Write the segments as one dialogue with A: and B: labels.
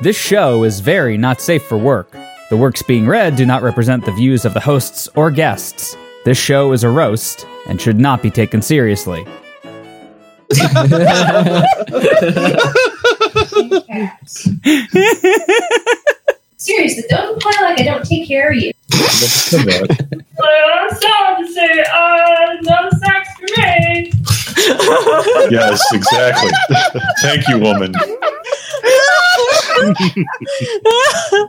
A: This show is very not safe for work. The works being read do not represent the views of the hosts or guests. This show is a roast and should not be taken seriously.
B: Seriously, don't play like I don't take care of you. I'm sorry to say, uh, no sex for me.
C: yes, exactly. Thank you, woman.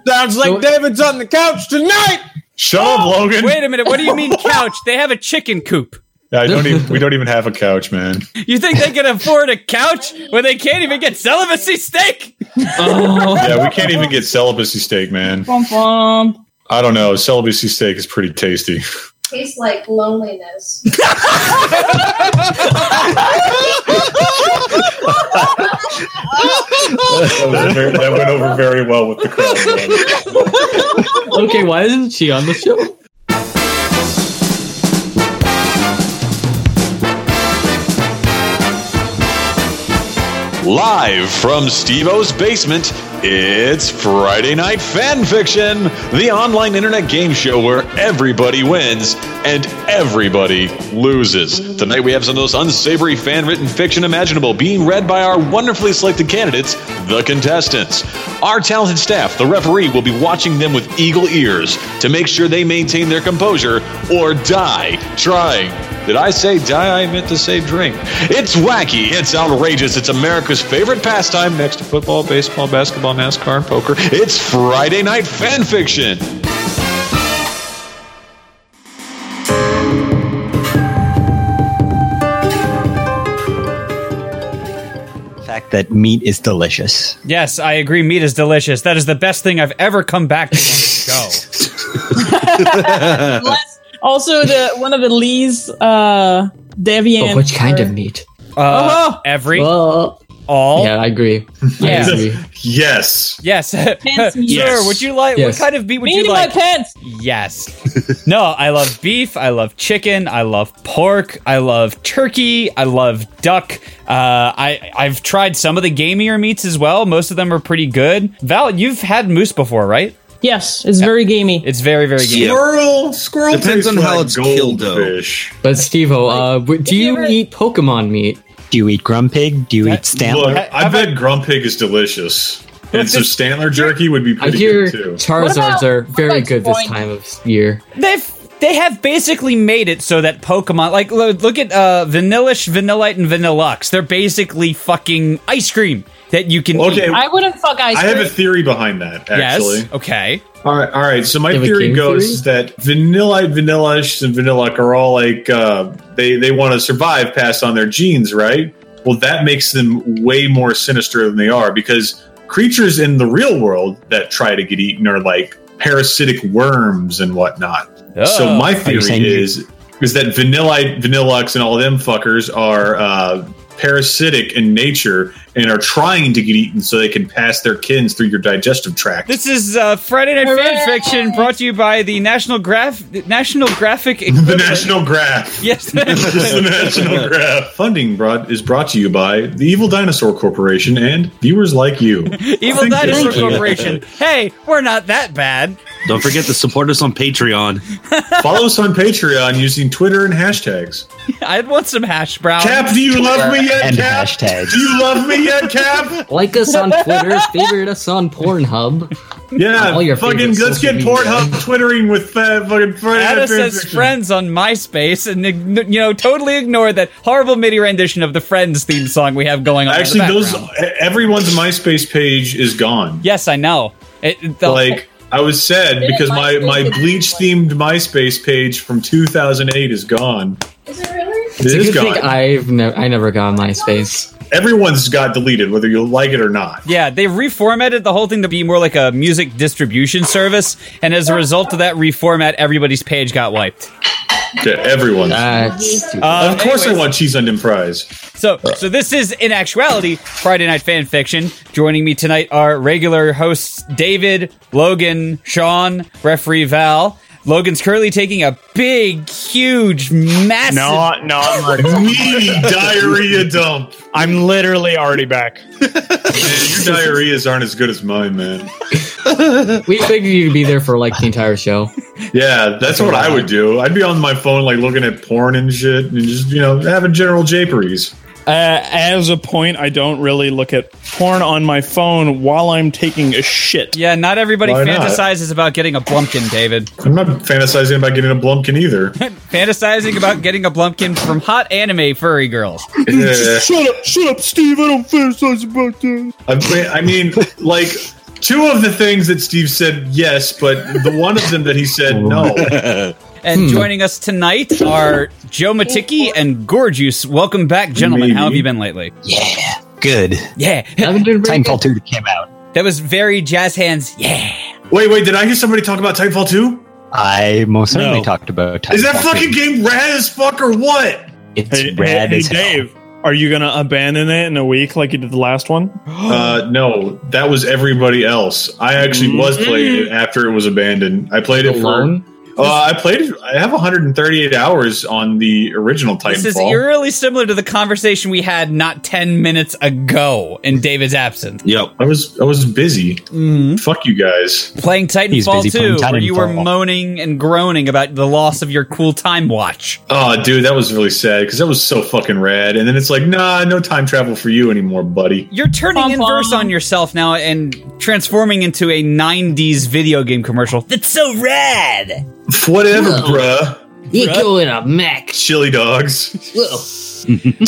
D: Sounds like David's on the couch tonight.
C: Shut up, Logan.
E: Oh, Wait a minute. What do you mean couch? They have a chicken coop.
C: I don't even, we don't even have a couch, man.
E: You think they can afford a couch when they can't even get celibacy steak? Oh.
C: Yeah, we can't even get celibacy steak, man. I don't know. Celibacy steak is pretty tasty.
B: Tastes like loneliness.
C: That, was very- that went over very well with the crowd.
F: okay, why isn't she on the show?
G: Live from Steve O's basement, it's Friday Night Fan Fiction, the online internet game show where everybody wins and everybody loses. Tonight we have some of the most unsavory fan written fiction imaginable being read by our wonderfully selected candidates, the contestants. Our talented staff, the referee, will be watching them with eagle ears to make sure they maintain their composure or die trying. Did I say die? I meant to say drink. It's wacky. It's outrageous. It's America's favorite pastime next to football, baseball, basketball, NASCAR, and poker. It's Friday Night Fan Fiction.
H: The fact that meat is delicious.
E: Yes, I agree. Meat is delicious. That is the best thing I've ever come back to on this show.
I: Bless- also, the one of the Lee's uh, Deviant.
F: But Oh, which kind of meat?
E: Uh, every,
F: Well,
E: all.
F: yeah, I agree.
E: Yeah.
F: I agree.
C: Yes.
E: Yes.
I: Pants meat.
E: Sure. Would you like?
F: Yes.
E: What kind of meat would
I: Me
E: you
I: in
E: like?
I: my pants.
E: Yes. no, I love beef. I love chicken. I love pork. I love turkey. I love duck. Uh, I I've tried some of the gamier meats as well. Most of them are pretty good. Val, you've had moose before, right?
I: Yes, it's very gamey.
E: It's very very gamey.
D: Squirrel, squirrel
J: Depends on
D: tastes
J: how
D: like
J: it's killed, though.
C: Goldfish.
F: But Steve-O, uh, w- do
I: you
F: you
I: ever-
F: eat Pokemon meat?
H: Do you eat grumpig? Do you eat
C: Look,
H: stantler?
C: I, bet Grumpig is delicious. And some Stantler jerky would be
F: I
C: pretty
F: hear
C: good, too.
F: Charizards
I: What about-
F: are
I: what
F: very
I: about
F: good this
I: Spoink?
F: time of year.
E: They've they have basically made it so that Pokemon, like lo- look at uh, Vanillish, Vanillite, and Vanillux. They're basically fucking ice cream that you can
C: Okay,
E: eat.
I: I wouldn't fuck ice
C: I
I: cream.
C: have a theory behind that, actually.
E: Yes. Okay.
C: All right, all right. So my
F: You have a
C: theory
F: game
C: goes
F: theory?
C: is that Vanillite, Vanillish, and Vanilluck are all like uh, they they want to survive, pass on their genes, right? Well, that makes them way more sinister than they are because creatures in the real world that try to get eaten are like parasitic worms and whatnot. So
E: Oh.
C: my
H: you
C: theory
H: saying you-
C: is is that Vanillite, Vanillux, and all them fuckers are uh, parasitic in nature and are trying to get eaten so they can pass their kins through your digestive tract.
E: This is uh, Friday Night Fan
I: Hooray!
E: Fiction brought to you by the National Graph National Graphic.
C: the National Graph.
E: yes.
C: This is the National Graph. Funding brought is brought to you by the Evil Dinosaur Corporation and viewers like you.
E: Evil
C: Thank
E: Dinosaur
C: you.
E: Corporation. Hey, we're not that bad.
J: Don't forget to support us on Patreon.
C: Follow us on Patreon using Twitter and hashtags.
E: I'd want some hash brown.
C: Cap, do you love me yet,
H: And
C: Cap?
H: hashtags.
C: Do you love me yet, Cap?
F: Like us on Twitter, favorite us on Pornhub.
C: Yeah,
F: All your
C: fucking.
F: favorite
C: Let's get
F: social media.
C: Pornhub twittering with uh, fucking Friday Night
E: Add us as
C: Fanfiction.
E: friends on MySpace, and ign- you know, totally ignore that horrible MIDI rendition of the Friends theme song we have going on. in the
C: Actually, those
E: background.
C: everyone's MySpace page is gone.
E: Yes, I know. It, it- the-
C: like I was sad because my
I: MySpace
C: my
I: is-
C: bleach themed MySpace page from 2008 is gone.
B: Is it really?
C: It
F: It's a
C: is
F: good
C: gone.
F: thing I've never, I never got on MySpace.
C: Everyone's got deleted, whether you like it or not.
E: yeah, they reformatted the whole thing to be more like a music distribution service, and as a result of that reformat, everybody's page got wiped.
C: Yeah, everyone.
F: That's stupid.
E: Uh,
C: of course,
E: anyways.
C: I want cheese on dim fries.
E: So, so this is in actuality Friday Night Fan Fiction. Joining me tonight are regular hosts David, Logan, Sean, referee Val. Logan's currently taking a big, huge, massive.
K: No, no, I'm already
C: Meaty diarrhea dump.
K: I'm literally already back.
C: Your diarrheas aren't as good as mine, man.
F: we figured you'd be there for like the entire show.
C: Yeah, that's what I would do. I'd be on my phone, like looking at porn and shit, and just you know having general japeries.
K: Uh, as a point, I don't really look at porn on my phone while I'm taking a shit.
E: Yeah, not everybody
C: Why not?
E: fantasizes about getting a blumpkin, David.
C: I'm not fantasizing about getting a blumpkin either.
E: fantasizing about getting a blumpkin from hot anime furry girls.
C: Yeah.
K: Shut up, shut up, Steve. I don't fantasize about that.
C: I mean- I mean, like two of the things that Steve said yes, but the one of them that he said no.
H: Hmm.
E: And joining us tonight are Joe Maticki and Gorgeous. Welcome back, gentlemen. How have you been lately?
H: Yeah, good.
E: Yeah.
H: Timefall 2 came out.
E: That was very jazz hands. Yeah.
C: Wait, wait, did I hear somebody talk about Titanfall 2?
H: I most certainly
K: No.
H: talked about
C: Is that
H: Titanfall
C: fucking
H: 2.
C: game rad as fuck or what?
H: It's
K: Hey,
H: rad
K: hey,
H: as hell.
K: hey, Dave, are you gonna abandon it in a week like you did the last one?
C: Uh, no, that was everybody else. I actually was
E: Mm-hmm.
C: playing it after it was abandoned. I played it for.
F: Alone?
C: Uh, I played it. I have 138 hours on the original
E: This is
C: Titanfall.
E: eerily similar to the conversation we had not 10 minutes ago in David's absence.
J: Yep.
C: I was I was busy.
E: Mm-hmm.
C: Fuck you guys.
E: Playing
H: He's
E: Titanfall
H: busy
E: 2,
H: playing
E: where you were
H: Titanfall.
E: moaning and groaning about the loss of your cool time watch.
C: Oh, dude, that was really sad because that was so fucking rad. And then it's like, nah, no time travel for you anymore, buddy.
E: You're turning
I: Bum, bum.
E: inverse on yourself now and transforming into a 90s video game commercial. That's so rad!
C: Whatever,
F: No.
C: bruh.
F: You go in a mech.
C: Chili dogs.
F: Whoa.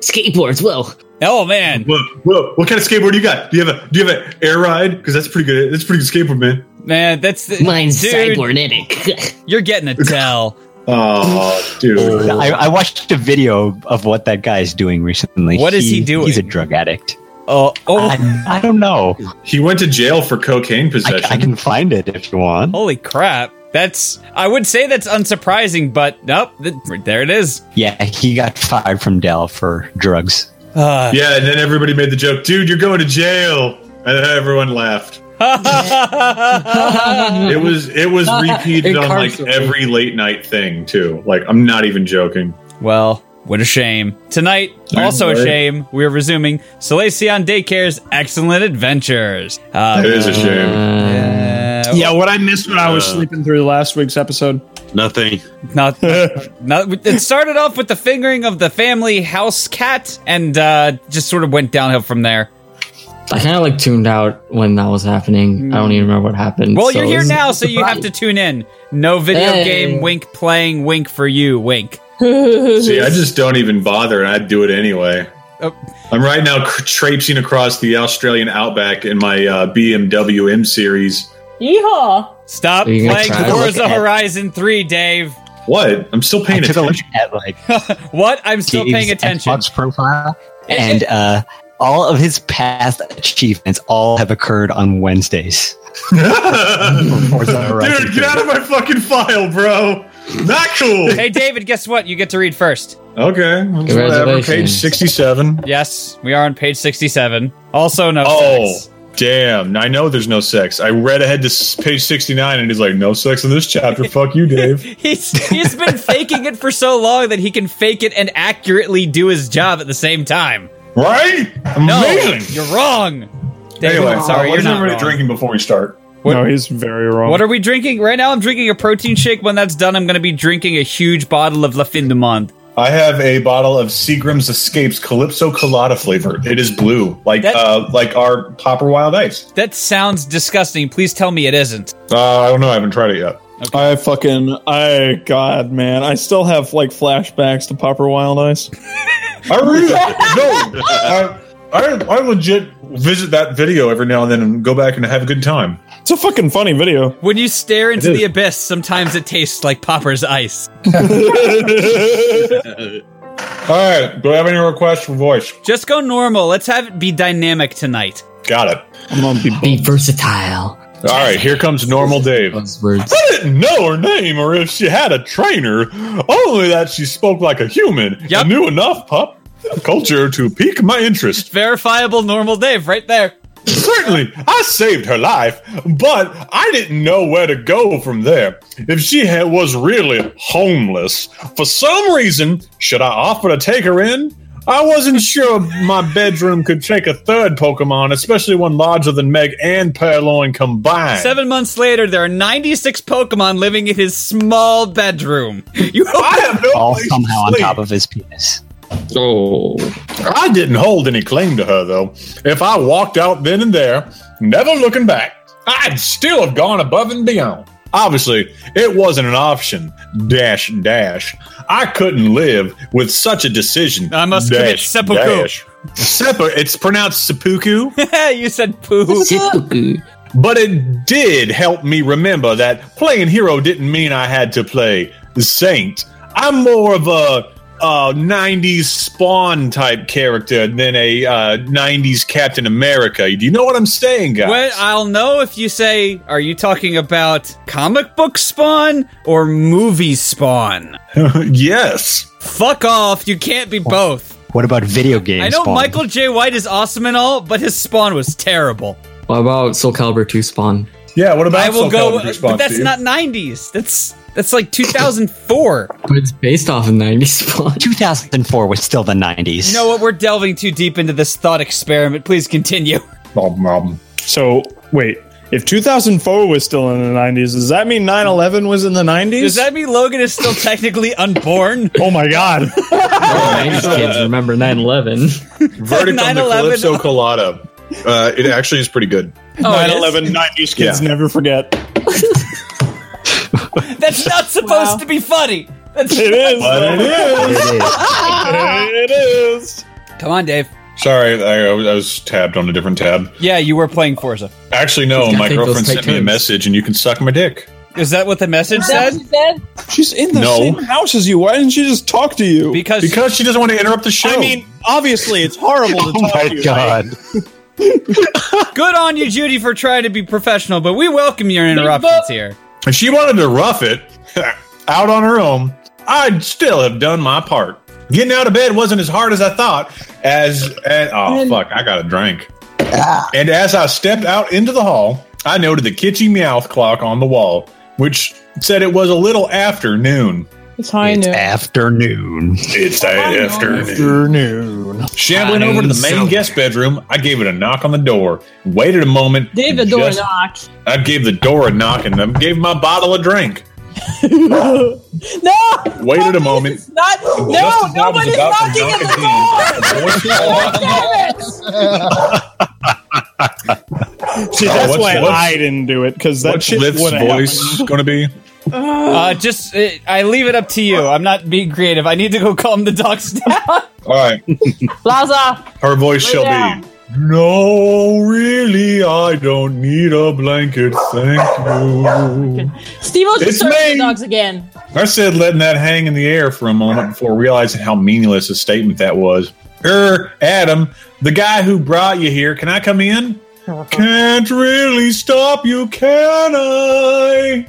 F: Skateboards. Whoa.
E: Oh, man.
C: Whoa, whoa. What kind of skateboard do you got? Do you have a Do you have an air ride? Because that's pretty good. That's a pretty good skateboard, man.
E: Man, that's the,
F: Mine's
E: dude,
F: cybernetic.
E: You're getting a tell.
C: Oh, dude.
H: I, I watched a video of what that guy's doing recently.
E: What is he doing?
H: He's a drug addict.
E: Oh, oh,
H: I, I don't know.
C: He went to jail for cocaine
H: I,
C: possession.
H: I can find it if you want.
E: holy crap! That's I would say that's unsurprising, but nope, th- there it is.
H: Yeah, he got fired from Dell for drugs.
E: Uh,
C: yeah, and then everybody made the joke, dude, you're going to jail. And then everyone laughed. It was it was repeated on like
F: Incarcerated.
C: every late night thing too. Like I'm not even joking.
E: well, what a shame. Tonight, also a
C: Right.
E: shame. We are resuming Salesian Daycare's excellent adventures.
C: It
E: Uh,
C: is a shame.
E: uh,
K: yeah, what I missed when I was
J: Uh.
K: sleeping through last week's episode.
J: Nothing.
E: Not, not. It started off with the fingering of the family house cat, and uh, just sort of went downhill from there.
F: I kind of like tuned out when that was happening. I don't even remember what happened.
E: Well,
F: so
E: you're
F: it
E: here
F: was-
E: now, so you have to tune in. No video
F: Hey.
E: game wink playing wink for you, wink.
C: See, I just don't even bother, and I'd do it anyway.
E: Oh.
C: I'm right now cr- traipsing across the Australian outback in my uh, BMW M series.
I: Yeehaw!
E: Stop
F: Are you gonna
E: playing
F: try to
E: Forza
H: look at-
E: Horizon 3, Dave.
C: What? I'm still
H: I
C: paying
H: took a
C: attention.
H: look at like
E: What? I'm still
H: Dave's
E: paying attention.
H: Xbox profile, and uh, all of his past achievements all have occurred on Wednesdays.
C: Dude, get out of my fucking file, bro. Not cool.
E: Hey, David, guess what? You get to read first.
C: Okay, whatever.
F: Congratulations.
C: Page sixty-seven.
E: Yes, we are on page 67. Also, no.
C: Oh,
E: sex.
C: damn! I know there's no sex. I read ahead to s- page sixty-nine, and he's like, "No sex in this chapter." Fuck you, Dave.
E: He's, he's been faking it for so long that he can fake it and accurately do his job at the same time.
C: Right?
E: No,
C: Amazing.
E: you're wrong. David,
C: Anyway, uh,
E: I'm sorry,
C: what
E: you're
C: is
E: not
C: everybody
E: wrong.
C: drinking before we start?
E: What-
K: no, he's very wrong.
E: What are we drinking? Right now, I'm drinking a protein shake. When that's done, I'm going to be drinking a huge bottle of La Fin du Monde.
C: I have a bottle of Seagram's Escapes Calypso Colada flavor. It is blue, like
E: That-
C: uh, like our Popper Wild Ice.
E: That sounds disgusting. Please tell me it isn't.
C: Uh, I don't know. I haven't tried it yet.
K: I fucking I God man, I still have like flashbacks to Popper Wild Eyes.
C: I really no. I, I I legit visit that video every now and then and go back and have a good time.
K: It's a fucking funny video.
E: When you stare into
C: is.
E: the abyss, sometimes it tastes like popper's ice.
C: All right. Do I have any requests for voice?
E: Just go normal. Let's have it be dynamic tonight.
C: Got it.
K: I'm gonna be
F: be versatile.
C: All right. Here comes normal Dave.
F: Buzzwords.
C: I didn't know her name or if she had a trainer, only that she spoke like a human.
E: Yep.
C: I knew enough pop culture to pique my interest.
E: Verifiable normal Dave right there.
C: Certainly, I saved her life, but I didn't know where to go from there. If she had, was really homeless, for some reason, should I offer to take her in? I wasn't sure my bedroom could take a third Pokemon, especially one larger than Meg and Purloin combined.
E: Seven months later, there are 96 Pokemon living in his small bedroom. You I have no
H: all somehow on top of his penis.
C: Oh. I didn't hold any claim to her, though. If I walked out then and there, never looking back, I'd still have gone above and beyond. Obviously, it wasn't an option. Dash, dash. I couldn't live with such a decision.
E: I must commit seppuku.
C: Seppu- it's pronounced seppuku.
E: you said poo.
C: But it did help me remember that playing hero didn't mean I had to play saint. I'm more of a uh, 90s Spawn type character than a uh, 90s Captain America. Do you know what I'm saying, guys?
E: Well, I'll know if you say, are you talking about comic book spawn or movie spawn?
C: yes.
E: Fuck off. You can't be both.
H: What about video games?
E: I know
H: Paul?
E: Michael J. White is awesome and all, but his spawn was terrible.
F: What about Soul Calibur 2 spawn?
C: Yeah, what
E: I will go, but that's not 90s. That's that's like 2004.
F: But it's based off of 90s spawn.
H: 2004 was still the 90s.
E: You know what? We're delving too deep into this thought experiment. Please continue.
K: So wait, if 2004 was still in the 90s, does that mean 9/11 was in the 90s?
E: Does that mean Logan is still technically unborn?
K: oh my god!
F: These
E: uh,
F: kids remember 9 11.
C: Verdict on the
E: 9/11.
C: Calypso Colada. Uh, it actually is pretty good.
K: Nine eleven nineties 9/11 90s kids never forget.
E: That's not supposed to be funny. That's
K: It is.
C: But it
K: it is. it is.
E: Come on, Dave.
C: Sorry, I, I was- I was tabbed on a different tab.
E: Yeah, you were playing Forza.
C: Actually, no,
F: He's gotta
C: my
F: take those
C: girlfriend
F: tight
C: sent me a
F: turns.
C: message, and you can suck my dick.
E: Is that what the message
I: Is that
E: said?
I: what you said?
K: She's in the
C: No.
K: same house as you. Why didn't she just talk to you?
E: Because,
C: Because she doesn't want to interrupt the show.
K: I mean, obviously, it's horrible to
H: Oh
K: talk
H: my
K: to you. right?
H: god.
E: good on you, Judy, for trying to be professional, but we welcome your interruptions here.
C: if she wanted to rough it out on her own, I'd still have done my part. Getting out of bed wasn't as hard as I thought. As, and oh fuck, I got a drink. And as I stepped out into the hall, I noted the kitschy meowth clock on the wall, which said it was a little after noon.
I: It's high
H: It's
I: noon.
H: afternoon.
C: It's the afternoon.
K: Afternoon.
C: Shambling over to the main guest bedroom, I gave it a knock on the door. Waited a moment.
I: David door
C: just-
I: knock.
C: I gave the door a knock and then gave my bottle a drink.
I: no.
C: Waited a moment.
I: Not,
C: Just
I: no,
C: as I was
I: nobody's
C: about to
I: knocking
C: knock
I: at the
C: again,
I: door.
C: a voice called out.
I: Damn it.
K: See, that's
C: what's-
K: why
C: what's-
K: I didn't do it because that
C: What's
K: shit
C: Lift's
K: would have
C: voice going to be?
E: Uh, just, uh, I leave it up to you. I'm not being creative. I need to go calm the dogs down.
C: All right.
I: Plaza.
C: Her voice
I: Lay
C: shall
I: down.
C: be. No, really, I don't need a blanket. Thank you.
I: Steve O
C: It's
I: just started
C: me.
I: the dogs again.
C: I said letting that hang in the air for a moment before realizing how meaningless a statement that was. Er, Adam, the guy who brought you here, can I come in? Can't really stop you, can I?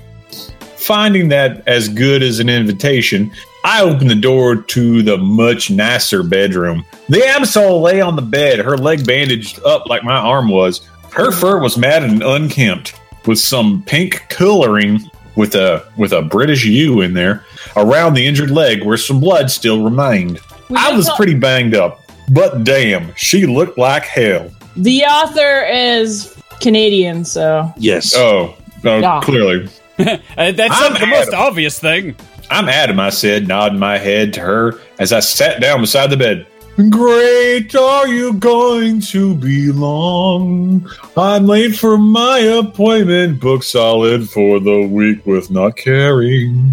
C: Finding that as good as an invitation, I opened the door to the much nicer bedroom. The Amsol lay on the bed, her leg bandaged up like my arm was. Her fur was matted and unkempt, with some pink coloring with a with a British U in there around the injured leg where some blood still remained.
I: We
C: I
I: don't
C: was
I: know-
C: pretty banged up, but damn, she looked like hell.
I: The author is Canadian, so
J: Yes.
C: Oh, oh,
I: Yeah.
C: clearly.
E: Uh, that's
C: I'm
E: not the most
C: Adam.
E: obvious thing.
C: I'm Adam, I said, nodding my head to her as I sat down beside the bed. Great, are you going to be long? I'm late for my appointment, book solid for the week with not caring.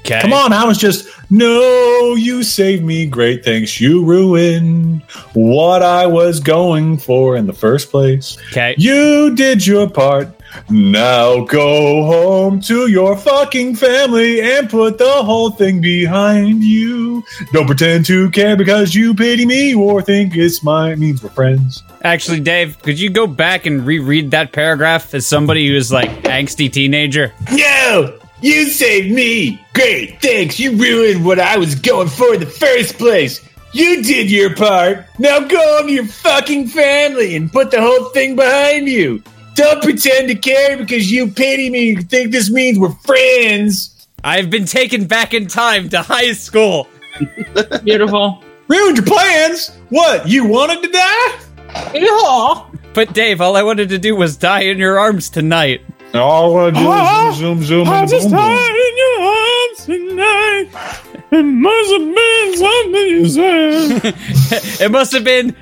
E: Okay.
C: Come on, I was just, no, you saved me. Great, thanks. You ruined what I was going for in the first place.
E: Okay.
C: You did your part. Now go home to your fucking family and put the whole thing behind you. Don't pretend to care because you pity me or think it's my it means we're friends.
E: Actually, Dave, could you go back and reread that paragraph as somebody who is like angsty teenager?
D: No! You saved me! Great, thanks. You ruined what I was going for in the first place. You did your part. Now go home to your fucking family and put the whole thing behind you. Don't pretend to care because you pity me. You think this means we're friends.
E: I've been taken back in time to high school.
I: Beautiful.
D: Ruined your plans. What? You wanted to die?
I: Yeah.
E: But Dave, all I wanted to do was die in your arms tonight.
C: All I want to do is zoom, zoom, zoom,
D: I
C: and
D: just
C: boom, boom.
D: died in your arms tonight. It must have been something you said.
E: It must have been.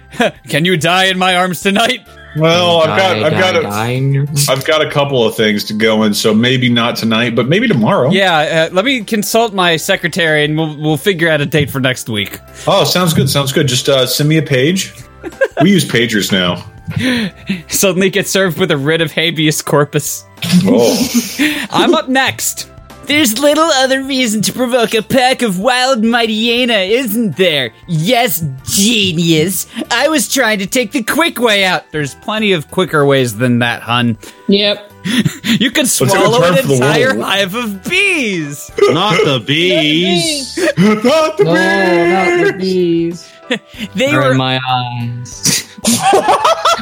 E: Can you die in my arms tonight?
C: Well, Oh, I've got,
F: Die,
C: I've got,
F: die,
C: a,
F: die in your-
C: I've got a couple of things to go in, so maybe not tonight, but maybe tomorrow.
E: Yeah, uh, let me consult my secretary, and we'll we'll figure out a date for next week.
C: Oh, sounds good. Sounds good. Just uh, send me a page. we use pagers now.
E: Suddenly get served with a writ of habeas corpus.
C: Oh,
E: I'm up next. There's little other reason to provoke a pack of wild mighty hyena, isn't there? Yes, genius. I was trying to take the quick way out. There's plenty of quicker ways than that, hun.
I: Yep.
C: a
E: You could
C: good
E: swallow
C: term
E: an
C: for the
E: entire
C: world.
E: hive of bees.
J: Not the bees.
C: not the
F: No, not the Oh, bees.
E: They
F: They're
E: were
F: in my eyes.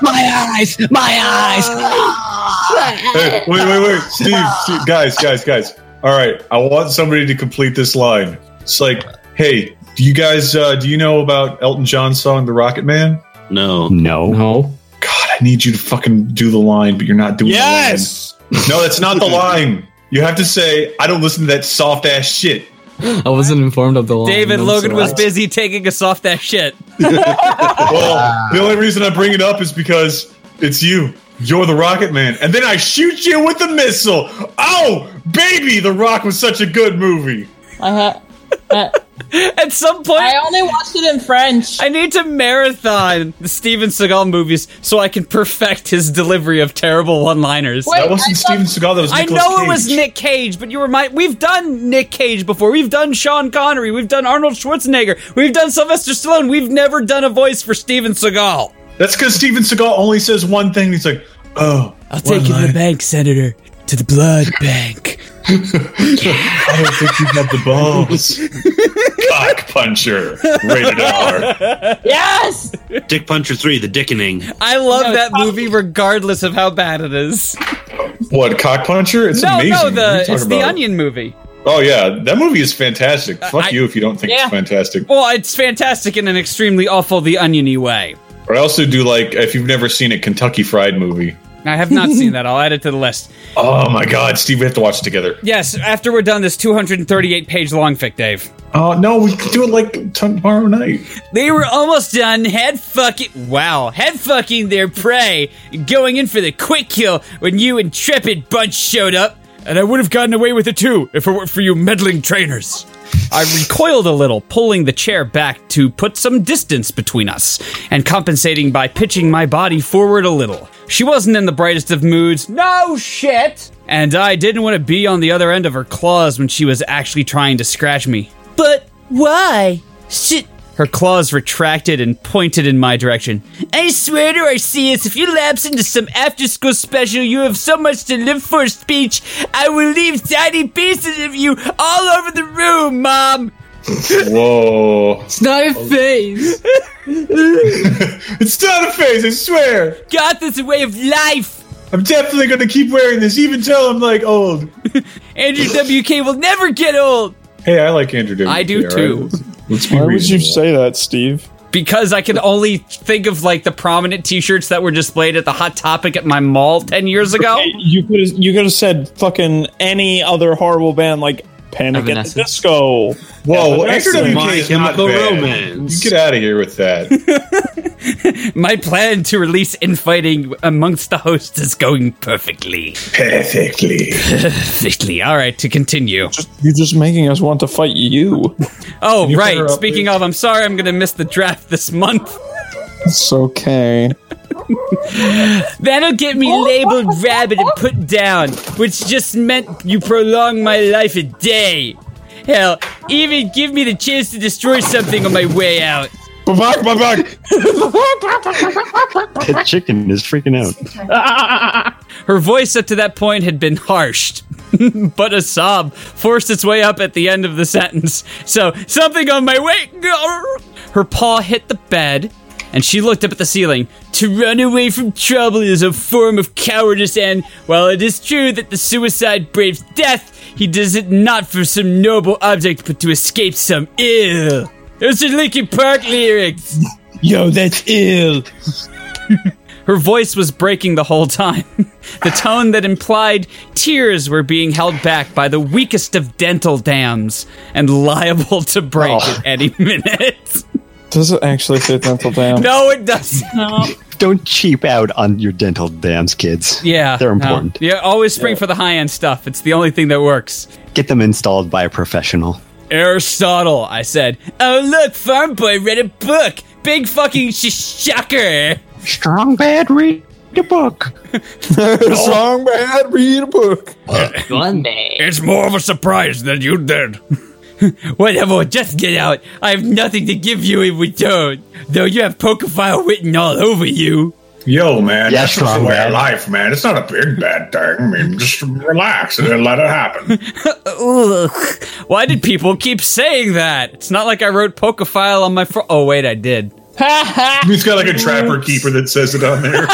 H: My eyes, my
C: Hey, wait, wait, wait, Steve, Steve, guys, guys, guys. All right, I want somebody to complete this line. It's like, hey, do you guys uh, do you know about Elton John's song "The Rocket Man"?
J: No.
H: eyes. No.
F: No.
C: God, I need you to fucking do the line, but you're not doing. the
K: Yes.
C: line. no, that's not the line. You have to say, I don't listen to that soft ass shit.
F: I wasn't informed of the line.
E: David
F: I'm
E: Logan was
F: sorry.
E: busy taking us off that shit.
C: Well, the only reason I bring it up is because it's you. You're the Rocket Man, and then I shoot you with the missile. Oh, baby, The Rock was such a good movie.
I: I
F: Uh-huh.
I: ha- I,
E: At some point,
I: I only watched it in French.
E: I need to marathon the Steven Seagal movies so I can perfect his delivery of terrible one-liners.
I: Wait,
C: That wasn't
I: I
C: Steven Seagal. That was
E: I
C: Nicolas
E: know it was
C: Cage.
E: Nick Cage, but you remind we've done Nick Cage before. We've done Sean Connery, we've done Arnold Schwarzenegger, we've done Sylvester Stallone. We've never done a voice for Steven Seagal.
C: That's because Steven Seagal only says one thing. He's like, "Oh,
E: I'll take you to the bank, Senator, to the blood bank.
C: I don't think you have the balls." Cock puncher, rated R.
I: Yes.
J: Dick Puncher 3, The Dickening.
E: I love
I: No,
E: that
I: stop.
E: movie regardless of how bad it is.
C: What cock puncher? It's
E: No,
C: amazing.
E: no,
C: What are you
E: the
C: talking
E: it's the
C: about?
E: Onion movie.
C: Oh yeah, that movie is fantastic.
E: Uh,
C: Fuck you if you don't think
I: yeah.
C: it's fantastic.
E: Well, it's fantastic in an extremely awful The Oniony way.
C: Or I also do like if you've never seen it, Kentucky Fried Movie.
E: I have not seen that. I'll add it to the list.
C: Oh my god, Steve, we have to watch it together.
E: Yes, after we're done this 238 page long fic, Dave.
C: Oh no, we can do it like t- tomorrow night.
E: They were almost done, head fucking. Wow, head fucking their prey, going in for the quick kill when you intrepid bunch showed up. And I would have gotten away with it too if it weren't for you meddling trainers. I recoiled a little, pulling the chair back to put some distance between us, and compensating by pitching my body forward a little. She wasn't in the brightest of moods. No shit! And I didn't want to be on the other end of her claws when she was actually trying to scratch me. But why? Shit. Her claws retracted and pointed in my direction. I swear to Arceus, if you lapse into some after school special, you have so much to live for speech. I will leave tiny pieces of you all over the room, Mom.
C: Whoa.
F: It's not a face.
C: It's not a phase, I swear.
E: Goth is a way of life.
C: I'm definitely gonna keep wearing this even till I'm like oh, old.
E: Andrew WK will never get old.
C: Hey, I like Andrew WK.
E: I do
C: all
E: too.
C: right? Let's be
K: Why would you
C: reasonable.
K: say that, Steve?
E: Because I can only think of like the prominent t shirts that were displayed at the Hot Topic at my mall 10 years
C: Oh.
E: ago.
K: Hey, you could have you could have said fucking any other horrible band like Panic at the
F: Evanescence.
K: Disco.
C: Whoa, well,
K: Evanescence.
C: Andrew WK
J: My
C: is not
J: Chemical
C: bad.
J: Romance.
C: You get out of here with that.
E: My plan to release infighting amongst the hosts is going perfectly.
C: Perfectly.
E: Perfectly. All right, to continue.
K: You're just making us want to fight you.
E: Oh,
C: you put
E: right.
C: her up,
E: Speaking of, I'm sorry I'm going to miss the draft this month.
K: It's okay.
E: That'll get me labeled rabid and put down, which just meant you prolong my life a day. Hell, even give me the chance to destroy something on my way out.
K: Babak, babak.
H: That chicken is freaking out.
E: Her voice up to that point had been harshed, but a sob forced its way up at the end of the sentence. So, something on my way. her paw hit the bed, and she looked up at the ceiling. To run away from trouble is a form of cowardice, and while it is true that the suicide braves death, he does it not for some noble object, but to escape some ill. Those are Linkin Park lyrics.
D: Yo, that's ill.
E: Her voice was breaking the whole time, the tone that implied tears were being held back by the weakest of dental dams and liable to break
H: Oh.
E: at any minute.
K: Does it actually say dental dam?
E: No, it doesn't.
H: Don't cheap out on your dental dams, kids.
E: Yeah,
H: They're
E: no.
H: important.
E: Yeah, always spring for the high end stuff. It's the only thing that works.
H: Get them installed by a professional.
E: Aristotle, I said. Oh look, farm boy read a book. Big fucking sh- shocker.
H: Strong bad read a book.
K: Strong bad read a book.
E: One day. It's more of a surprise than you did. Whatever, just get out. I have nothing to give you in return, though you have Pokerfile written all over you.
C: Yo, man,
E: Yeah,
C: that's just the
E: strong
C: way
E: bad.
C: of life, man. It's not a big bad thing. I mean, just relax and then let it happen.
E: Ugh. Why did people keep saying that? It's not like I wrote Pokerfile on my phone. oh, wait, I did.
C: He's got like a trapper keeper that says it on there.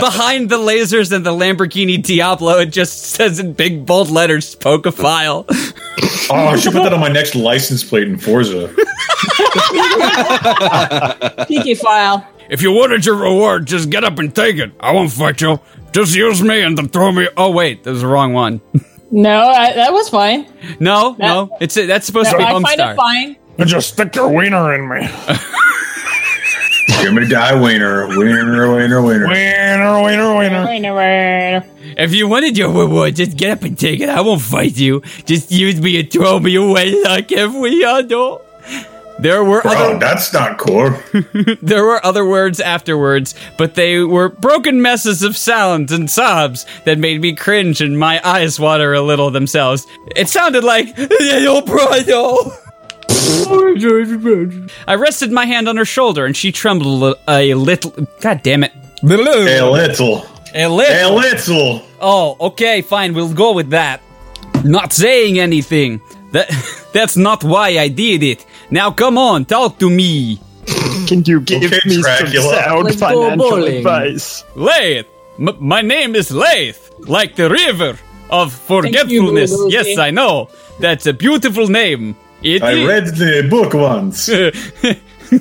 E: Behind the lasers and the Lamborghini Diablo, it just says in big bold letters, Pokerfile.
C: Oh, I should put that on my next license plate in Forza.
I: PK file.
L: If you wanted your reward, just get up and take it. I won't fight you. Just use me and then throw me.
E: Oh, wait, that was the wrong one.
I: No, I, that was fine.
E: No, no, it's that's supposed to be
I: I
E: Homestar.
I: find it fine.
K: Just stick your wiener in me.
C: Give me die, wiener, wiener, wiener, wiener.
K: Wiener, wiener, wiener.
E: If you wanted your reward, just get up and take it. I won't fight you. Just use me and throw me away like every other. There were other.
C: that's not cool.
E: there were other words afterwards, but they were broken messes of sounds and sobs that made me cringe and my eyes water a little themselves. It sounded like "Little brother." I rested my hand on her shoulder, and she trembled a, li- a little. God damn it! A
C: little.
E: A
C: A
E: little.
C: little.
E: Oh, okay, fine. We'll go with that. Not saying anything. That that's not why I did it. Now come on, talk to me.
H: Can you give me some sound Let's go financial bowling. advice?
E: Laith, m- my name is Laith, like the river of forgetfulness.
C: Lulu.
E: yes, I know. That's a beautiful name. It
C: I
E: is-
C: read the book once.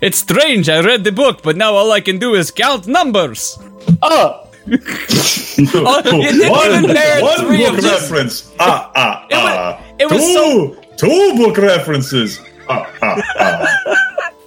E: it's strange. I read the book, but now all I can do is count numbers.
K: Oh.
E: Oh, it didn't
C: one
E: even bear
C: one
E: three
C: book
E: of just-
C: reference. Ah, ah, ah.
E: it was
C: two, two book references. Ah, ah, ah.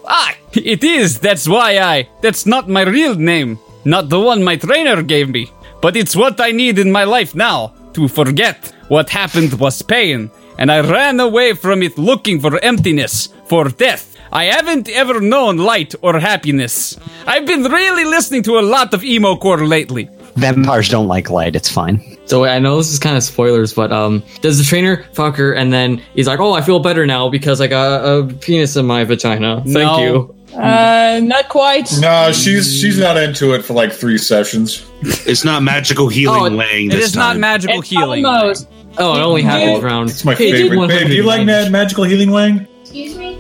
E: Ah, it is. That's why I. That's not my real name. Not the one my trainer gave me. But it's what I need in my life now. To forget what happened was pain. And I ran away from it looking for emptiness, for death. I haven't ever known light or happiness. I've been really listening to a lot of emo core lately.
H: Vampires don't like light. It's fine.
F: So wait, I know this is kind of spoilers, but um, does the trainer fuck her and then he's like, "Oh, I feel better now because I got a penis in my vagina." Thank
I: No.
F: you.
I: Uh, not quite.
C: No, she's she's not into it for like three sessions.
J: It's not magical
I: Oh,
J: healing laying this time.
E: magical
I: healing. Almost.
F: Oh,
I: it
J: only happened
I: You-
J: round.
C: It's my favorite. Babe, do you like ma- magical healing, Lang?
B: Excuse me?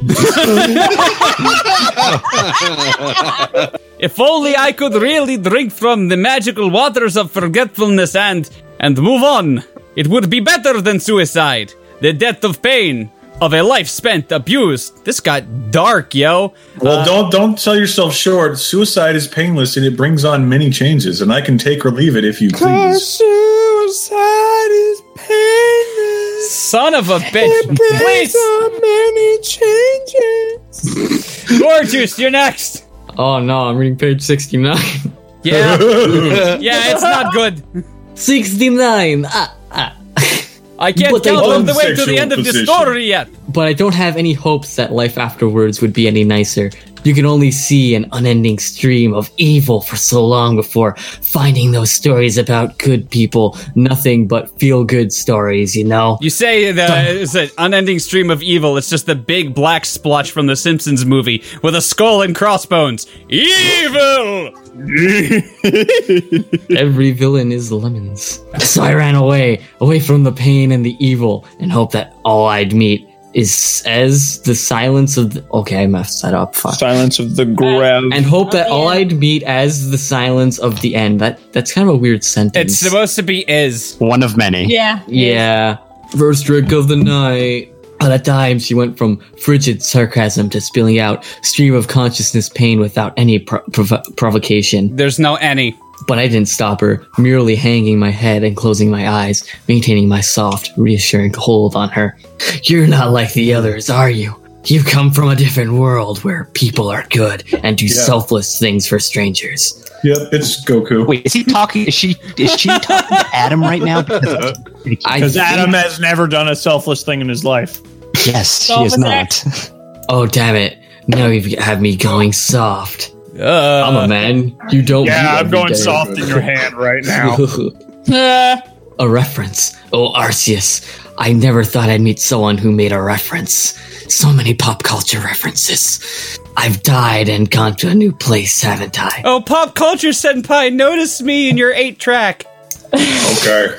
E: If only I could really drink from the magical waters of forgetfulness and and move on. It would be better than suicide. The death of pain of a life spent abused. This got dark, yo.
C: Well,
E: Uh,
C: don't don't sell yourself short. Suicide is painless and it brings on many changes, and I can take or leave it if you please.
K: Suicide is painless.
E: Son of a bitch. Please.
K: many changes.
E: Gorgeous, you're next.
F: Oh no, I'm reading page sixty-nine.
E: Yeah, yeah, it's not good.
F: Sixty-nine. Ah, ah.
E: I can't
F: But I
E: count all
F: don't-
E: the way to the end of the
F: Sexual
E: story yet.
F: But I don't have any hopes that life afterwards would be any nicer. You can only see an unending stream of evil for so long before finding those stories about good people. Nothing but feel good stories, you know?
E: You say that it's an unending stream of evil. It's just the big black splotch from the Simpsons movie with a skull and crossbones. Evil.
F: Every villain is lemons. So I ran away, away from the pain and the evil, and hoped that all I'd meet is says the silence of the, okay, I messed that up. Fuck.
K: Silence of the Grav.
F: And hope that all I'd meet as the silence of the end. That that's kind of a weird sentence.
E: It's supposed to be is.
H: One of many.
I: Yeah.
F: Yeah. First drink of the night. At a time, she went from frigid sarcasm to spilling out stream of consciousness pain without any pro- provo- provocation.
E: There's no any.
F: But I didn't stop her, merely hanging my head and closing my eyes, maintaining my soft, reassuring hold on her. You're not like the others, are you? You come from a different world where people are good and do
C: Yeah.
F: selfless things for strangers.
C: Yep, it's Goku.
H: Wait, is he talking? Is she is she talking to Adam right now?
K: Because Adam has never done a selfless thing in his life.
H: Yes,
F: she is not. Oh, damn it. Now you have me going soft. I'm a man. You don't.
K: Yeah,
F: meet
K: I'm
F: every
K: going
F: day.
K: soft in your hand right now.
F: a reference. Oh, Arceus. I never thought I'd meet someone who made a reference. So many pop culture references. I've died and gone to a new place, haven't I?
E: Oh, pop culture senpai, notice me in your eight track.
C: Okay.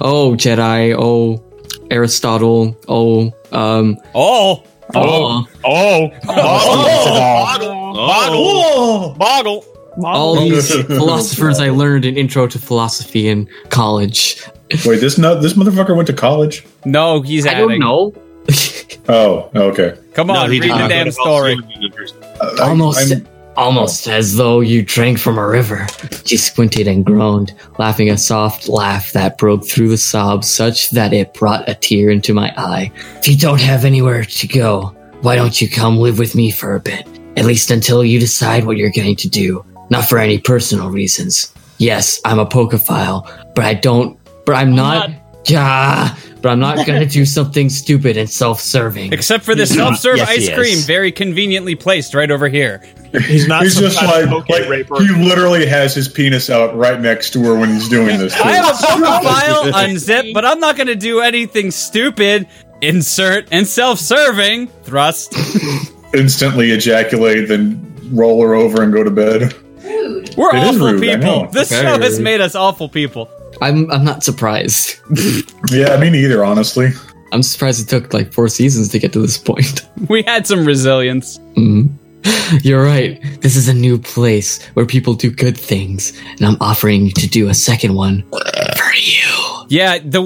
F: Oh, Jedi. Oh, Aristotle. Oh, um.
E: Oh.
F: Oh.
K: Oh.
D: Bottle.
K: Bottle.
F: All
E: Oh.
F: these philosophers I learned in Intro to Philosophy in college.
C: Wait, this nut, this motherfucker went to college.
E: No, he's.
F: I don't know.
C: Oh, okay.
E: Come on, read the damn story.
F: Almost, almost as though you drank from a river. She squinted and groaned, laughing a soft laugh that broke through the sobs such that it brought a tear into my eye. If you don't have anywhere to go, why don't you come live with me for a bit? At least until you decide what you're going to do. Not for any personal reasons. Yes, I'm a pokophile, but I don't. But I'm not. Yeah, but I'm not going to do something stupid and self-serving.
E: Except for this
F: He's not-
E: self-serve
F: Yes, he
E: ice
F: is.
E: cream, very conveniently placed right over here.
K: He's not.
C: He's just like, like he literally has his penis out right next to her when he's doing this.
E: I
C: too.
E: have a profile unzip, but I'm not going to do anything stupid. Insert and self-serving thrust.
C: Instantly ejaculate, then roll her over and go to bed.
E: We're
C: It is
E: awful
C: rude, I
E: people.
C: know.
E: This
C: Very
E: show has
C: rude.
E: made us awful people.
F: I'm I'm not surprised.
C: yeah, me neither, honestly.
F: I'm surprised it took like four seasons to get to this point.
E: We had some resilience.
F: Mm. You're right. This is a new place where people do good things, and I'm offering to do a second one.
E: Yeah, the,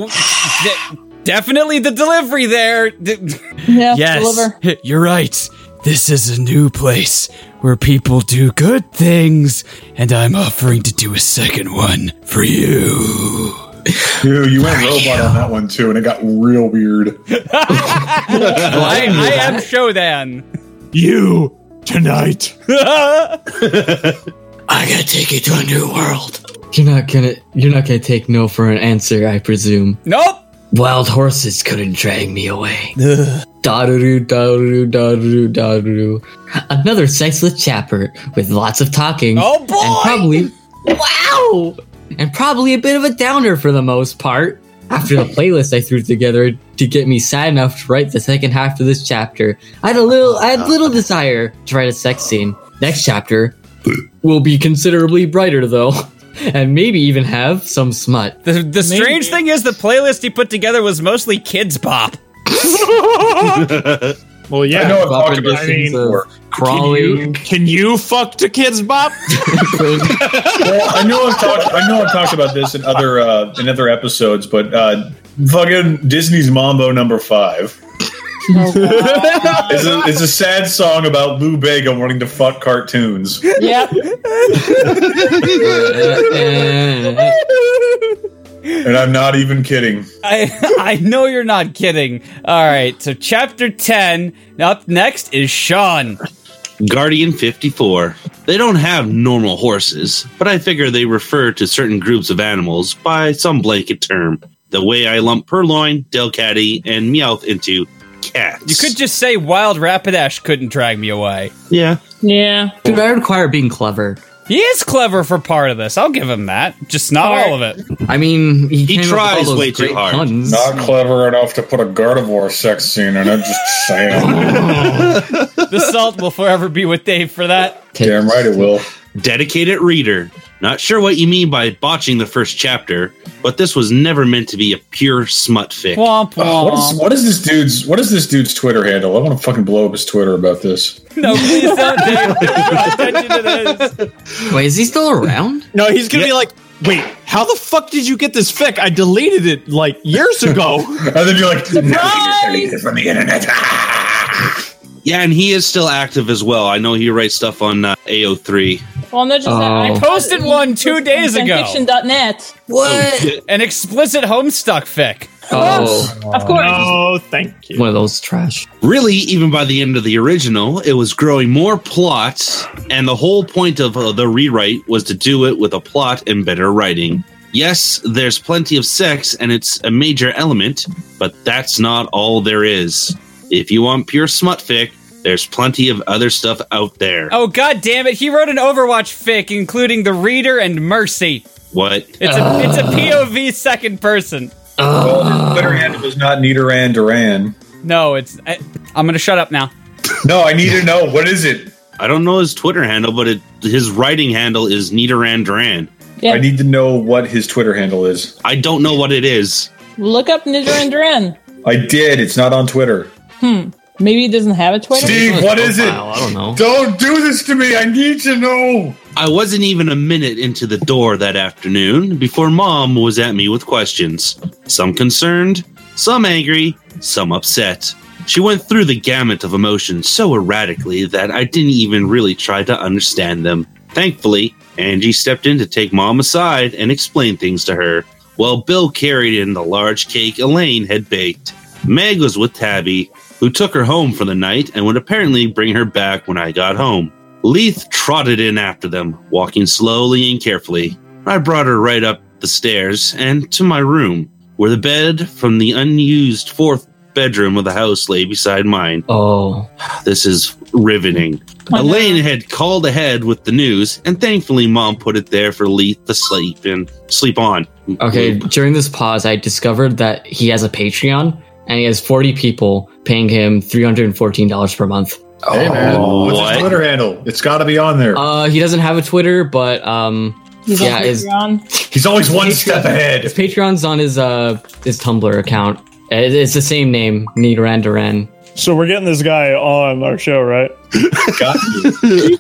E: the- definitely the delivery there. D-
I: Yeah,
L: Yes,
I: deliver.
L: you're right. This is a new place where people do good things, and I'm offering to do a second one for you.
C: Dude, you went robot on that one too, and it got real weird.
E: I, I am Shodan.
J: You tonight.
F: I gotta take you to a new world. You're not gonna you're not gonna take no for an answer, I presume.
E: Nope.
F: Wild horses couldn't drag me away. Dadaru, dadaru, dadaru, dadaru. Another sexless chapter with lots of talking.
E: Oh boy!
F: And probably wow, and probably a bit of a downer for the most part. After the playlist I threw together to get me sad enough to write the second half of this chapter, I had a little, I had little desire to write a sex scene. Next chapter will be considerably brighter though, and maybe even have some smut.
E: The, the strange thing is, the playlist he put together was mostly kids pop.
K: well, yeah.
E: I know I've talked
K: I
E: about
K: mean,
E: this before.
K: Can you, can you fuck to kids, Bob?
C: well, I know I've talked. I know I've talked about this in other uh, in other episodes, but uh, fucking Disney's Mambo Number Five is a, is a sad song about Lou Bega wanting to fuck cartoons.
I: Yeah.
C: And I'm not even kidding.
E: I I know you're not kidding. All right, so chapter ten. Up next is Sean.
J: Guardian 54. They don't have normal horses, but I figure they refer to certain groups of animals by some blanket term. The way I lump purloin, delcatty, and meowth into cats.
E: You could just say Wild Rapidash couldn't drag me away.
J: Yeah.
I: Yeah.
F: Dude, I require being clever.
E: He is clever for part of this. I'll give him that. Just not all of it.
F: I mean, he,
J: He
F: came up with all
J: tries
F: those
J: way too
F: great
J: hard.
F: puns.
C: Not clever enough to put a Gardevoir sex scene in it. Just saying.
E: The salt will forever be with Dave for that.
C: Damn right it will.
J: Dedicated reader, not sure what you mean by botching the first chapter, but this was never meant to be a pure smut fic.
E: Womp
C: Oh, what is what is this dude's what is this dude's Twitter handle? I want to fucking blow up his Twitter about this.
E: No, please don't.
F: Wait, is he still around?
K: No, he's gonna be like, wait, how the fuck did you get this fic? I deleted it like years ago. and
C: then you're like,
K: from the
J: internet. yeah, and he is still active as well. I know he writes stuff on uh, AO3.
I: Well, no, just that.
J: Oh.
I: I
E: posted one two days ago.
I: Fanfiction.net.
E: An explicit Homestuck fic.
I: Oh. Of course.
K: No, thank
F: One of those trash.
J: Really, even by the end of the original, it was growing more plots, and the whole point of uh, the rewrite was to do it with a plot and better writing. Yes, there's plenty of sex, and it's a major element, but that's not all there is. If you want pure smut fic, there's plenty of other stuff out there.
E: Oh god damn it! He wrote an Overwatch fic including the reader and Mercy.
J: What?
E: It's
F: Oh.
E: a it's a POV second person.
C: Well, his Twitter handle is not Nidoran Duran.
E: No, it's I, I'm gonna shut up now.
C: No, I need to know what is it.
J: I don't know his Twitter handle, but it, his writing handle is Nidoran Duran.
I: Yeah.
C: I need to know what his Twitter handle is.
J: I don't know what it is.
I: Look up Nidra and Duran.
C: I did. It's not on Twitter.
I: Hmm. Maybe he doesn't have a Twitter.
C: Steve, what is it?
J: I don't know.
C: Don't do this to me. I need to know.
J: I wasn't even a minute into the door that afternoon before mom was at me with questions. Some concerned, some angry, some upset. She went through the gamut of emotions so erratically that I didn't even really try to understand them. Thankfully, Angie stepped in to take mom aside and explain things to her, while Bill carried in the large cake Elaine had baked. Meg was with Tabby, who took her home for the night and would apparently bring her back when I got home. Leith trotted in after them, walking slowly and carefully. I brought her right up the stairs and to my room, where the bed from the unused fourth bedroom of the house lay beside mine.
F: Oh.
J: This is riveting. Elaine had called ahead with the news, and thankfully mom put it there for Leith to sleep and sleep on.
F: Okay, during this pause, I discovered that he has a Patreon and he has 40 people paying him $314 per month.
C: Hey man,
F: Oh,
C: what's his Twitter handle? It's got to be on there.
F: Uh, he doesn't have a Twitter, but um,
I: He's
F: yeah,
I: on
F: his,
I: Patreon.
C: He's always one step ahead.
F: his Patreon's on his uh his Tumblr account. It- It's the same name, Nidoran Duran.
K: So we're getting this guy on our show, right?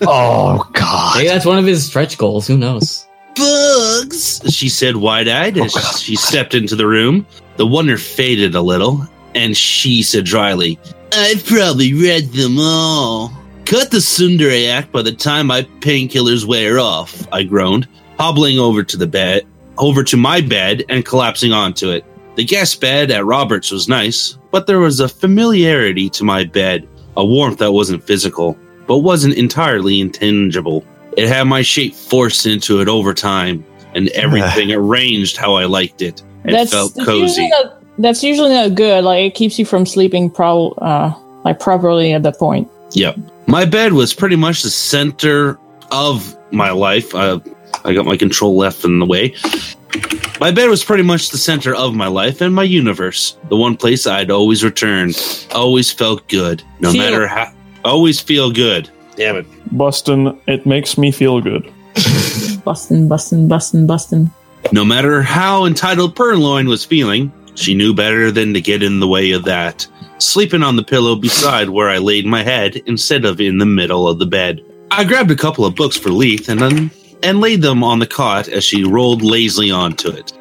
F: Oh God! Maybe that's one of his stretch goals. Who knows?
J: Bugs, she said wide eyed
F: Oh,
J: as she stepped into the room. The wonder faded a little, and she said dryly, I've probably read them all. Cut the Sundere act by the time my painkillers wear off, I groaned, hobbling over to the bed, over to my bed and collapsing onto it. The guest bed at Roberts was nice, but there was a familiarity to my bed, a warmth that wasn't physical, but wasn't entirely intangible. It had my shape forced into it over time, and everything arranged how I liked it. It
I: That's,
J: felt
I: that's
J: cozy.
I: Usually not, that's usually not good. Like it keeps you from sleeping pro uh like properly at that point.
J: Yep. My bed was pretty much the center of my life. Uh, I got my control left in the way. My bed was pretty much the center of my life and my universe, the one place I'd always return. Always felt good, no
K: Feel.
J: matter how. Always feel good. Damn it.
K: Boston, it makes me feel good.
I: Bustin', bustin', bustin', bustin'.
J: No matter how entitled Purloin was feeling, she knew better than to get in the way of that. Sleeping on the pillow beside where I laid my head instead of in the middle of the bed. I grabbed a couple of books for Leith and then and laid them on the cot as she rolled lazily onto it.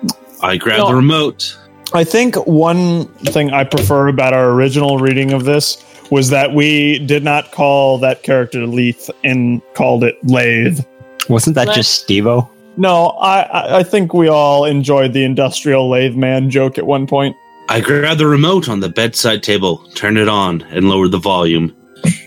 J: I grabbed the remote.
K: I think one thing I prefer about our original reading of this was that we did not call that character Leith and called it Lathe.
H: Wasn't that
K: Right.
H: just Stevo?
K: No, I, I- I think we all enjoyed the industrial lathe man joke at one point.
J: I grabbed the remote on the bedside table, turned it on, and lowered the volume.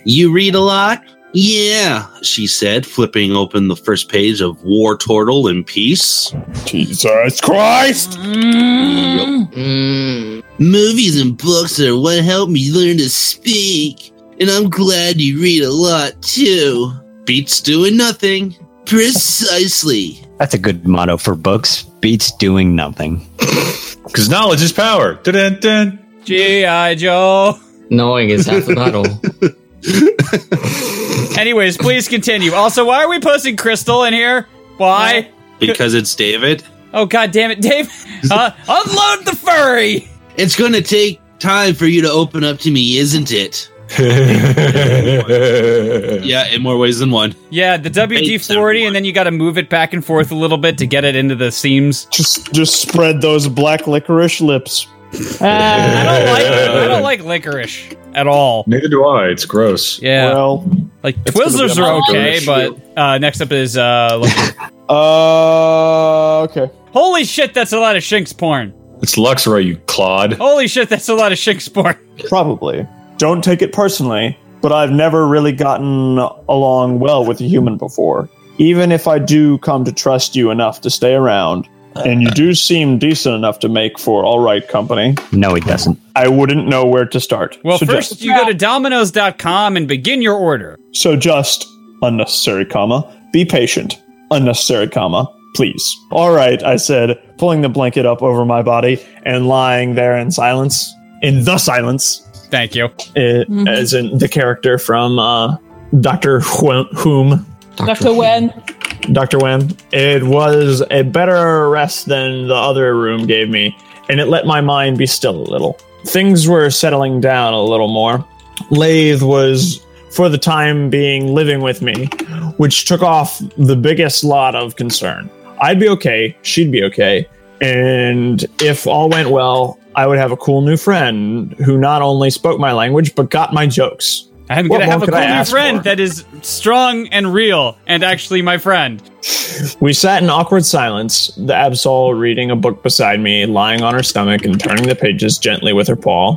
J: You read a lot? Yeah, she said, flipping open the first page of War Turtle in Peace.
K: Jesus Christ!
J: Mm. Movies and books are what helped me learn to speak, and I'm glad you read a lot too. Beats doing nothing. Precisely.
H: That's a good motto for books. Beats doing nothing.
C: Because knowledge is power. Dun, dun, dun.
E: G.I. Joe.
F: Knowing is half the battle.
E: Anyways, please continue. Also, why are we posting Crystal in here? Why?
J: because it's David.
E: Oh god damn it, Dave! Uh, unload the furry.
J: It's going to take time for you to open up to me, isn't it? yeah, in more ways than one.
E: Yeah, the WD forty, and then you got to move it back and forth a little bit to get it into the seams.
K: Just, just spread those black licorice lips.
E: I don't like. I don't like licorice at all.
C: Neither do I. It's gross.
E: Yeah. like
C: it's gonna
E: Twizzlers
C: be a
E: are
C: lot of
E: okay,
C: licorice.
E: but uh, next up is uh. Lux.
K: uh. Okay.
E: Holy shit, that's a lot of Shinx porn.
C: It's Luxray, you clod.
E: Holy shit, that's a lot of Shinx porn.
K: Probably. Don't take it personally, but I've never really gotten along well with a human before. Even if I do come to trust you enough to stay around, and you do seem decent enough to make for all right company.
H: No, he doesn't.
K: I wouldn't know where to start.
E: Well,
K: So
E: first
K: just-
E: you go to Domino's.com and begin your order.
K: So just unnecessary comma. Be patient. Unnecessary comma. Please. All right, I said, pulling the blanket up over my body and lying there in silence. In the silence.
E: Thank you.
K: As in the character from uh, Doctor Whom.
I: Dr. Wen.
K: Dr. Wen. It was a better rest than the other room gave me, and it let my mind be still a little. Things were settling down a little more. Lathe was, for the time being, living with me, which took off the biggest lot of concern. I'd be okay, she'd be okay, and if all went well, I would have a cool new friend who not only spoke my language but got my jokes.
E: I'm
K: What
E: gonna
K: more
E: have a
K: could
E: cool
K: I
E: new
K: ask
E: friend
K: for?
E: that is strong and real, and actually my friend.
K: We sat in awkward silence, the Absol reading a book beside me, lying on her stomach and turning the pages gently with her paw,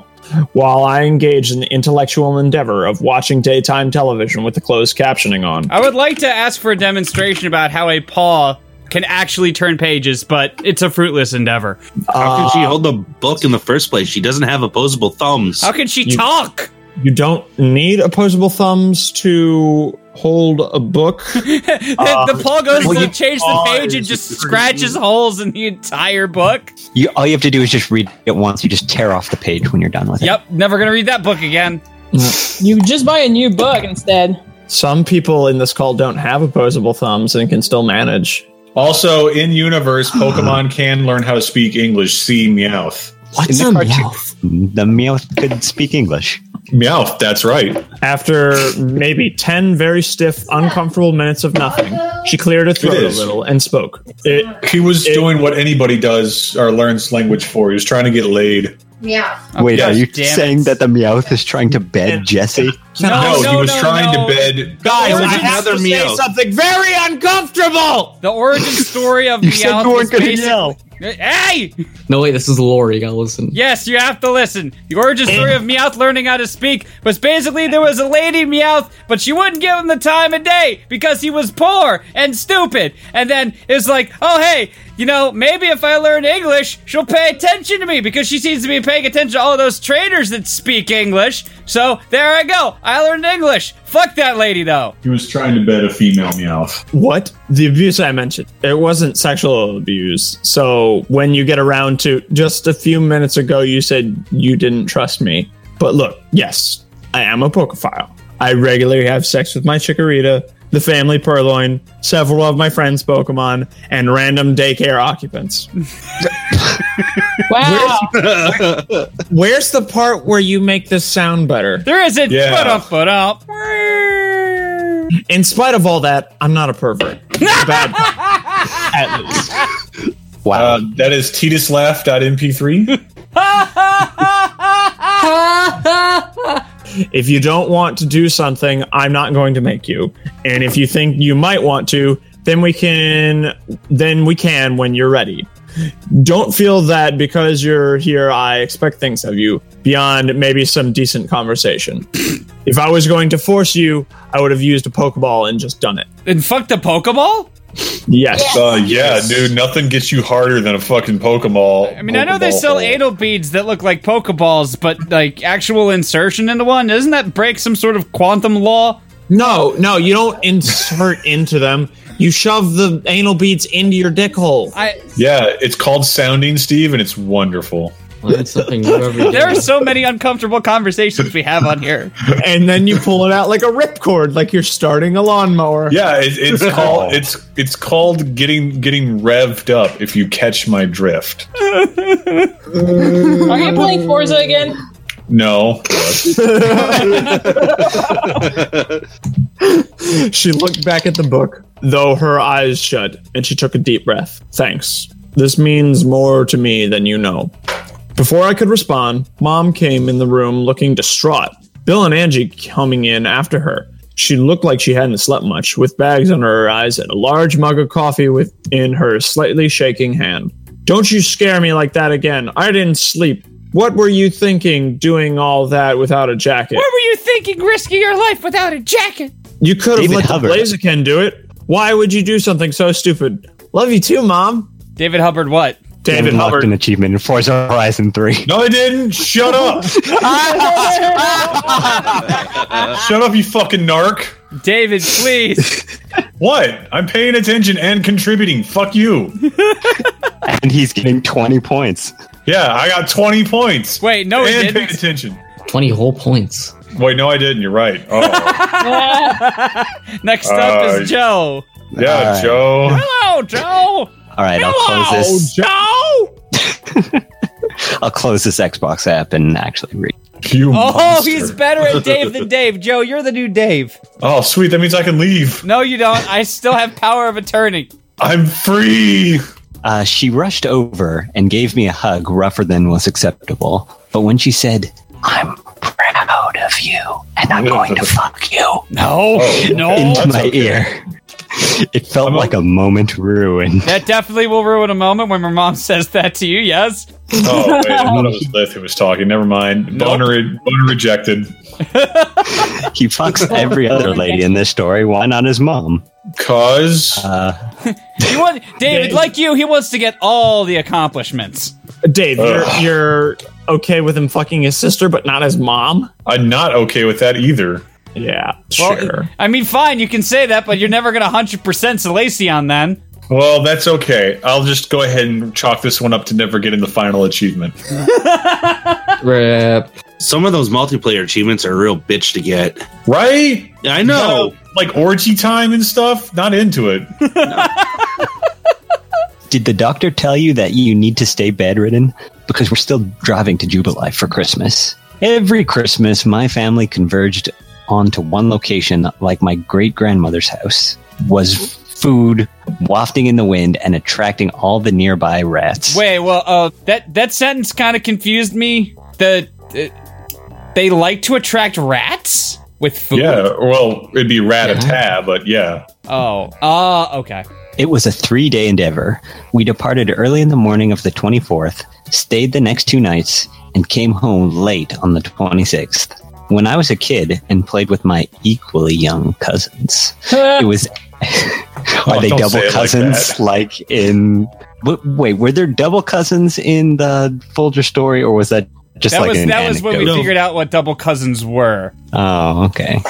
K: while I engaged in the intellectual endeavor of watching daytime television with the closed captioning on.
E: I would like to ask for a demonstration about how a paw can actually turn pages, but it's a fruitless endeavor.
J: How can she
C: Uh,
J: hold the book in the first place? She doesn't have opposable thumbs.
E: How can she
K: You-
E: talk?
K: You don't need opposable thumbs to hold a book.
E: the, the paw goes
K: well,
E: to
K: you-
E: change the page and just scratches holes in the entire book.
H: You all you have to do is just read it once. You just tear off the page when you're done with it.
E: Yep, never gonna read that book again.
I: You just buy a new book instead.
K: Some people in this call don't have opposable thumbs and can still manage.
C: Also, in universe, Pokemon can learn how to speak English. See Meowth.
H: What's a Meowth? The Meowth could speak English.
C: Meowth, that's right.
K: After maybe 10 very stiff, uncomfortable minutes of nothing, she cleared her throat a
C: is.
K: little and spoke. It,
C: He was doing what anybody does or learns language for. He was trying to get laid.
B: Yeah.
H: Wait,
C: Yes,
H: are you
C: damn it.
H: saying that the Meowth is trying to bed Jesse?
C: No, he was trying to bed. Guys,
K: I
C: I
K: have to say something very uncomfortable.
E: The origin story of
H: You said
E: Meowth
H: you weren't
E: is
H: gonna
E: basically-
H: yell.
E: Hey!
F: No, wait, this is Lori. You gotta listen.
E: Yes, you have to listen. The origin story of Meowth learning how to speak was basically there was a lady Meowth, but she wouldn't give him the time of day because he was poor and stupid. And then it's like, oh hey, you know, maybe if I learn English, she'll pay attention to me because she seems to be paying attention to all those traders that speak English. So there I go. I learned English. Fuck that lady though.
C: He was trying to bed a female Meowth.
K: What? The abuse I mentioned. It wasn't sexual abuse. So when you get around to just a few minutes ago, you said you didn't trust me. But look, yes, I am a pokophile. I regularly have sex with my Chikorita, the family purloin, several of my friends' Pokemon, and random daycare occupants.
I: Wow.
K: Where's the part where you make this sound better?
E: There isn't
K: Yeah.
E: but up but up.
K: In spite of all that, I'm not a pervert. Bad. At least.
H: Wow.
C: Uh, that is teetuslaugh.mp3.
K: If you don't want to do something, I'm not going to make you. And if you think you might want to, then we can then we can when you're ready. Don't feel that because you're here I expect things of you beyond maybe some decent conversation. if I was going to force you, I would have used a pokeball and just done it.
E: And fuck the Pokeball?
K: Yes.
C: Uh, yeah, dude, nothing gets you harder than a fucking Pokeball.
E: I mean, I know they sell anal beads that look like Pokeballs, but like actual insertion into one, doesn't that break some sort of quantum law?
K: No, no, you don't insert into them. You shove the anal beads into your dick hole.
E: I
C: Yeah, it's called sounding, Steve, and it's wonderful.
F: Learn something new every day.
E: There are so many uncomfortable conversations we have on here.
K: and then you pull it out like a ripcord, like you're starting a lawnmower.
C: Yeah, it, it's called it's it's called getting getting revved up. If you catch my drift,
I: Are you playing Forza again?
C: no.
K: she looked back at the book, though her eyes shut, and she took a deep breath. Thanks. This means more to me than you know. Before I could respond, Mom came in the room looking distraught, Bill and Angie coming in after her. She looked like she hadn't slept much, with bags under her eyes and a large mug of coffee within her slightly shaking hand. Don't you scare me like that again. I didn't sleep. What were you thinking doing all that without a jacket?
M: What were you thinking, risking your life without a jacket?
K: You could have
M: David
K: let
M: Hubbard.
K: the Blaziken do it. Why would you do something so stupid? Love you too, Mom.
E: David Hubbard, what?
K: David
H: Unlocked
K: Hubbard.
H: an achievement in Forza Horizon 3.
C: No, I didn't. Shut up. Shut up, you fucking narc.
E: David, please.
C: what? I'm paying attention and contributing. Fuck you.
H: And he's getting 20 points.
C: Yeah, I got 20 points.
E: Wait, no,
C: and
E: he didn't.
C: paying attention.
F: 20 whole points.
C: Wait, no, I didn't. You're right. Oh,
E: Next up
C: Uh,
E: is Joe.
C: yeah,
H: All right.
C: Joe.
E: Hello, Joe.
H: All right, I'll close this.
E: Joe.
H: I'll close this Xbox app and actually read.
C: You
E: Oh, he's better at Dave than Dave. Joe, you're the new Dave.
C: Oh, sweet. That means I can leave.
E: No, you don't. I still have power of attorney.
C: I'm free.
H: Uh, she rushed over and gave me a hug rougher than was acceptable. But when she said, I'm proud of you and I'm going to fuck you
E: No, no.
H: "Oh, into my ear, it felt like a moment ruined.
E: That definitely will ruin a moment when my mom says that to you, yes?
C: Oh, wait. I thought it was Lith who was talking. Never mind. Boner, boner rejected.
H: He fucks every
E: Oh
H: other lady in this story. Why not his mom?
C: Cause
H: uh,
E: He want, David, like you, he wants to get all the accomplishments.
K: Dave, you're, you're okay with him fucking his sister, but not his mom?
C: I'm not okay with that either.
K: Yeah,
E: Well,
K: sure.
E: I mean, fine, you can say that, but you're never going to 100% Salacy on then.
C: Well, that's okay. I'll just go ahead and chalk this one up to never getting the final achievement.
F: Rip.
J: Some of those multiplayer achievements are a real bitch to get.
C: Right?
J: I know.
C: Like orgy time and stuff? Not into it.
H: Did the doctor tell you that you need to stay bedridden? Because we're still driving to Jubilife for Christmas. Every Christmas, my family converged onto one location, like my great grandmother's house, was food wafting in the wind and attracting all the nearby rats.
E: Wait, well, uh, that, that sentence kind of confused me. The, uh, they like to attract rats with food?
C: Yeah. Well, it'd be rat a tab, but yeah.
E: Oh, uh, okay.
H: It was a three day endeavor. We departed early in the morning of the 24th, stayed the next two nights, and came home late on the 26th. When I was a kid and played with my equally young cousins, it was. are
C: Oh,
H: they
C: don't
H: double
C: say it like
H: cousins?
C: that.
H: Like, in. W- wait, were there double cousins in the Folger story, or was that just
E: that
H: like
E: was
H: an
E: that was when we
H: anecdote?
E: figured out what double cousins were.
H: Oh, okay.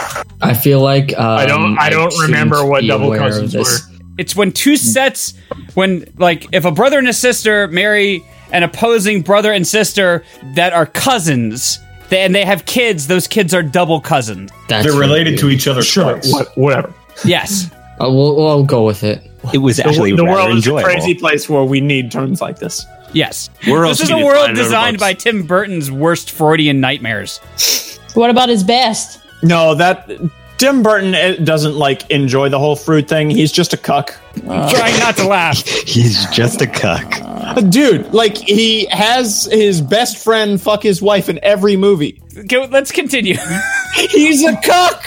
F: I feel like um, shouldn't be aware of this.
E: It's when two sets, when like if a brother and a sister marry an opposing brother and sister that are cousins, they, and they have kids, those kids are double cousins.
C: They're related to each other.
K: Sure, what, whatever.
E: Yes.
F: Uh, we'll, we'll go with it.
H: It was
K: The, the world is a crazy place where we need terms like this.
E: Yes.
K: Where
E: this
K: else
E: is
K: can
E: a
K: you
E: world
K: find other
E: designed
K: books?
E: by Tim Burton's worst Freudian nightmares.
K: What about his best? No, that Tim Burton eh, doesn't like enjoy the whole fruit thing. He's just a cuck.
E: Trying not to laugh.
H: He's just a cuck.
K: Dude, like he has his best friend fuck his wife in every movie.
E: Okay, let's continue.
K: He's a cuck.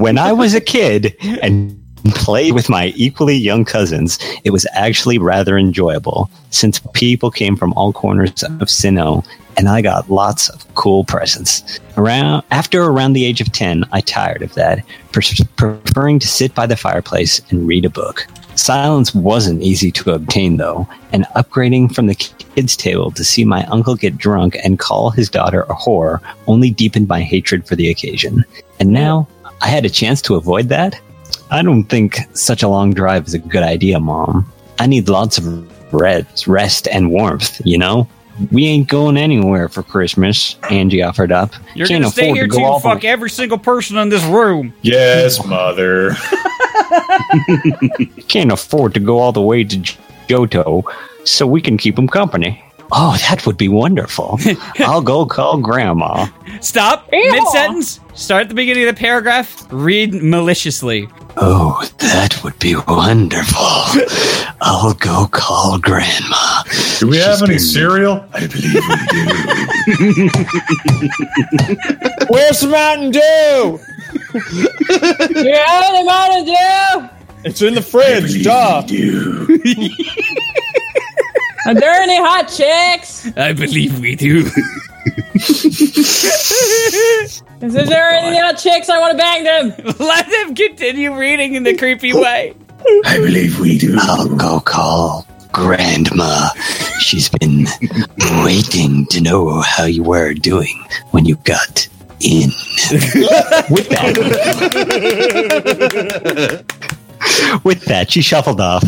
H: when I was a kid and played with my equally young cousins, it was actually rather enjoyable since people came from all corners of Sino and I got lots of cool presents. Around after around the age of 10, I tired of that, pers- preferring to sit by the fireplace and read a book. Silence wasn't easy to obtain though, and upgrading from the kids table to see my uncle get drunk and call his daughter a whore only deepened my hatred for the occasion. And now I had a chance to avoid that? I don't think such a long drive is a good idea, Mom. I need lots of red- rest and warmth, you know? We ain't going anywhere for Christmas, Angie offered up.
E: You're going to stay here till you fuck every single person in this room.
H: Yes, mother. Can't afford to go all the way to J- Johto, so we can keep him company. Oh, that would be wonderful. I'll go call Grandma.
E: Stop mid sentence. Start at the beginning of the paragraph. Read maliciously.
H: Oh, that would be wonderful. I'll go call Grandma.
C: Do we have any cereal? I believe
K: Where's the Mountain Dew?
I: You're out of the Mountain Dew!
K: It's in the fridge, duh.
I: Are there any hot chicks?
L: I believe we do.
I: Is there any hot chicks? I want to bang them!
E: Let them continue reading in the creepy way.
H: I believe we do. I'll go call Grandma. She's been waiting to know how you were doing when you got in. with that, with that, she shuffled off,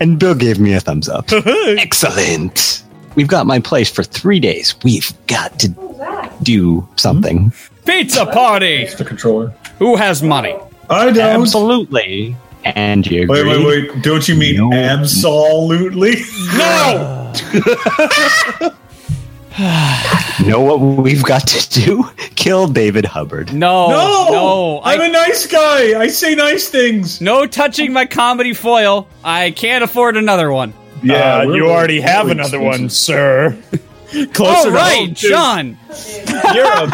H: and Bill gave me a thumbs up. Excellent. We've got my place for three days. We've got to do something.
E: Pizza party.
C: the controller.
E: Who has money?
C: I don't.
H: Absolutely. And you
C: Wait, wait,
H: agree?
C: wait. Don't you mean absolutely? No!
H: Know what we've got to do? Kill David Hubbard.
E: No,
C: No!
E: no.
C: I'm
E: a
C: a nice guy. I say nice things.
E: No touching my comedy foil. I can't afford another one.
K: Yeah, Uh, you already have another one, sir. Closer
E: All
K: to
E: right,
K: home, too.
E: John.
K: You're a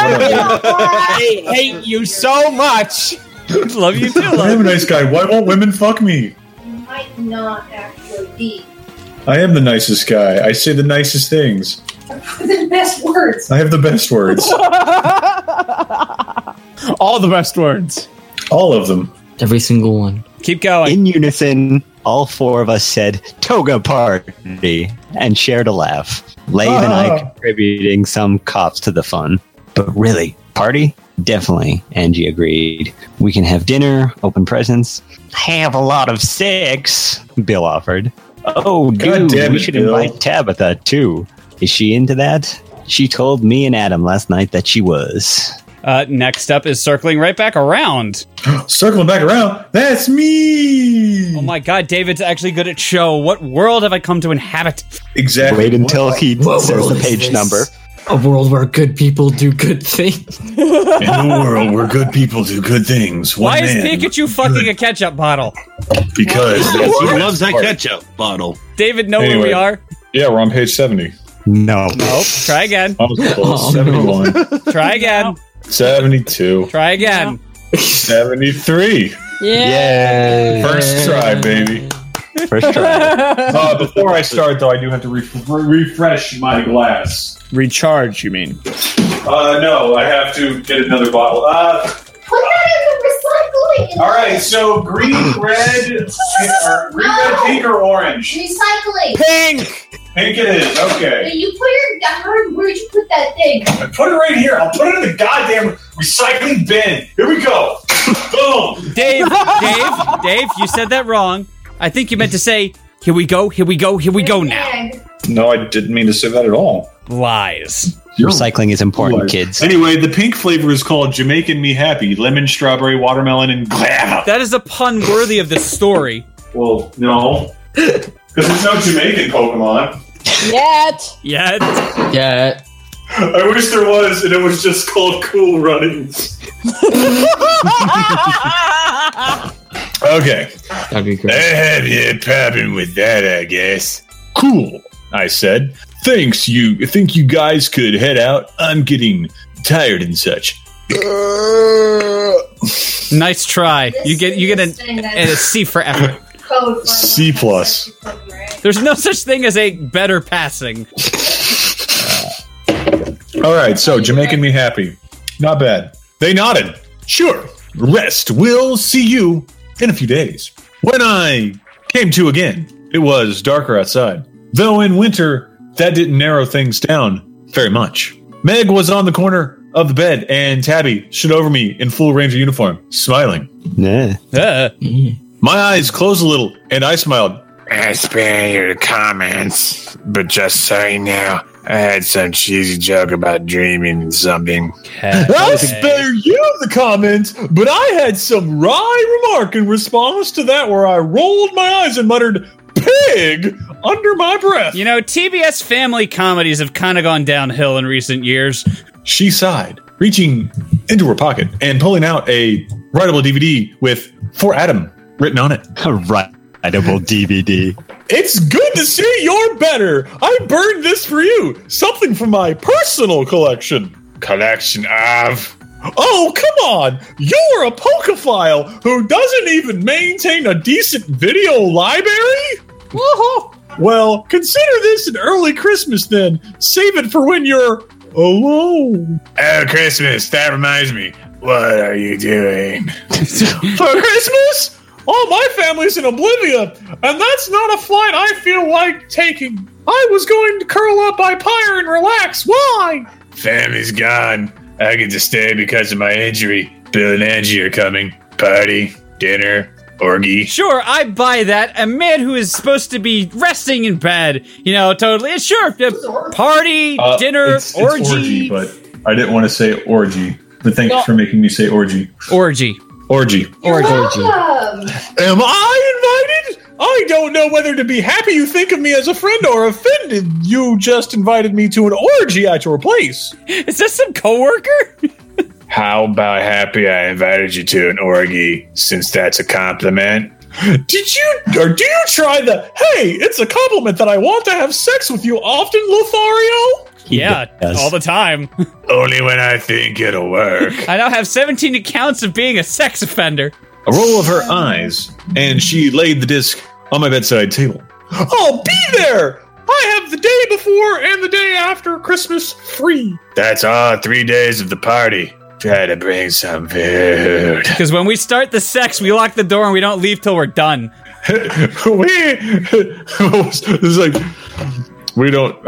K: I hate you so much.
E: Love you too.
C: I am a nice guy. Why won't women fuck me?
B: Might not actually be
C: I am the nicest guy. I say the nicest things.
B: the best words.
C: I have the best words.
K: All the best words.
C: All of them.
H: Every single one.
E: Keep going.
H: In unison, all four of us said toga party and shared a laugh. Lane and I
C: Ah.
H: contributing some cops to the fun. But really, party? Definitely, Angie agreed. We can have dinner, open presents, have a lot of sex, Bill offered. Oh,
C: God
H: dude,
C: damn
H: we
C: it,
H: should
C: Bill.
H: invite Tabitha too. Is she into that? She told me and Adam last night that she was.
E: Uh, next up is circling right back around.
C: circling back around. That's me.
E: Oh my god, David's actually good at show. What world have I come to inhabit?
C: Exactly.
H: Wait until he
F: What
H: says
F: world
H: the
F: is
H: page
F: this?
H: number.
F: A world where good people do good things.
C: In the world where good people do good things. One
E: Why is
C: man.
E: Pikachu fucking a ketchup bottle?
C: Because
J: Because he loves that ketchup bottle.
E: David, know where
C: Anyway.
E: we are.
C: Yeah, we're on page 70.
H: No. Oh,
E: Nope. Try again.
C: I was close. 71,
E: Try again.
C: 72,
E: Try again.
C: 73.
H: Yeah.
C: First try, baby.
H: First try.
C: Uh, before I start, though, I do have to re- re- refresh my glass.
K: Recharge, you mean?
C: Uh, no, I have to get another bottle. Uh,
B: Put it in the recycling.
C: all right, so green, red, or green, red, pink, or orange?
B: Recycling.
K: Pink.
C: Pink it is. Okay.
B: You put your. I heard where'd you put that thing?
C: I put it right here. I'll put it in the goddamn recycling bin. Here we go. Boom.
E: Dave, Dave, Dave, you said that wrong. I think you meant to say, here we go, here we go, here we go now.
B: Bag.
C: No, I didn't mean to say that at all.
E: Lies.
H: Recycling is important, kids.
C: Anyway, the pink flavor is called Jamaican Me Happy lemon, strawberry, watermelon, and glava.
E: That is a pun worthy of this story.
C: Well, no. Because there's no Jamaican Pokemon.
I: Yet!
E: Yet.
F: Yeah.
C: I wish there was, and it was just called Cool Runnings. okay.
F: That'd be great.
C: have you popping with that, I guess. Cool, I said. Thanks, you think you guys could head out? I'm getting tired and such.
E: Nice try. You get you get
B: This thing
E: an,
B: that-
E: a C for effort.
B: Code for
C: C plus.
E: There's no such thing as a better passing.
C: All right, so Jamaican me happy. Not bad. They nodded. Sure. Rest. We'll see you in a few days. When I came to again, it was darker outside. Though in winter, that didn't narrow things down very much. Meg was on the corner of the bed, and Tabby stood over me in full Ranger uniform, smiling.
H: Yeah.
E: Uh,
C: My eyes closed a little, and I smiled.
N: I spare you the comments, but just so you know, I had some cheesy joke about dreaming and something.
D: I'll spare you the comments, but I had some wry remark in response to that where I rolled my eyes and muttered, Pig! under my breath.
E: You know, TBS family comedies have kind of gone downhill in recent years.
C: She sighed, reaching into her pocket and pulling out a writable DVD with For Adam written on it.
H: A writable DVD.
D: It's good to see you're better. I burned this for you. Something from my personal collection.
N: Collection of.
D: Oh, come on! You're a pokophile who doesn't even maintain a decent video library? Woohoo! Well, consider this an early Christmas then. Save it for when you're alone.
N: Oh, Christmas, that reminds me. What are you doing?
D: For Christmas? All my family's in Oblivia, and that's not a flight I feel like taking. I was going to curl up by Pyre and relax. Why?
N: Family's gone. I get to stay because of my injury. Bill and Angie are coming. Party, dinner, orgy.
E: Sure, I buy that. A man who is supposed to be resting in bed, you know, totally. Sure, uh, party,
C: Uh,
E: dinner,
C: it's- it's
E: orgy.
C: but I didn't want to say orgy. But thanks
E: No.
C: for making me say orgy.
E: Orgy.
C: Orgy.
D: Am I invited? I don't know whether to be happy you think of me as a friend or offended you just invited me to an orgy at your place.
E: Is this some coworker?
N: How about happy I invited you to an orgy, since that's a compliment?
D: Did you or do you try the hey, it's a compliment that I want to have sex with you often, Lothario?
E: Yeah, all the time.
N: Only when I think it'll work.
E: I now have 17 accounts of being a sex offender.
C: A roll of her eyes, and she laid the disc on my bedside table.
D: I'll Oh, be there! I have the day before and the day after Christmas free.
N: That's all three days of the party. Try to bring some food.
E: Because when we start the sex, we lock the door and we don't leave till we're done.
C: it's like we don't.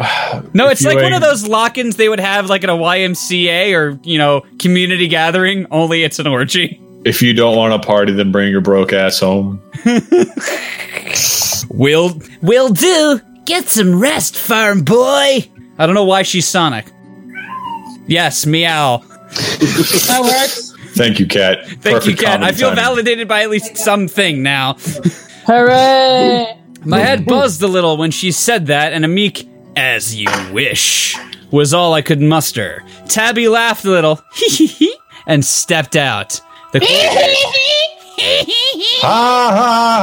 E: No,
C: If
E: it's
C: you
E: like one
C: ain't-
E: of those lock-ins they would have like at a YMCA or, you know, community gathering, only it's an orgy.
C: If you don't want to party, then bring your broke ass home.
E: Will Will do. Get some rest, farm boy. I don't know why she's Sonic. Yes, meow.
I: That works.
C: Thank you, Cat.
E: Thank you, Cat. I feel validated by at least something now.
I: Hooray!
E: My head buzzed a little when she said that, and a meek, as you wish, was all I could muster. Tabby laughed a little, hee hee hee, and stepped out. The,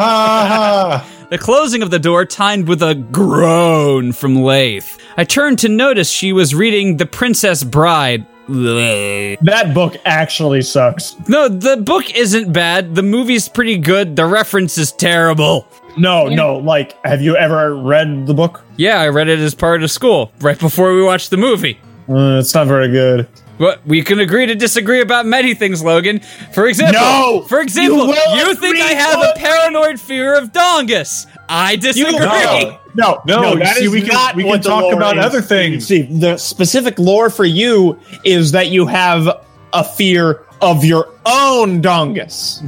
E: the closing of the door timed with a groan from Lathe. I turned to notice she was reading The Princess Bride. That
K: book actually sucks.
E: No, the book isn't bad. The movie's pretty good. The reference is terrible.
K: No, Oh, no, like, have you ever read the book?
E: Yeah, I read it as part of school, right before we watched the movie.
K: Uh, it's not very good.
E: What we can agree to disagree about many things, Logan. For example,
K: No!
E: for example,
K: You will
E: you, think I
K: agree,
E: have a
K: Logan!
E: paranoid fear of dongus. I disagree.
K: No,
C: No,
K: no,
C: you
K: that
C: see,
K: is
C: we can-
K: not
C: we can
K: what the
C: talk
K: lore
C: about
K: is.
C: other things.
K: See, the specific lore for you is that you have a fear of your own dongus.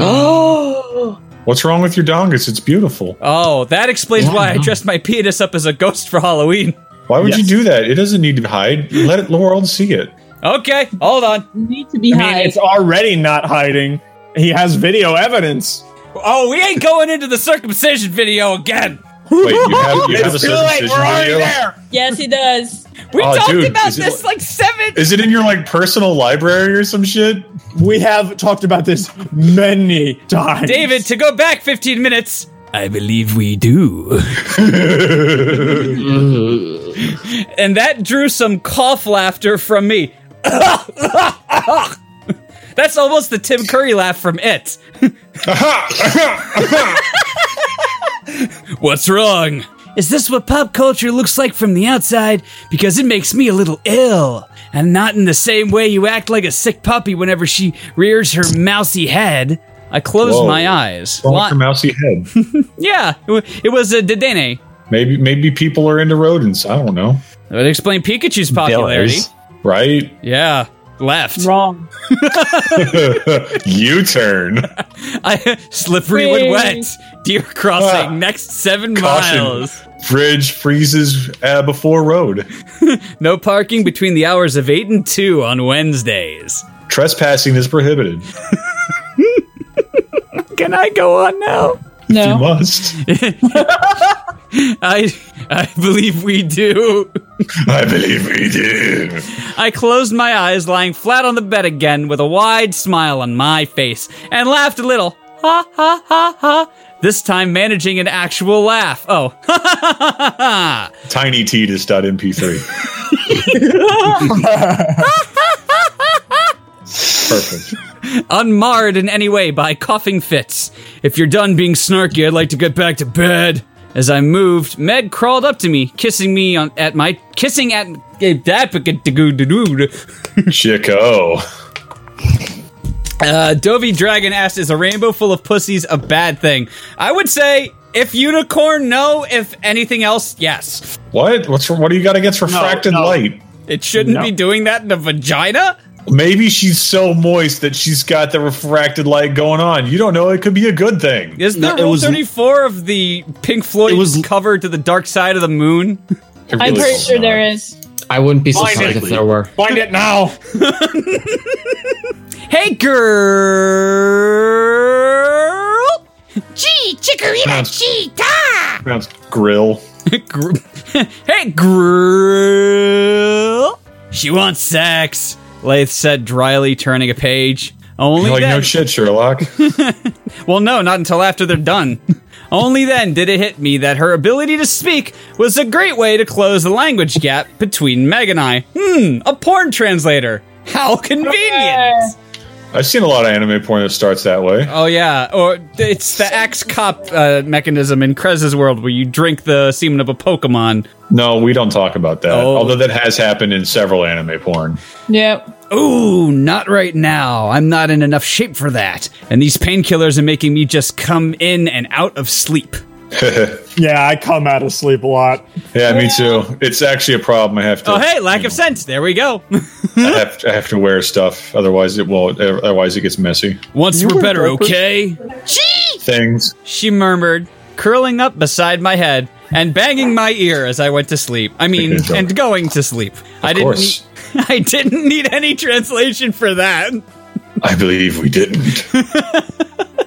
I: Oh,
C: What's wrong with your dongus? It's beautiful.
E: Oh, that explains why I dressed my penis up as a ghost for Halloween.
C: Why would you do that? It doesn't need to hide. Let it, the world see it.
E: Okay, hold on.
I: need to be
K: I mean, it's already not hiding. He has video evidence.
E: Oh, we ain't going into the circumcision video again.
C: Wait, you have, you have a
K: It's too
C: circumcision
K: late, we're already
C: video?
I: Yes, he does.
C: We Oh, talked dude, about is it
I: this
E: like seven.
C: Is it in your like personal library or some shit?
K: We have talked about this many times.
E: David, to go back 15 minutes. I believe we do. and that drew some cough laughter from me. That's almost the Tim Curry laugh from it. What's wrong? Is this what pop culture looks like from the outside? Because it makes me a little ill. And not in the same way you act like a sick puppy whenever she rears her mousy head. I closed
C: Whoa.
E: my eyes.
C: Wrong
E: Wa-
C: with your mousy head.
E: yeah, it wa- it was a Dedenne.
C: maybe maybe people are into rodents. I don't know.
E: That would explain Pikachu's popularity.
C: Right?
E: Yeah. left.
I: Wrong.
C: U turn.
E: I slippery when wet. Deer
C: Ah.
E: crossing next seven miles.
C: Bridge freezes uh, before road.
E: no parking between the hours of eight and two on Wednesdays.
C: Trespassing is prohibited.
E: Can I go on now?
I: No.
C: You must.
E: I I believe we do.
N: I believe we do.
E: I closed my eyes, lying flat on the bed again, with a wide smile on my face, and laughed a little. Ha ha ha ha. This time managing an actual laugh. Oh, ha ha ha ha ha.
C: TinyTeetus.mp3. Perfect.
E: Unmarred in any way by coughing fits. If you're done being snarky, I'd like to get back to bed. As I moved, Meg crawled up to me, kissing me on at my kissing at
C: Chico.
E: Uh, Dovey Dragon asked, "Is a rainbow full of pussies a bad thing?" I would say, if unicorn, no. If anything else, yes.
C: What? What's what do you got against refracted light?
E: It shouldn't be doing that in a vagina.
C: Maybe she's so moist that she's got the refracted light going on. You don't know. It could be a good thing.
E: Isn't there Rule Thirty Four of the Pink Floyd cover to the Dark Side of the Moon?
I: I'm pretty sure there is.
F: I wouldn't be
E: Find
F: surprised
E: it.
F: if there were.
E: Find it now. hey, girl.
M: Gee, chikorita,
C: Sounds-
M: cheetah!
C: Pronounced grill.
E: Gr- hey, girl. She wants sex, Laith said dryly, turning a page. Only
C: You're like,
E: then.
C: no shit, Sherlock.
E: well, no, not until after they're done. Only then did it hit me that her ability to speak was a great way to close the language gap between Meg and I. Hmm, a porn translator. How convenient.
C: I've seen a lot of anime porn that starts that way.
E: Oh yeah, or it's the axe cop uh, mechanism in Krez's world where you drink the semen of a Pokemon.
C: No, we don't talk about that.
E: Oh.
C: Although that has happened in several anime porn.
I: Yep.
E: Ooh, not right now. I'm not in enough shape for that. And these painkillers are making me just come in and out of sleep. Oh,
K: Yeah, I come out of sleep a lot.
C: Yeah, me too. It's actually a problem. I have to.
E: Oh, hey, lack of sense. There we go.
C: I, have to I have to wear stuff. Otherwise, it won't. Otherwise, it gets messy.
E: Once we're better, okay?
C: Things.
E: She murmured, curling up beside my head and banging my ear as I went to sleep. I mean, and going to sleep. I didn't.
C: course.
E: Need, I didn't need any translation for that.
C: I believe we didn't.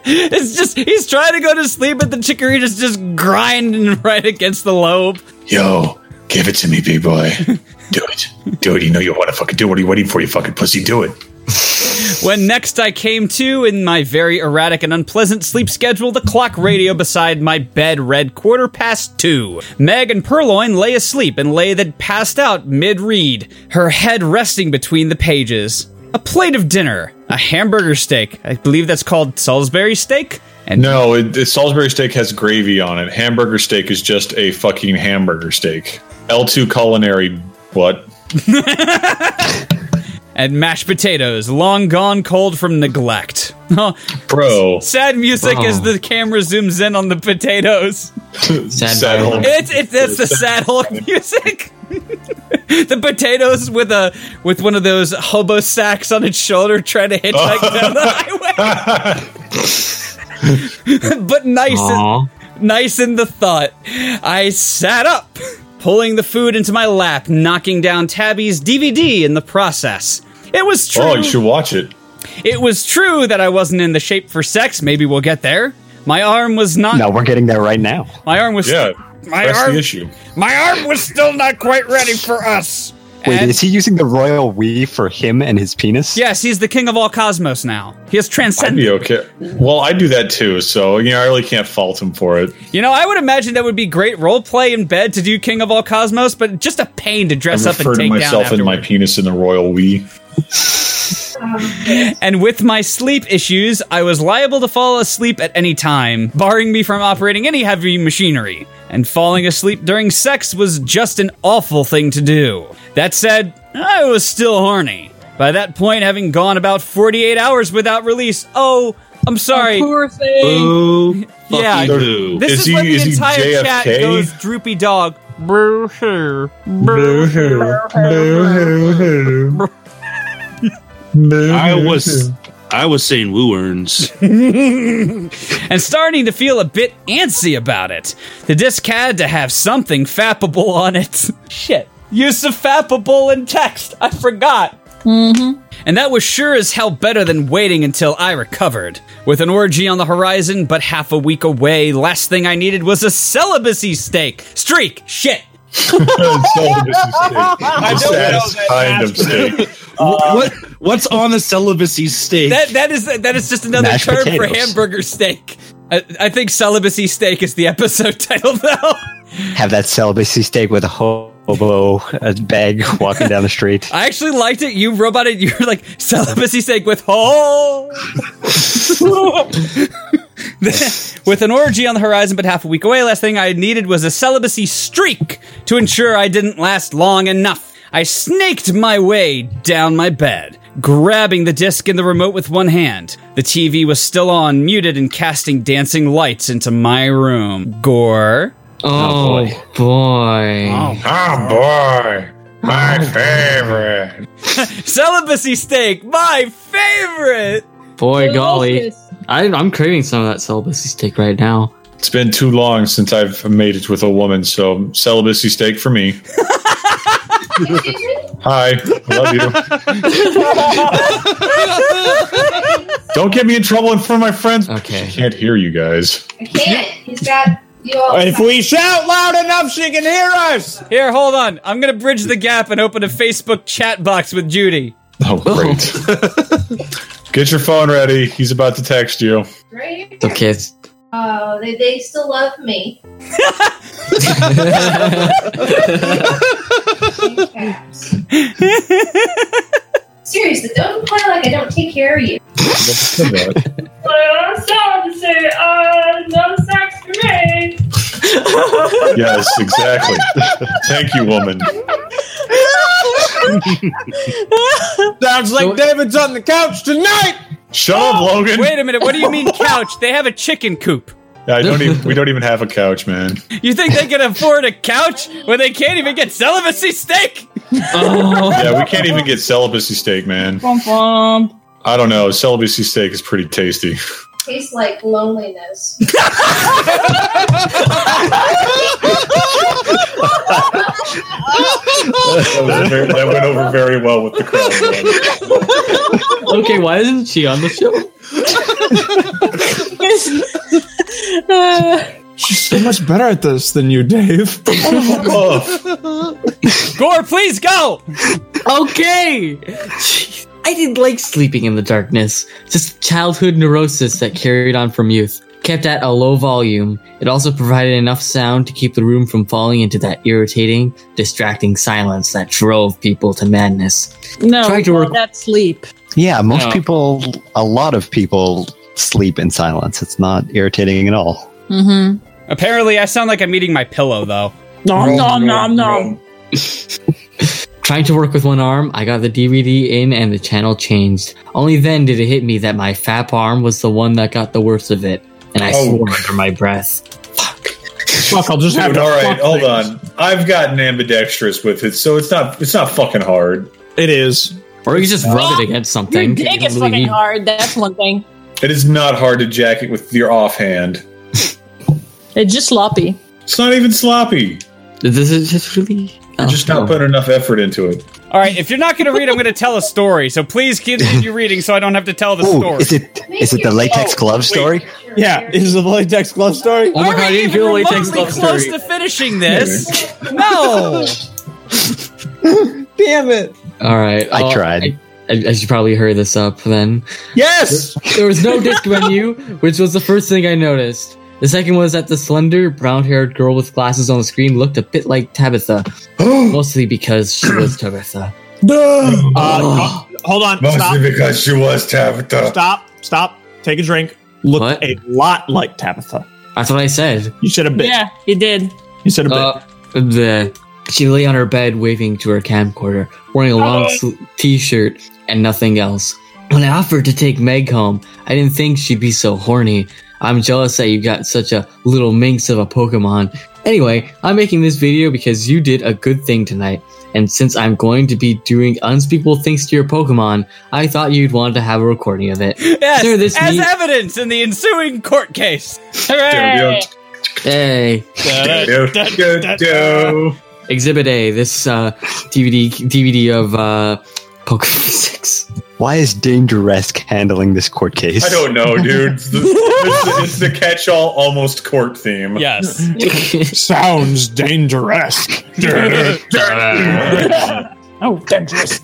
E: It's just he's trying to go to sleep, but the chikorita's just grinding right against the lobe.
N: Yo, give it to me, big boy. Do it. Do it. You know you want to fucking do it. What are you waiting for, you fucking pussy? Do it.
E: When next I came to in my very erratic and unpleasant sleep schedule, the clock radio beside my bed read quarter past two. Meg and Purloin lay asleep and lay that passed out mid read, her head resting between the pages. A plate of dinner, a hamburger steak, I believe that's called Salisbury steak? And
C: no, it, it- Salisbury steak has gravy on it. Hamburger steak is just a fucking hamburger steak. L2 culinary. What?
E: And mashed potatoes, long gone cold from neglect. Oh,
C: Bro.
E: Sad music
C: Bro.
E: as the camera zooms in on the potatoes.
C: Sad Hulk.
E: It's it's that's the sad Hulk music. the potatoes with a with one of those hobo sacks on its shoulder, trying to hitchhike down the highway. but nice,
F: Aw.
E: in, nice in the thought. I sat up, pulling the food into my lap, knocking down Tabby's DVD in the process. It was true.
C: Oh, you should watch it.
E: It was true that I wasn't in the shape for sex. Maybe we'll get there. My arm was not.
H: No, we're getting there right now.
E: My arm was.
C: Yeah.
E: My
H: that's the
E: arm.
H: issue.
E: My arm was still not quite ready for us.
H: Wait,
E: And-
H: is he using the royal we for him and his penis?
E: yes, he's the king of all cosmos now. He has
C: I'd
E: transcended.
C: be okay. Well, I do that too, so you know I really can't fault him for it.
E: You know, I would imagine that would be great role play in bed to do king of all cosmos, but just a pain to dress
C: I
E: up and
C: refer to
E: take down.
C: myself and my
E: afterward.
C: penis in the royal we.
E: and with my sleep issues, I was liable to fall asleep at any time, barring me from operating any heavy machinery. And falling asleep during sex was just an awful thing to do. That said, I was still horny. By that point, having gone about 48 hours without release, oh, I'm sorry.
I: poor thing. Boo,
E: yeah,
J: fucking boo.
E: this is,
J: Is he-
E: when the
J: is he
E: entire chat
J: JFK?
E: goes droopy dog.
J: I was I was saying woo earns.
E: and starting to feel a bit antsy about it. The disc had to have something fappable on it. Shit. Use of fappable in text. I forgot. Mm-hmm. And that was sure as hell better than waiting until I recovered. With an orgy on the horizon, but half a week away, last thing I needed was a celibacy stake. Streak. Shit.
J: I
D: don't know that
J: kind of steak. what what's on a celibacy steak?
E: That that is that is just another
J: Mashed
E: term for
J: potatoes.
E: hamburger steak. I, I think celibacy steak is the episode title though.
H: Have that celibacy steak with a hobo a bag walking down the street.
E: I actually liked it. You robot it. You're like celibacy steak with hole. with an orgy on the horizon, but half a week away. Last thing I needed was a celibacy streak to ensure I didn't last long enough. I snaked my way down my bed, grabbing the disc and the remote with one hand. The TV was still on, muted, and casting dancing lights into my room. Gore.
F: Oh, boy.
N: Oh boy, my favorite.
E: Celibacy steak, my favorite.
F: Boy, golly. I, I'm craving some of that celibacy steak right now.
C: It's been too long since I've made it with a woman, so celibacy steak for me. Hi, love you. Don't get me in trouble in front of my friends.
F: Okay,
C: she can't hear you guys.
B: I can't. He's got you all.
E: shout loud enough, she can hear us. Here, hold on. I'm gonna bridge the gap and open a Facebook chat box with Judy.
C: Oh, great. Get your phone ready. He's about to text you.
B: Right?
F: Okay.
B: Oh, they, they still love me. Seriously, don't play like I don't take care of you. But I'm sorry to say, uh, no sex for me.
C: yes, exactly. Thank you, woman.
D: Sounds like David's on the couch tonight.
C: Shut up, Logan.
E: Wait a minute. What do you mean couch? They have a chicken coop.
C: I don't even, we don't even have a couch, man.
E: You think they can afford a couch when they can't even get celibacy steak? Oh.
C: Yeah, we can't even get celibacy steak, man.
I: Bum, bum.
C: I don't know. Celibacy steak is pretty tasty.
B: Tastes like loneliness.
C: That, was very- that went over very well with the crowd.
F: Okay, why isn't she on the show?
K: She's so much better at this than you, Dave. Oh.
E: Gore, please go.
F: okay. I didn't like sleeping in the darkness. Just childhood neurosis that carried on from youth. Kept at a low volume, it also provided enough sound to keep the room from falling into that irritating, distracting silence that drove people to madness.
I: No,
F: Try to
I: call
F: work-
I: that sleep.
H: Yeah, most
F: No.
H: people, a lot of people sleep in silence. It's not irritating at all.
I: Mm-hmm.
E: Apparently, I sound like I'm eating my pillow, though.
I: Nom nom nom nom.
F: Trying to work with one arm, I got the DVD in and the channel changed. Only then did it hit me that my fap arm was the one that got the worst of it, and I
C: Oh.
F: swore under my breath.
K: Fuck, I'll just have
C: Dude,
K: to
C: all right,
K: fuck
C: hold
K: things.
C: on. I've gotten ambidextrous with it, so it's not it's not fucking hard.
K: It is.
F: Or you just rub it against
I: Your
F: something.
I: dick is fucking hard. That's one thing.
C: It is not hard to jack it with your offhand.
I: It's just sloppy.
C: It's not even sloppy.
F: This is just really. oh.
C: You're just not putting enough effort into it.
E: All right, if you're not going to read, I'm going to tell a story. So please continue reading, so I don't have to tell the
H: Ooh,
E: story.
H: is it is it the
I: Oh,
H: latex glove story?
K: Yeah, is the latex glove story?
F: Oh my god, I didn't feel
E: Remotely
F: latex glove
E: close
F: story.
E: to finishing this. no.
K: Damn it.
F: All right, Oh,
H: I tried.
F: I, I, I should probably hurry this up then.
K: Yes.
F: There was no disc menu, which was the first thing I noticed. The second was that the slender, brown-haired girl with glasses on the screen looked a bit like Tabitha, mostly because she was Tabitha.
K: Duh. Uh, hold on. Stop.
N: because she was Tabitha.
K: Stop. Stop. Take a drink. Looked
F: What?
K: a lot like Tabitha.
F: That's what I said.
K: You said a bit.
I: Yeah, he did.
K: You said a bit.
F: Uh, the she lay on her bed waving to her camcorder, wearing a long
I: Oh.
F: sl- t-shirt and nothing else. When I offered to take Meg home, I didn't think she'd be so horny. I'm jealous that you got such a little minx of a Pokemon. Anyway, I'm making this video because you did a good thing tonight, and since I'm going to be doing unspeakable things to your Pokemon, I thought you'd want to have a recording of it.
E: Yes,
F: Sir, this
E: as
F: means-
E: evidence in the ensuing court case.
F: Hooray! Hey.
E: Da-da-da-da-da.
F: Exhibit A, this uh, DVD DVD of uh, Pokemon 6.
H: Why is Dangeresque handling this court case?
C: I don't know, dude. It's the, it's the- it's the catch-all almost court theme.
E: Yes.
K: Sounds dangerous. oh, dangerous.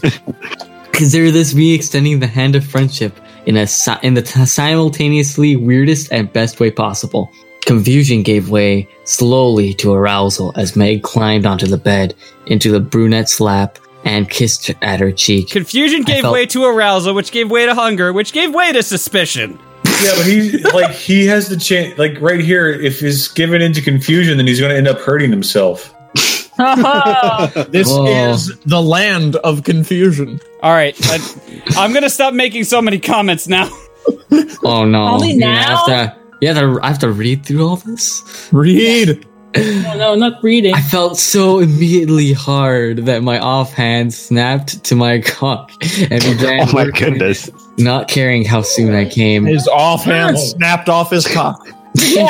F: Consider this me extending the hand of friendship in a si- in the t- simultaneously weirdest and best way possible. Confusion gave way slowly to arousal as Meg climbed onto the bed, into the brunette's lap, and kissed at her cheek.
E: Confusion gave
F: felt-
E: way to arousal, which gave way to hunger, which gave way to suspicion.
C: Yeah, but he like he has the chance. Like right here, if he's given into confusion, then he's going to end up hurting himself.
K: this
C: Whoa.
K: is the land of confusion.
E: All right, I, I'm gonna stop making so many comments now.
F: Oh no!
I: Only
F: You're gonna have
I: now?
F: to- you have to, I have to read through all this.
K: Read.
I: No, no, not reading.
F: I felt so immediately hard that my offhand snapped to my cock and began.
H: Oh my
F: working it,
H: goodness.
F: Not caring how soon I came.
K: His offhand snapped off his cock.
C: and
F: gone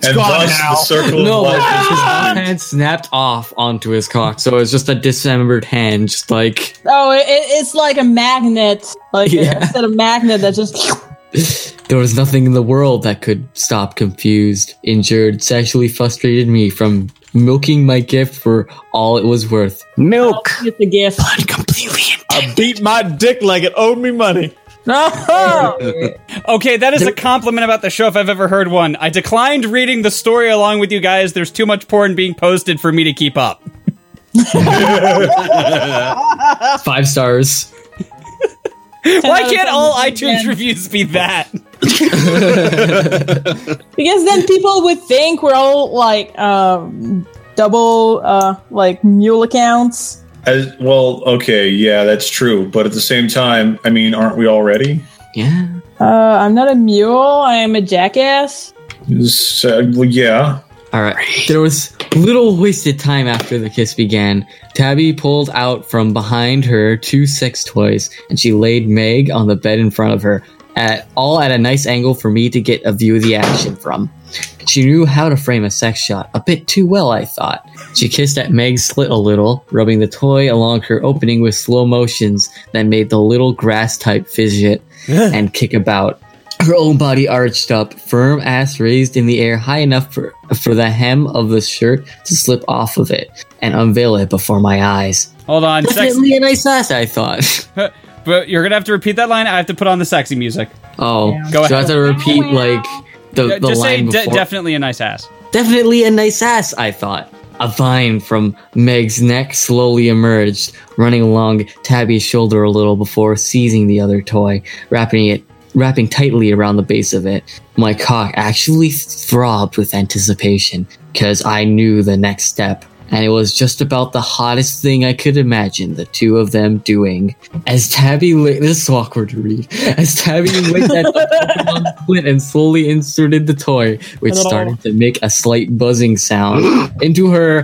C: thus
F: now.
C: the circle
F: No,
C: of life.
F: but
C: is-
F: his hand snapped off onto his cock, so it's just a dismembered hand, just like
I: Oh, it, it- it's like a magnet. Like
F: Yeah.
I: it's a magnet that just.
F: there was nothing in the world that could stop confused, injured, sexually frustrated me from milking my gift for all it was worth.
H: Milk.
I: It's a gift.
K: I beat my dick like it owed me money.
I: No.
E: Okay, that is a compliment about the show if I've ever heard one. I declined reading the story along with you guys. There's too much porn being posted for me to keep up.
F: Five stars.
E: Why
I: out of
E: can't all
I: ten.
E: iTunes reviews be that?
I: Because then people would think we're all like um, double, uh, like mule accounts.
C: As, well, okay, yeah, that's true. But at the same time, I mean, aren't we already?
F: Yeah.
I: Uh, I'm not a mule. I am a jackass.
C: So, uh, well, yeah.
F: All right. There was little wasted time after the kiss began. Tabby pulled out from behind her two sex toys, and she laid Meg on the bed in front of her, at all at a nice angle for me to get a view of the action from. She knew how to frame a sex shot a bit too well, I thought. She kissed at Meg's slit a little, rubbing the toy along her opening with slow motions that made the little grass type fidget and kick about. Her own body arched up, firm ass raised in the air high enough for, for the hem of the shirt to slip off of it and unveil it before my eyes.
E: Hold on, sex.
F: Definitely a nice ass, I thought.
E: But you're gonna have to repeat that line. I have to put on the sexy music.
F: Oh,
E: Go
F: so I
E: ahead.
F: have to repeat like the, the
E: Just say
F: line
E: de-
F: before.
E: definitely a nice ass.
F: Definitely a nice ass, I thought. A vine from Meg's neck slowly emerged, running along Tabby's shoulder a little before seizing the other toy, wrapping it wrapping tightly around the base of it. My cock actually throbbed with anticipation, cause I knew the next step, and it was just about the hottest thing I could imagine the two of them doing. As Tabby licked this is awkward to read. As Tabby licked at the Pokemon clit and slowly inserted the toy, which
I: Hello.
F: started to make a slight buzzing sound into her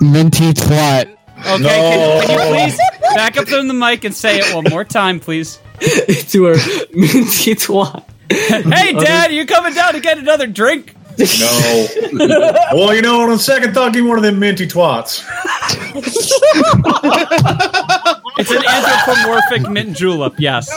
L: Minty twat.
E: Okay, can, can you please back up on the mic and say it one more time, please?
F: into her minty twat.
E: Hey, Dad, you coming down to get another drink?
C: No. well, you know, on second thought, give me one of them minty twats.
E: It's an anthropomorphic mint julep. Yes.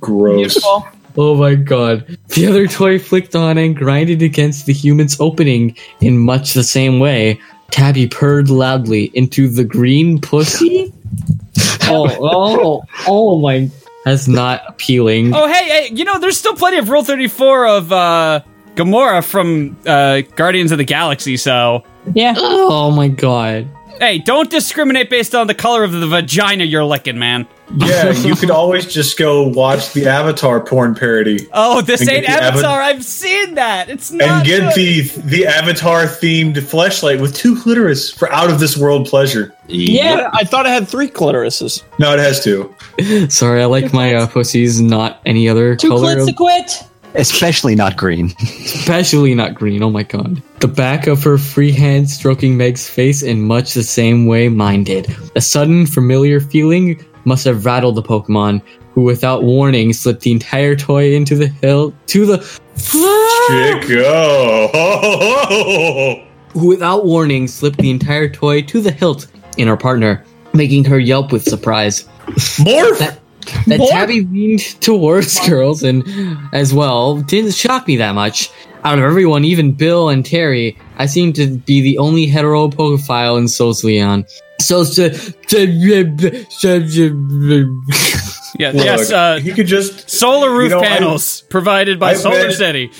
C: Gross.
I: Beautiful.
F: Oh my god. The other toy flicked on and grinded against the human's opening in much the same way. Tabby purred loudly into the green pussy. oh, oh, oh my. That's not appealing.
E: Oh, hey, hey, you know, there's still plenty of Rule 34 of uh, Gamora from uh, Guardians of the Galaxy, so.
I: Yeah.
F: Oh my god.
E: Hey, don't discriminate based on the color of the vagina you're licking, man.
C: Yeah, you could always just go watch the Avatar porn parody.
E: Oh, this
C: And get
E: ain't
C: the Ava-
E: Avatar. I've seen that. It's not.
C: and get
E: good.
C: the the Avatar themed fleshlight with two clitoris for out of this world pleasure.
I: Yeah.
K: I thought I had three clitorises.
C: No, it has two.
F: Sorry, I like my uh, pussies, not any other
I: Two
F: color.
I: clits
F: Of-
I: to quit.
H: Especially not green.
F: Especially not green, oh my god. The back of her free hand stroking Meg's face in much the same way mine did. A sudden, familiar feeling must have rattled the Pokemon, who without warning slipped the entire toy into the hill to the
C: Chico.
F: who without warning slipped the entire toy to the hilt in her partner, making her yelp with surprise.
K: Morph!
F: That, that Tabby leaned towards girls and as well didn't shock me that much. Out of everyone, even Bill and Terry, I seemed to be the only hetero pokophile in Solsleon. So, so,
E: Yeah, yes, uh,
C: he could just
E: solar roof
C: you know, I-
E: panels provided by
C: I
E: Solar
C: bet-
E: City.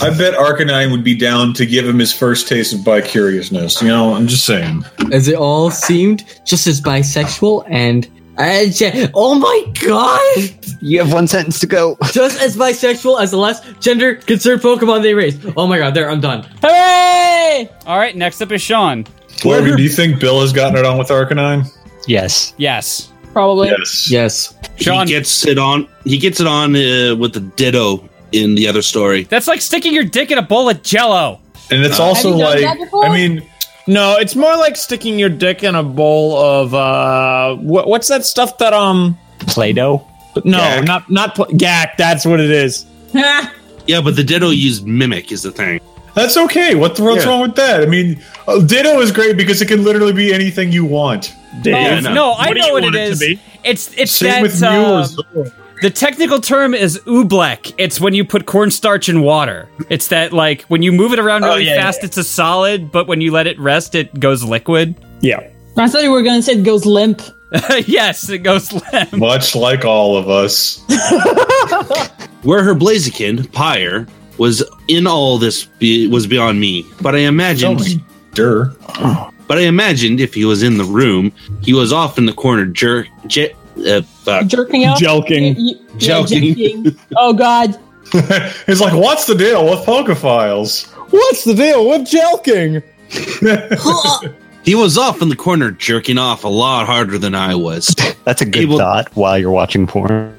C: I bet Arcanine would be down to give him his first taste of bicuriousness. You know, I'm just saying.
E: uh,
F: as it all seemed just as bisexual and I ge- oh my god
H: you have one sentence to go
F: just as bisexual as the last gender concerned pokemon they raised oh my god there i'm done
I: Hooray!
E: All right, next up is Sean.
C: Logan, do you think Bill has gotten it on with Arcanine?
H: Yes.
E: Yes.
I: Probably.
C: Yes.
F: Yes.
J: Sean gets it on. He gets it on uh, with the Ditto in the other story. Uh,
E: That's like sticking your dick in a bowl of jello.
C: And
J: it's also
E: Have you done like-
J: that before? I mean-
K: no, it's more like sticking your dick in a bowl of uh, what, what's that stuff that um,
H: Play-Doh.
K: No, not not pl- gack. That's what it is.
J: Yeah, but the Ditto used Mimic is the thing.
C: That's okay. What the world's
J: Yeah.
C: wrong with that? I mean, uh, Ditto is great because it can literally be anything you want.
E: Oh, no, I know what it is. it's it's
C: Same
E: that
C: with Mew or
E: uh, the technical term is oobleck. It's when you put cornstarch in water. It's that like when you move it around
I: Oh,
E: really
I: yeah,
E: fast, it's a solid, but when you let it rest, it goes liquid.
K: Yeah.
I: I thought you were gonna say it goes limp.
E: yes, it goes limp.
C: Much like all of us.
J: Where her Blaziken Pyre was in all this be- was beyond me, but I imagined.
C: Dur.
J: But I imagined if he was in the room, he was off in the corner jerk. Je- uh, fuck.
I: Jerking off?
K: Jelking.
I: Y- yeah,
J: Jelking.
I: jelking. oh god.
C: It's like, what's the deal with Pokophiles?
K: What's the deal with jelking?
J: He was off in the corner jerking off a lot harder than I was.
H: That's a good
J: able,
H: thought while you're watching porn.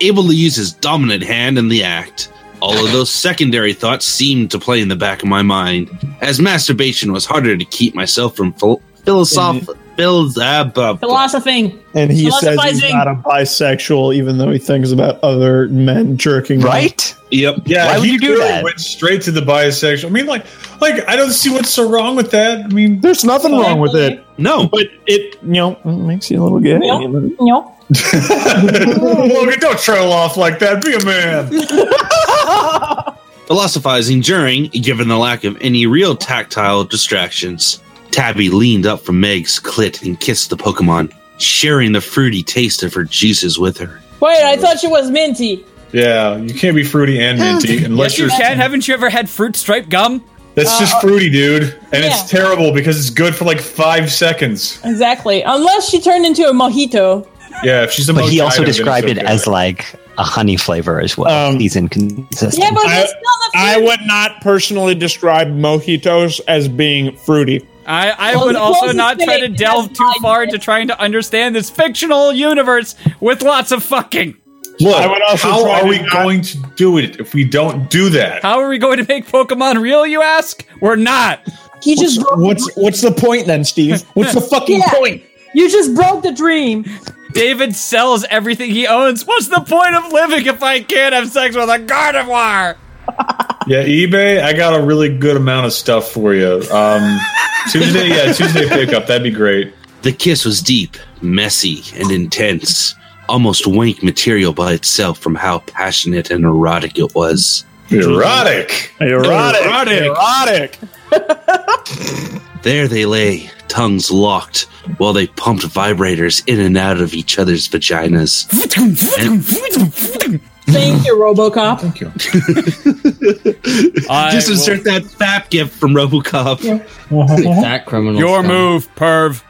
J: able to use his dominant hand in the act. All of those secondary thoughts seemed to play in the back of my mind, as masturbation was harder to keep myself from phil- philosoph- phil- uh, bu-
I: Philosophing.
K: And he says he's
I: Philosophizing.
K: not a bisexual, even though he thinks about other men jerking. off.
J: Yep.
C: Yeah.
K: Why would
C: he
K: you do
C: clearly
K: that?
C: Went straight to the bisexual. I mean, like, like I don't see what's so wrong with that. I mean,
K: there's nothing wrong with it.
J: No,
K: but it you know makes you a little gay.
I: Nope.
C: Logan, don't trail off like that. Be a man.
J: Philosophizing during, given the lack of any real tactile distractions, Tabby leaned up from Meg's clit and kissed the Pokemon, sharing the fruity taste of her juices with her.
I: Wait, I thought she was minty.
C: Yeah, you can't be fruity and minty unless
E: yes, you
C: you're.
E: can. Haven't you ever had fruit stripe gum?
C: That's just fruity, dude, and
I: Uh, yeah.
C: it's terrible because it's good for like five seconds.
I: Exactly. Unless she turned into a mojito.
C: Yeah, if she's a.
H: But he
C: Mojito,
H: also
C: then it's
H: described it
C: okay.
H: as like a honey flavor as well.
E: Um,
H: He's inconsistent.
I: Yeah, but
K: I,
I: that's not
K: I would not personally describe mojitos as being fruity.
E: I, I
I: Well,
E: would
I: the
E: also
I: closest
E: not try to
I: thing
E: delve too far into trying to understand this fictional universe with lots of fucking.
C: Look,
K: I would also
C: how
K: try
C: are
K: to
C: we going to do it if we don't do that?
E: How are we going to make Pokemon real, you ask? We're not.
I: He just broke
K: What's what's the point then, Steve? What's the fucking
I: Yeah.
K: point?
I: You just broke the dream.
E: David sells everything he owns. What's the point of living if I can't have sex with a Gardevoir?
C: Yeah, eBay, I got a really good amount of stuff for you. Um, Tuesday, yeah, Tuesday pickup. That'd be great.
J: The kiss was deep, messy, and intense, almost wank material by itself from how passionate and erotic it was.
C: Erotic.
K: Erotic.
J: Erotic.
K: Erotic.
J: There they lay, tongues locked, while they pumped vibrators in and out of each other's vaginas.
I: Thank you, Robocop. Thank
C: you.
J: Just insert that fap gift from Robocop.
F: that criminal
E: Your
J: son.
E: move, perv.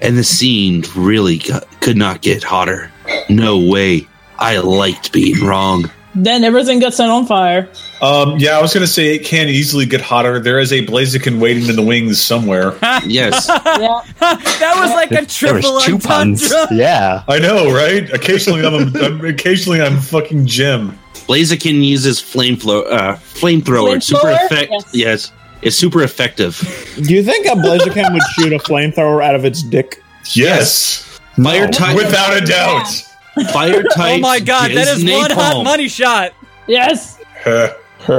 J: And the scene really got, could not get hotter. No way. I liked being wrong.
I: Then everything gets set on fire.
C: Um, yeah, I was going to say it can easily get hotter. There is a Blaziken waiting in the wings somewhere.
J: yes.
I: yeah.
E: that was like a triple entendre.
H: Yeah,
C: I know, right? Occasionally, I'm, I'm occasionally I'm fucking Jim.
J: Blaziken uses flame flo- uh, flamethrower. It's super
K: Flamethrower?
J: effect. Yes. it's super effective.
K: Do you think a Blaziken would shoot a flamethrower out of its dick?
C: Yes.
J: Fire type,
C: without a doubt.
J: Fire type.
E: Oh my god, that is one hot money shot.
I: Yes.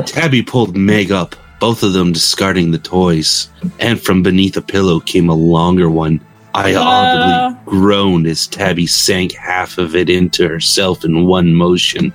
J: Tabby pulled Meg up, both of them discarding the toys. And from beneath a pillow came a longer one. I
D: Ah.
J: audibly groaned as Tabby sank half of it into herself in one motion.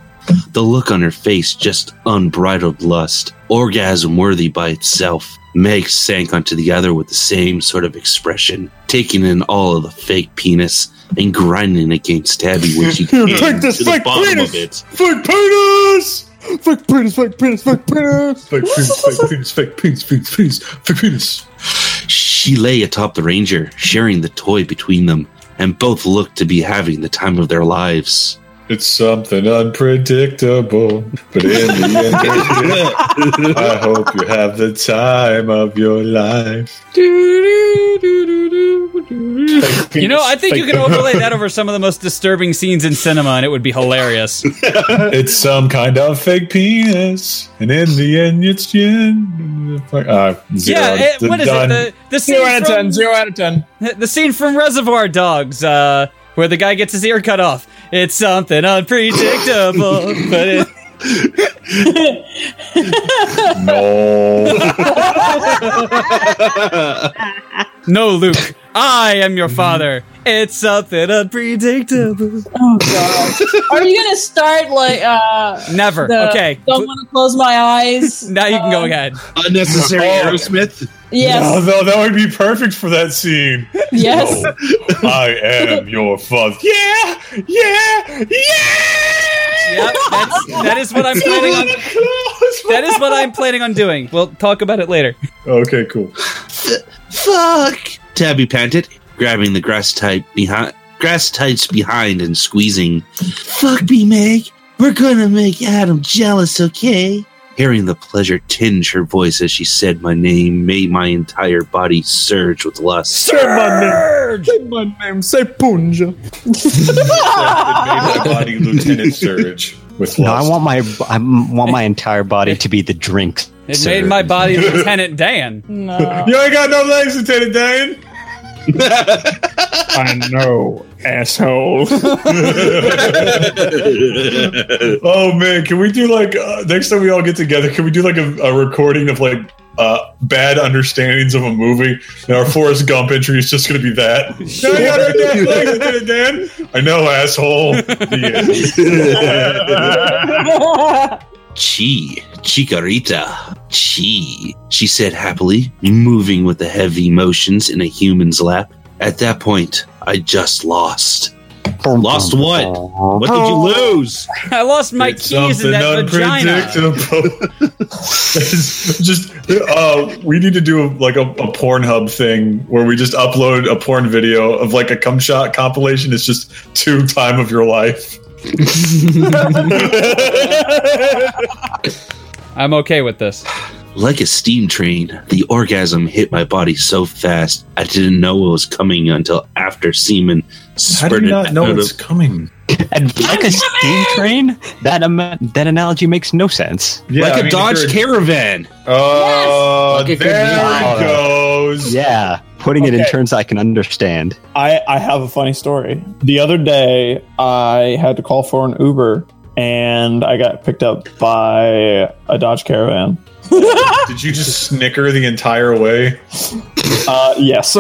J: The look on her face just unbridled lust, orgasm worthy by itself. Meg sank onto the other with the same sort of expression, taking in all of the fake penis and grinding against Tabby when she came
D: Take
J: to
D: this
J: the
D: fake
J: bottom
D: penis!
J: of it.
D: Fake penis! Fake penis, fake penis, fake penis!
C: Fake penis, fake penis, fake penis, fake penis, fake penis.
J: She lay atop the ranger, sharing the toy between them, and both looked to be having the time of their lives.
C: It's something unpredictable, but in the end, I hope you have the time of your life.
E: You know, I think you can overlay that over some of the most disturbing scenes in cinema, and it would be hilarious.
C: it's some kind of fake penis, and in the end, it's Jim. Uh, zero.
E: Yeah, it, what is
C: Done.
E: it? The, the scene
K: Zero out of
E: from,
K: ten. Zero out of ten.
E: The scene from Reservoir Dogs, uh, where the guy gets his ear cut off. It's something unpredictable, but it,
C: Oh.
E: no, Luke, I am your father. It's something unpredictable.
I: Oh god. Are you gonna start like uh
E: Never.
I: the
E: okay,
I: Don't want to close my eyes. Um,
E: now you can go ahead.
J: Unnecessary Aerosmith.
I: Yes.
C: Oh. No, no, that would be perfect for that scene.
I: Yes.
C: No, I am your father.
D: Yeah! Yeah!
E: Yep, that's, that is what I'm planning on. That is what I'm planning on doing. We'll talk about it later.
C: Okay, cool.
J: Fuck! Tabby panted, grabbing the grass type behind grass types behind and squeezing. Fuck me, Meg. We're gonna make Adam jealous, okay? Hearing the pleasure tinge her voice as she said my name made my entire body surge with lust.
K: Say my name. Say my name. Say Punja.
C: My body, Lieutenant Surge. With
H: no, I want my I want my entire body to be the drink.
E: It
H: sir.
E: made my body Lieutenant Dan.
I: No.
C: You ain't got no legs, Lieutenant Dan.
K: I know, asshole.
C: Oh man, can we do like uh, next time we all get together? Can we do like a, a recording of like uh, bad understandings of a movie? And our Forrest Gump entry is just going to be that. No, you got no damn legs, Lieutenant Dan. I know, asshole. The end.
J: Chi, Chikarita, Chi, she said happily, moving with the heavy motions in a human's lap. At that point, I just lost. Lost what? What did you
I: Oh.
J: lose?
E: I lost my
C: It's
E: keys in
C: something
E: that vagina.
C: unpredictable. It's just uh, we need to do like a, a Pornhub thing where we just upload a porn video of like a cum shot compilation. It's just two time of your life.
E: I'm okay with this.
J: Like a steam train, the orgasm hit my body so fast I didn't know what was coming until after semen
C: How do
J: spurted
C: you not know
J: out
C: it's
J: of
C: coming?
H: And like a steam train, that um, that analogy makes no sense.
C: Yeah,
J: like
C: I
J: a
C: mean, if
J: Dodge
C: you're-
J: Caravan.
K: Uh,
C: Oh,
F: Yes! Like a
C: there
F: Caravan.
C: it goes.
H: Yeah, putting it in
K: Okay.
H: terms I can understand.
K: I, I have a funny story. The other day, I had to call for an Uber, and I got picked up by a Dodge Caravan.
C: Did you just snicker the entire way?
K: Uh, yes.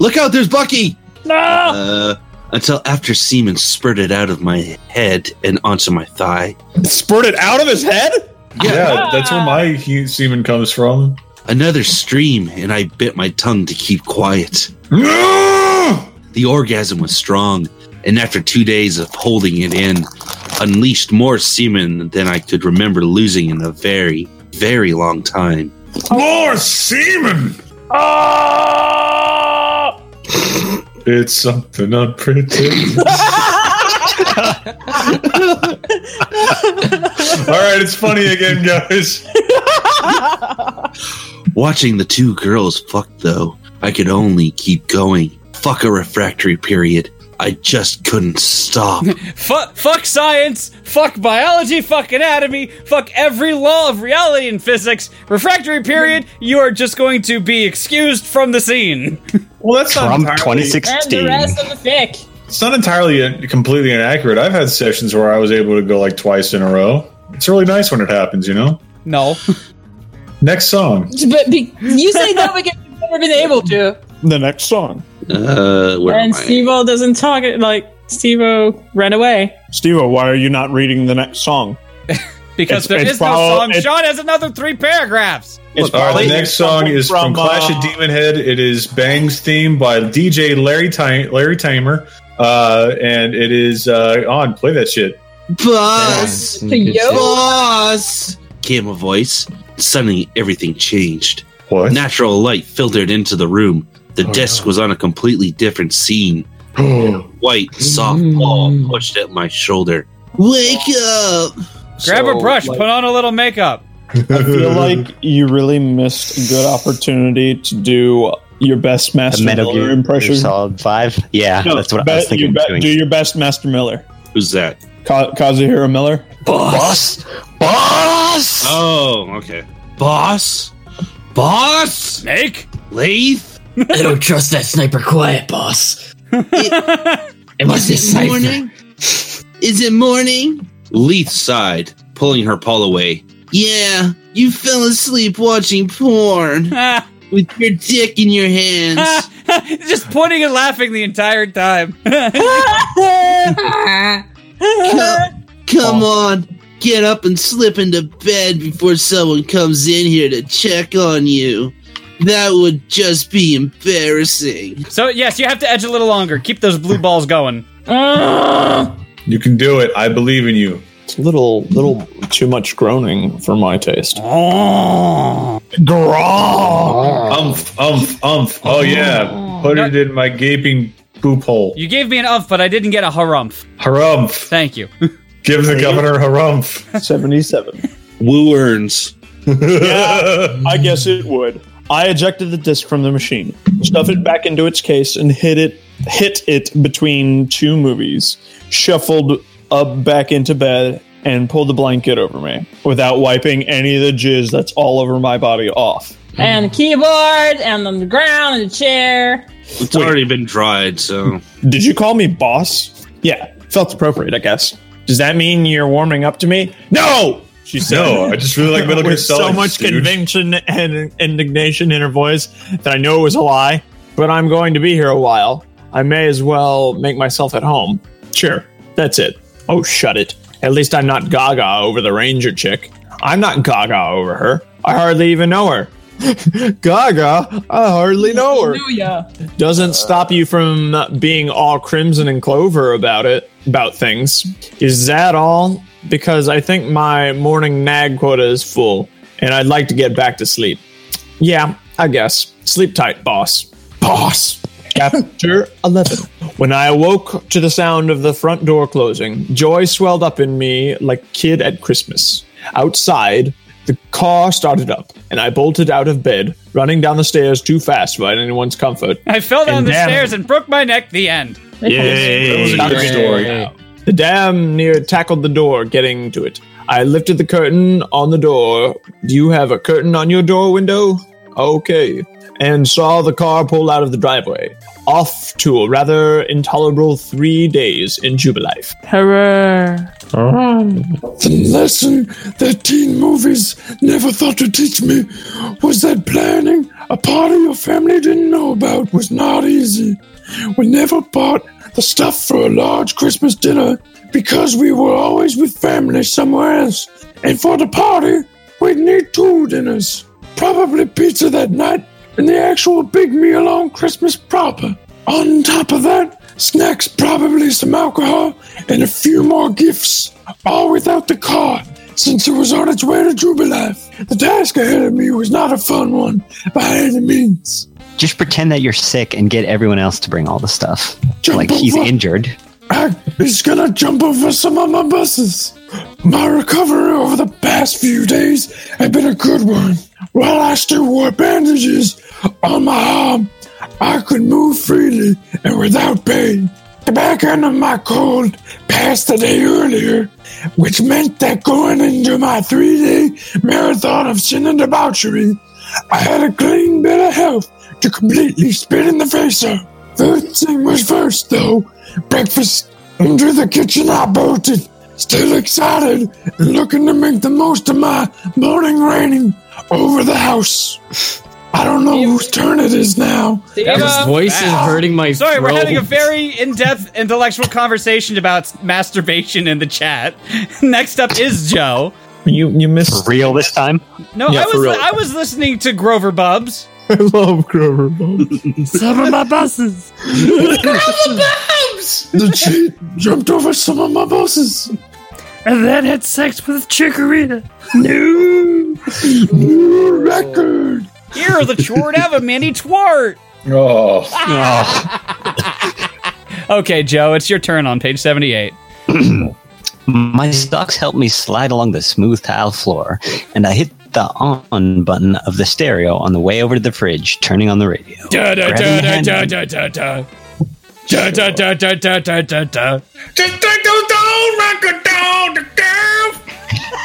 J: Look out, there's Bucky!
E: Ah!
I: no.
J: Uh, until after semen spurted out of my head and onto my thigh.
K: Spurted out of his head?
C: Yeah, that's where my he- semen comes from.
J: Another stream, and I bit my tongue to keep quiet. The orgasm was strong, and after two days of holding it in, unleashed more semen than I could remember losing in a very, very long time.
C: More semen. It's something unpredictable. All right, it's funny again, guys.
J: Watching the two girls fuck, though, I could only keep going. Fuck a refractory period. I just couldn't stop.
E: Fuck, fuck science, fuck biology, fuck anatomy, fuck every law of reality and physics. Refractory period, you are just going to be excused from the scene.
C: Well, that's not Trump entirely-
I: And the rest of the fic.
C: It's not entirely completely inaccurate. I've had sessions where I was able to go like twice in a row. It's really nice when it happens, you know.
E: No.
C: Next song.
I: But be, you say no because you've never been able to.
K: The next song.
J: Uh,
I: and Steve O doesn't talk it like Steve O ran away.
K: Steve, why are you not reading the next song?
E: Because
K: It's-
E: there is
K: it's
E: no
K: follow-
E: song.
K: it-
E: Sean has another three paragraphs.
C: All right, the next song is from,
K: from, uh,
C: Clash of Demon Head. It is Bang's theme by DJ Larry Ti- Larry Tamer, uh, and it is uh, on. Play that shit.
J: Boss!
I: To yo.
J: Boss! Came a voice. Suddenly, everything changed.
C: What?
J: Natural light filtered into the room.
F: Oh,
J: The desk was on a completely different scene. A White, soft paw pushed at my shoulder. Wake up!
E: Grab a
J: So,
E: brush,
J: like-
E: put on a little makeup.
K: I feel like you really missed a good opportunity to do your best Master
H: Metal
K: Miller
H: Gear
K: impression.
H: Solid Five. Yeah,
K: No,
H: that's what I
K: bet-
H: was thinking
K: you
H: of
K: bet-
H: doing.
K: Do your best Master Miller.
J: Who's that?
K: Ka- Kazuhiro Miller.
J: Boss?
H: Boss!
J: Oh, okay. Boss? Boss? Snake? Lathe?
F: I don't trust that sniper quiet, boss. It must be
J: Is it
F: safer.
J: morning? Is it morning? Leith sighed, pulling her paw away. Yeah, you fell asleep watching porn with your dick in your hands.
E: just pointing and laughing the entire time.
J: come, come
E: Oh.
J: on, get up and slip into bed before someone comes in here to check on you. That would just be embarrassing.
E: so yes, you have to edge a little longer. Keep those blue balls going.
I: Uh,
C: You can do it. I believe in you.
K: It's a little, little too much groaning for my taste.
C: Graw. Umph, umph, umph. Oh yeah, put it in my gaping boop hole.
E: You gave me an umph, but I didn't get a harumph.
C: Harumph.
E: Thank you.
C: Give the governor harumph.
K: 77.
J: Woo earns.
K: yeah, I guess it would. I ejected the disc from the machine, stuffed it back into its case, and hit it hit it between two movies. Shuffled up back into bed and pulled the blanket over me without wiping any of the jizz that's all over my body off.
E: Mm-hmm.
I: And the keyboard, and on the ground, and the chair.
J: It's already been dried, so.
K: Did you call me boss? Yeah, felt appropriate, I guess. Does that mean you're warming up to me? No, she said.
C: No, I just really like Metal Gear
K: With so
C: Solid,
K: much
C: dude.
K: conviction and indignation in her voice that I know it was a lie. But I'm going to be here a while. I may as well make myself at home. Sure, that's it. Oh, shut it. At least I'm not Gaga over the Ranger chick. I'm not Gaga over her. I hardly even know her. Gaga, I hardly know her
I: Hallelujah.
K: doesn't stop you from being all crimson and clover about it about things is that all because i think my morning nag quota is full and i'd like to get back to sleep yeah i guess sleep tight boss boss chapter 11 when i awoke to the sound of the front door closing joy swelled up in me like a kid at christmas outside the car started up and i bolted out of bed running down the stairs too fast for anyone's comfort
E: I fell down
K: And
E: the
K: damn.
E: stairs and broke my neck. The end.
K: That was a good
C: Yay.
K: story. The dam near tackled the door, getting to it. I lifted the curtain on the door. Do you have a curtain on your door window? Okay. And saw the car pull out of the driveway. Off to a rather intolerable three days in Jubilife.
I: Hurrah.
O: Hmm. The lesson that teen movies never thought to teach me was that planning a party your family didn't know about was not easy. We never bought the stuff for a large Christmas dinner because we were always with family somewhere else. And for the party, we'd need two dinners. Probably pizza that night and the actual big meal on Christmas proper. On top of that, snacks, probably some alcohol, and a few more gifts, all without the car, since it was on its way to Jubilife. The task ahead of me was not a fun one by any means.
H: Just pretend that you're sick and get everyone else to bring all the stuff. Like he's injured.
O: I He's gonna jump over some of my buses. My recovery over the past few days has been a good one. While I still wore bandages on my arm, I could move freely and without pain. The back end of my cold passed a day earlier, which meant that going into my three day marathon of sin and debauchery, I had a clean bill of health to completely spit in the face of. First thing was first, though. Breakfast into the kitchen I bolted, still excited and looking to make the most of my morning raining over the house. I don't know whose turn it is now.
F: His voice is hurting my
E: Sorry, we're
F: throat.
E: having a very in-depth intellectual conversation about s- masturbation in the chat. Next up is Joe.
K: You you missed
H: real this time.
E: No, I was I was listening to Grover Bubs.
K: I love Grover Bubs.
E: Some of my
O: buses. The cheat jumped over some of my bosses.
P: And then had sex with Chikorita.
O: New, new record.
E: Here, the chort of a mini twart.
C: Oh.
E: Okay, Joe, it's your turn on page 78.
H: My socks helped me slide along the smooth tile floor, and I hit the on button of the stereo on the way over to the fridge, turning on the radio.
P: Da da
H: Grabbing a
P: da da
H: hand-
P: da da da da. Da da da da da da da da.
N: Just take those old record down to camp.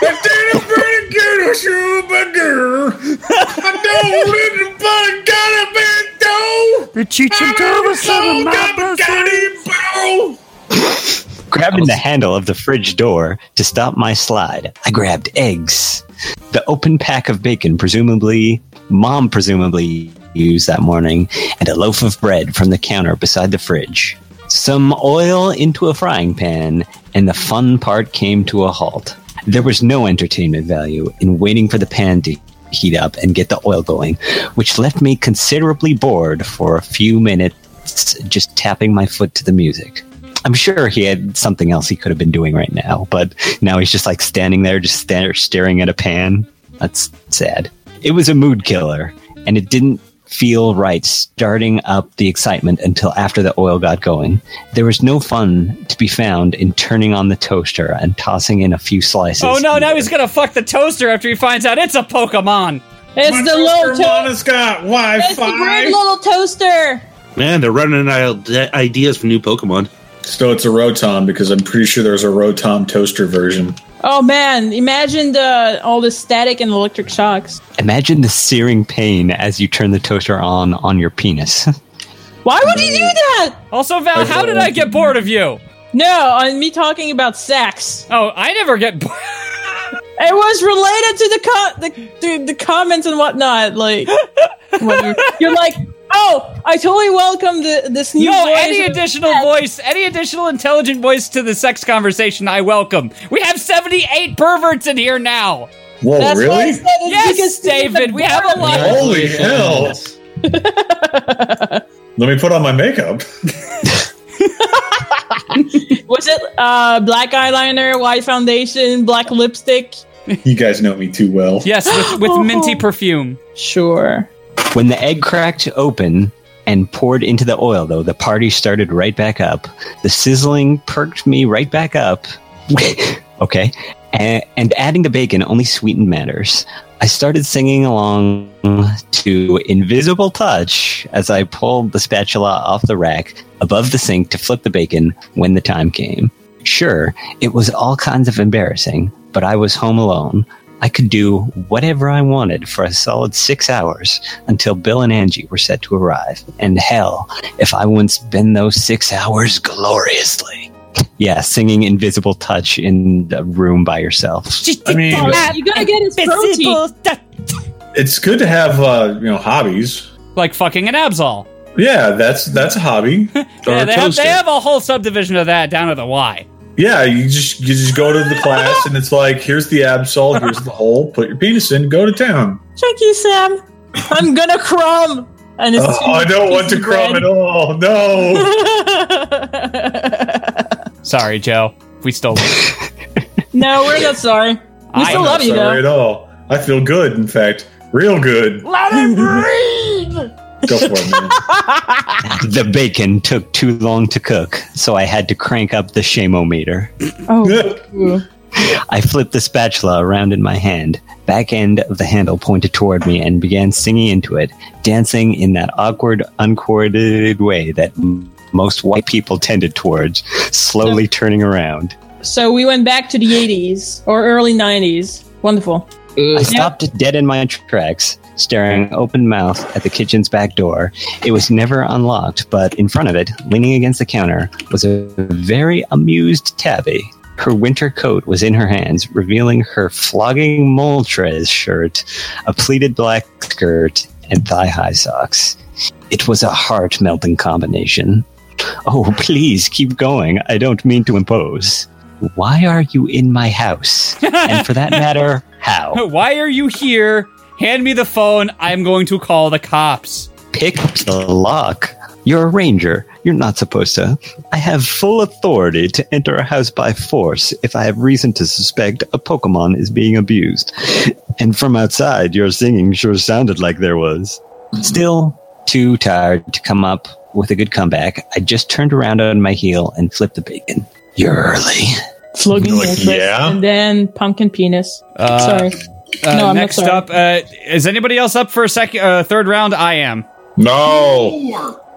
N: I did a pretty good shoe, but girl, I don't live in but I got a bad toe.
P: The chicha
N: was some of my buses.
H: Grabbing the handle of the fridge door to stop my slide, I grabbed eggs. The open pack of bacon, presumably, mom presumably used that morning, and a loaf of bread from the counter beside the fridge. Some oil into a frying pan, and the fun part came to a halt. There was no entertainment value in waiting for the pan to heat up and get the oil going, which left me considerably bored for a few minutes just tapping my foot to the music. I'm sure he had something else he could have been doing right now, but now he's just like standing there, just sta- staring at a pan. That's sad. It was a mood killer, and it didn't feel right starting up the excitement until after the oil got going. There was no fun to be found in turning on the toaster and tossing in a few slices.
E: Oh no, now he's gonna fuck the toaster after he finds out it's a Pokemon.
I: It's My the little toaster to-
E: has got
I: That's the great little toaster.
J: Man, they're running out of ideas for new Pokemon.
C: So it's a Rotom because I'm pretty sure there's a Rotom toaster version.
I: Oh man, imagine the all the static and electric shocks.
H: Imagine the searing pain as you turn the toaster on on your penis.
I: Why would you do that?
E: Also, Val, how did I get bored of you?
I: No, on me talking about sex.
E: Oh, I never get bored.
I: It was related to the co- the, the, the comments and whatnot. Like, when you're, you're like, oh, I totally welcome the, this new
E: No,
I: voice."
E: any additional voice, any additional intelligent voice to the sex conversation, I welcome. We have 78 perverts in here now.
C: Whoa, That's really? why I said
I: it's
E: yes,
I: because he's
E: David,
I: a
E: we have a lot.
C: Holy hell! Let me put on my makeup.
I: Was it uh, black eyeliner, white foundation, black lipstick?
C: You guys know me too well.
E: Yes, with, with minty perfume.
I: Sure.
H: When the egg cracked open and poured into the oil, though, the party started right back up. The sizzling perked me right back up. okay. And, and adding the bacon only sweetened matters. I started singing along to Invisible Touch as I pulled the spatula off the rack above the sink to flip the bacon when the time came. Sure, it was all kinds of embarrassing, but I was home alone. I could do whatever I wanted for a solid six hours until Bill and Angie were set to arrive. And hell, if I wouldn't spend those six hours gloriously. Yeah, singing Invisible Touch in the room by yourself.
C: I mean,
I: you gotta get his protein.
C: it's good to have uh, you know hobbies.
E: Like fucking an Absol.
C: Yeah, that's that's a hobby. or
E: Yeah,
C: a
E: they have,
C: toaster.
E: they have a whole subdivision of that down at the Y.
C: yeah, you just you just go to the class and it's like here's the Absol, here's the hole. Put your penis in, go to town.
I: Thank you, Sam. I'm gonna crumb. And it's
C: Oh, I don't want to crumb at all. No.
E: Sorry, Joe. We stole it.
I: no, we're not sorry. We
C: I'm
I: still
C: not
I: love you,
C: sorry
I: though.
C: at all. I feel good. In fact, real good.
I: Let him breathe.
C: Go for it, man.
H: the bacon took too long to cook, so I had to crank up the shameometer.
I: Oh.
H: I flipped the spatula around in my hand. Back end of the handle pointed toward me and began singing into it, dancing in that awkward, uncoordinated way that m- most white people tended towards, slowly turning around.
I: so we went back to the 80s or early 90s. Wonderful.
H: I stopped dead in my tracks, staring open mouthed at the kitchen's back door. It was never unlocked, but in front of it, leaning against the counter, was a very amused tabby. Her winter coat was in her hands, revealing her flogging Moltres shirt, a pleated black skirt, and thigh high socks. It was a heart melting combination. Oh, please keep going. I don't mean to impose. Why are you in my house? And for that matter, how?
E: Why are you here? Hand me the phone. I'm going to call the cops.
H: Pick the lock. You're a ranger. You're not supposed to. I have full authority to enter a house by force if I have reason to suspect a Pokemon is being abused. And from outside, your singing sure sounded like there was. Still, too tired to come up with a good comeback, I just turned around on my heel and flipped the bacon. You're early.
I: Slogan
H: yeah?
I: and then pumpkin penis.
E: Uh,
I: sorry.
E: Uh,
I: no, I'm
E: next
I: not sorry.
E: up, uh, is anybody else up for a second, uh, third round? I am.
C: No.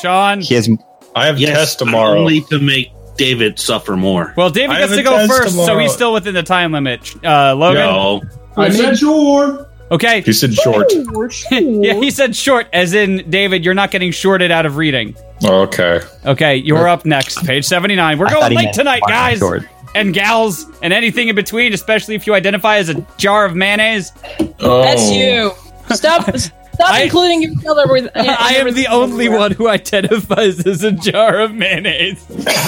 E: Sean.
H: He has.
C: I have
J: test tomorrow. Only to make David suffer more.
E: Well, David gets to go first, so he's still within the time limit. Uh, Logan.
J: No.
C: I said
E: short. Okay.
C: He said short.
E: yeah, he said short, as in David. You're not getting shorted out of reading.
C: Okay.
E: Okay, you're up next. Page 79. We're
C: I thought
E: going
C: he
E: late
C: meant
E: tonight,
C: Martin
E: guys
C: Short.
E: and gals, and anything in between, especially if you identify as a jar of mayonnaise.
C: Oh.
I: That's you. Stop stop including each other with
E: I am the only one who identifies as a jar of mayonnaise.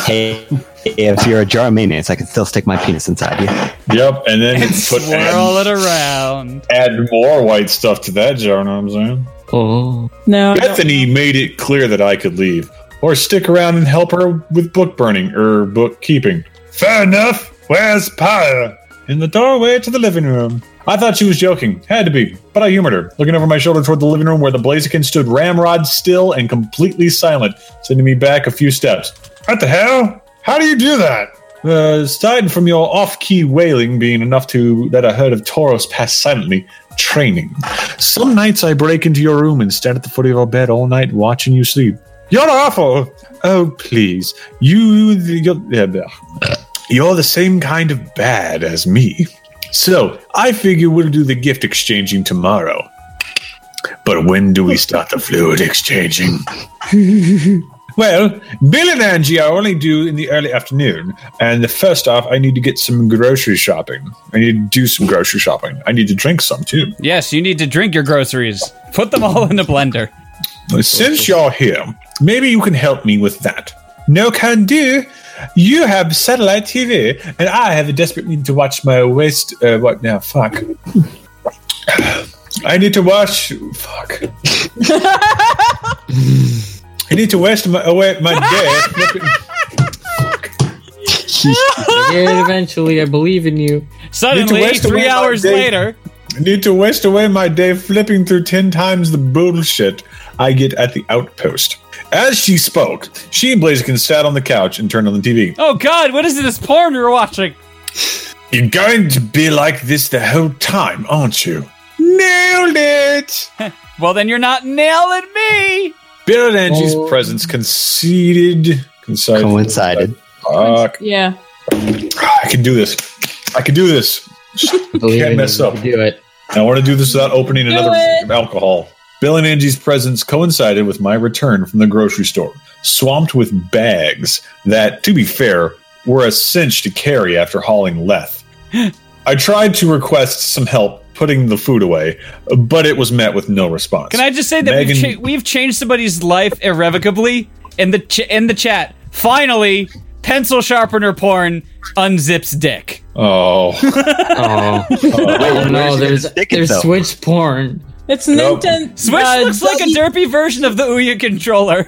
H: Hey, if you're a jar of mayonnaise, I can still stick my penis inside you.
C: Yep, and then put
E: Swirl
C: add,
E: it around.
C: add more white stuff to that jar. You know what I'm saying?
F: Oh
I: no!
C: Bethany made it clear that I could leave or stick around and help her with book burning or bookkeeping. Fair enough. Where's Pyre? In the doorway to the living room. I thought she was joking. Had to be, but I humored her, looking over my shoulder toward the living room where the Blaziken stood ramrod still and completely silent, sending me back a few steps. What the hell? How do you do that? Uh, aside from your off-key wailing being enough to that I heard of Tauros pass silently, training. Some nights I break into your room and stand at the foot of your bed all night watching you sleep. You're awful. Oh please, you you're, yeah, yeah. you're the same kind of bad as me. So I figure we'll do the gift exchanging tomorrow. But when do we start the fluid exchanging? Well, Bill and Angie I only do in the early afternoon. And the first off, I need to get some grocery shopping. I need to do some grocery shopping. I need to drink some too.
E: Yes, you need to drink your groceries. Put them all in a blender.
C: Since you're here, maybe you can help me with that. No can do. You have satellite TV, and I have a desperate need to watch my waist. Uh, what now? Fuck. I need to watch. Fuck. I need to waste my away my day. flipping-
F: eventually I believe in you.
C: Need to waste away my day- Need to waste away my day flipping through ten times the bullshit I get at the outpost. As she spoke, she and Blaziken sat on the couch and turned on the TV.
E: Oh God, what is this porn we're watching?
C: You're going to be like this the whole time, aren't you? Nailed it!
E: well, then you're not nailing me.
C: Bill and Angie's presence conceded, coincided. coincided. Fuck.
I: Yeah.
C: I can do this. I can do this. Can't mess up.
F: Do it.
C: I want to do this without opening
I: Do
C: another
I: it.
C: of alcohol. Bill and Angie's presence coincided with my return from the grocery store, swamped with bags that, to be fair, were a cinch to carry after hauling Leth. I tried to request some help putting the food away, but it was met with no response.
E: Can I just say that we've,
C: Megan-
E: cha- we've changed somebody's life irrevocably in the ch- in the chat? Finally, pencil sharpener porn unzips dick.
C: Oh.
F: oh. oh no, there's there's
E: though?
F: Switch porn.
I: It's
F: Nope.
I: Nintendo.
E: Switch looks like a derpy version of the Ouya controller.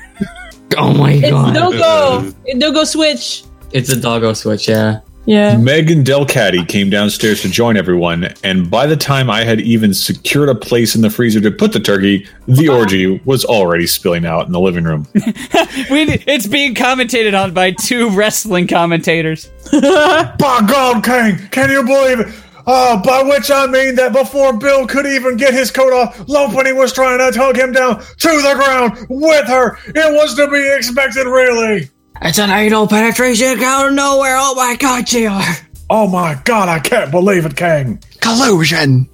F: Oh my
I: It's
F: god.
I: no go. No go switch.
F: It's a doggo switch, yeah.
I: Yeah.
C: Megan Delcatty came downstairs to join everyone, and by the time I had even secured a place in the freezer to put the turkey, the orgy was already spilling out in the living room.
E: we, it's being commentated on by two wrestling commentators.
N: By God, King, can you believe it? Uh, by which I mean that before Bill could even get his coat off, Lopunny was trying to tug him down to the ground with her. It was to be expected, really.
F: It's an anal penetration out of nowhere. Oh my god, JR.
N: Oh my god, I can't believe it, King.
F: Collusion.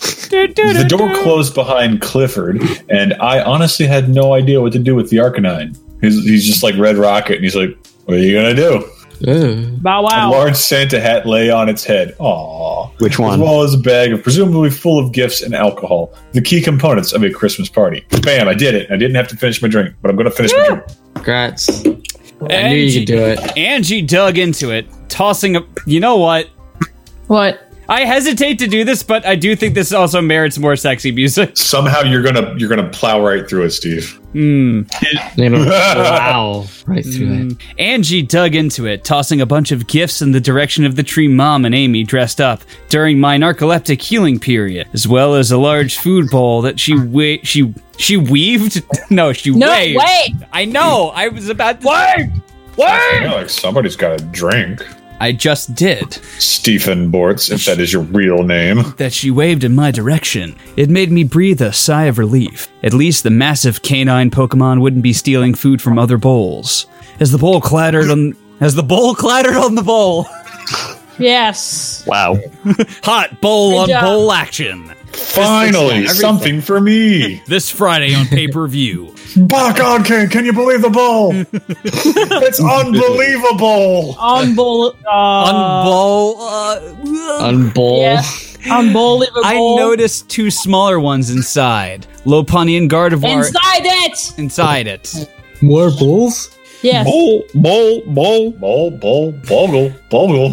C: the door closed behind Clifford, and I honestly had no idea what to do with the Arcanine. He's, he's just like Red Rocket, and he's like, What are you going to do?
I: Bow
C: A large Santa hat lay on its head. Aww.
H: Which one?
C: As well as a bag of presumably full of gifts and alcohol, the key components of a Christmas party. Bam! I did it. I didn't have to finish my drink, but I'm going to finish my drink.
F: Congrats. I knew you could do it.
E: Angie dug into it, tossing a. You know what?
I: What?
E: I hesitate to do this, but I do think this also merits more sexy music.
C: Somehow you're gonna you're gonna plow right through it, Steve.
E: Hmm.
F: wow. Right through
E: it. Angie dug into it, tossing a bunch of gifts in the direction of the tree mom and Amy dressed up during my narcoleptic healing period, as well as a large food bowl that she we- she she weaved. No, she
I: No,
E: waved.
I: wait.
E: I know. I was about to wait.
C: I feel like somebody's got a drink.
E: I just did.
C: Stephen Bortz, if that is your real name.
E: That she waved in my direction. It made me breathe a sigh of relief. At least the massive canine Pokemon wouldn't be stealing food from other bowls. As the bowl clattered on as the bowl clattered on the bowl.
I: Yes.
H: Wow.
E: Hot bowl
I: Good
E: on
I: job.
E: bowl action.
C: Finally, something for me.
E: This Friday on pay-per-view.
N: By God, King, can you believe the ball? it's unbelievable.
I: Unbel- uh,
E: Unbol-
F: Unbowl.
I: Yeah. Unbelievable.
E: uh, I noticed two smaller ones inside. Lopani and Gardevoir
I: Inside it.
E: inside it.
F: More bulls?
I: Yes.
C: Bowl, bowl, bowl, bowl, bowl, bogle, bogle.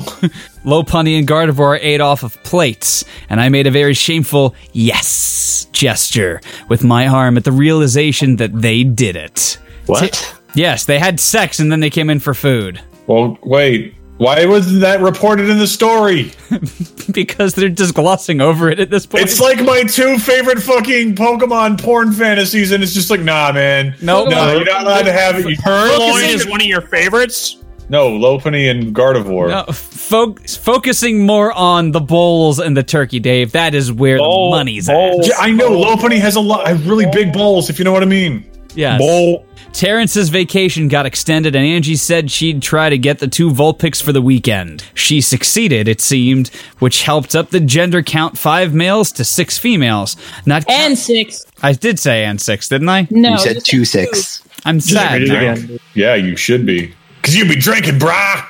E: Lopunny and Gardevoir ate off of plates, and I made a very shameful yes gesture with my arm at the realization that they did it.
H: What?
E: yes, they had sex and then they came in for food.
C: Well, wait. Why wasn't that reported in the story?
E: because they're just glossing over it at this point.
C: It's like my two favorite fucking Pokemon porn fantasies, and it's just like, nah, man.
E: No,
C: no, you're not allowed to have it. You
D: Purloin
C: Focusing-
D: is one of your favorites.
C: No, Lopunny and Gardevoir.
E: No, fo- focusing more on the bowls and the turkey, Dave. That is where the money's at.
C: Yeah, I know Lopunny has a lot, have really big balls, if you know what I mean.
E: Yes.
C: Bowl.
E: Terrence's vacation got extended, and Angie said she'd try to get the two Vulpix for the weekend. She succeeded, it seemed, which helped up the gender count five males to six females. Not
I: and six.
E: I did say and six, didn't I?
I: No, You said you said
H: two six.
E: I'm
C: read
E: sad.
C: it
E: now.
C: again. Yeah, you should be. Because you'd be drinking, brah.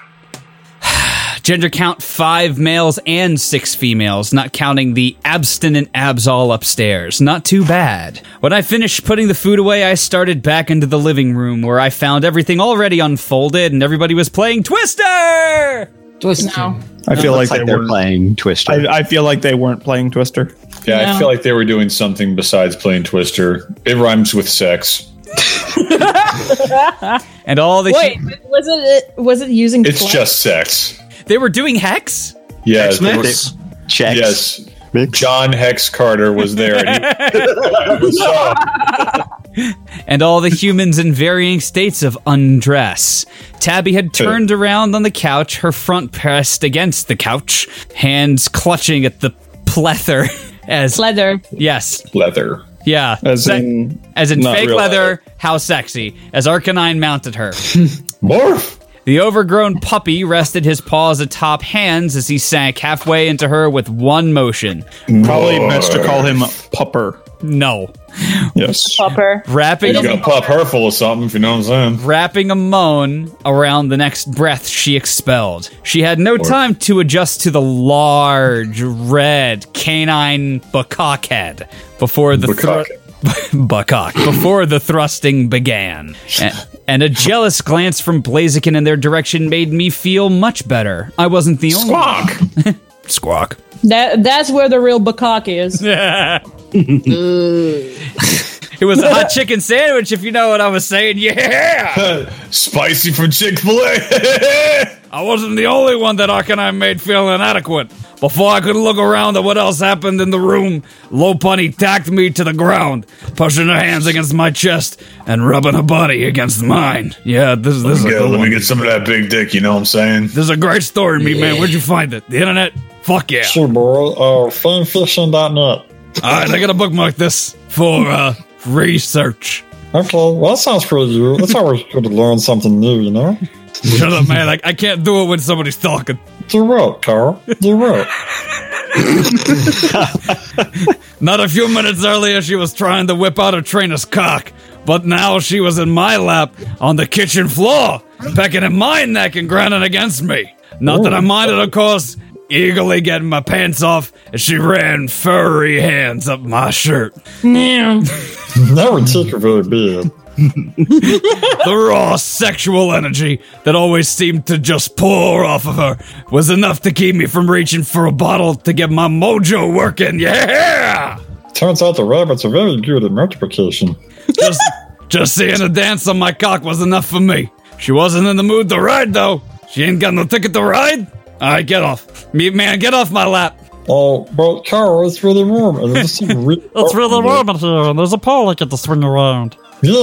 E: Gender count five males and six females, not counting the abstinent abs all upstairs. Not too bad. When I finished putting the food away, I started back into the living room where I found everything already unfolded and everybody was playing Twister!
F: Twister.
K: I feel like,
H: Looks
K: they
H: they're
K: were.
H: playing Twister.
K: I, I feel like they weren't playing Twister.
C: Yeah,
I: No.
C: I feel like they were doing something besides playing Twister. It rhymes with sex.
E: And all the
I: Wait, was it it- was it using?
C: It's
I: flex?
C: just sex.
E: They were doing hex?
C: Yeah,
J: Tex
C: they were-
J: Mex?
H: Checks.
C: yes. John Hex Carter was there. And he-
E: and all the humans in varying states of undress. Tabby had turned around on the couch, her front pressed against the couch, hands clutching at the plether as
I: leather.
E: yes,
C: leather.
E: yeah,
K: As
E: Se-
K: in,
E: as in
K: not
E: fake
K: real
E: leather, How sexy! As Arcanine mounted her.
C: Morph!
E: The overgrown puppy rested his paws atop hands as he sank halfway into her with one motion.
K: Probably best to call him Pupper.
E: No.
K: Yes.
I: Pupper.
E: Wrapping
C: He's going to pop her full of something, if you know what I'm saying.
E: wrapping a moan around the next breath she expelled. She had no time to adjust to the large, red, canine buckcock head before the thru- buckcock before the thrusting began. A- And a jealous glance from Blaziken in their direction made me feel much better. I wasn't the only
D: Squawk!
E: squawk.
I: That that's where the real Bakaki is.
E: It was a hot chicken sandwich, if you know what I was saying. Yeah!
C: Spicy from Chick fil A!
P: I wasn't the only one that Ark and I made feel inadequate. Before I could look around at what else happened in the room, Lopunny tacked me to the ground, pushing her hands against my chest and rubbing her body against mine. Yeah, this, this is a
C: Yeah,
P: good
C: let me
P: one.
C: get some of that big dick, you know what I'm saying?
P: This is a great story, me man. Where'd you find it? The internet? Fuck yeah.
K: Sure, bro. Uh, funfiction.net.
P: All right, I gotta bookmark this for uh, research.
K: Okay, well, that sounds pretty good. That's always good to learn something new, you know?
P: Shut up, man. Like, I can't do it when somebody's talking.
K: You're right, Carl. You're right.
P: Not a few minutes earlier, she was trying to whip out a trainer's cock, but now she was in my lap on the kitchen floor, pecking at my neck and grinding against me. Not that I minded, of course. Eagerly getting my pants off, as she ran furry hands up my shirt.
K: that would take a very bad.
P: the raw sexual energy that always seemed to just pour off of her was enough to keep me from reaching for a bottle to get my mojo working. Yeah!
K: Turns out the rabbits are very good at multiplication.
P: Just, just seeing her dance on my cock was enough for me. She wasn't in the mood to ride, though. She ain't got no ticket to ride. All right, get off. Me, man, get off my lap.
K: Oh, but Carl, it's really warm. And it's, re-
Q: It's really warm in here, and there's a pole I get to swing around.
K: Yeah.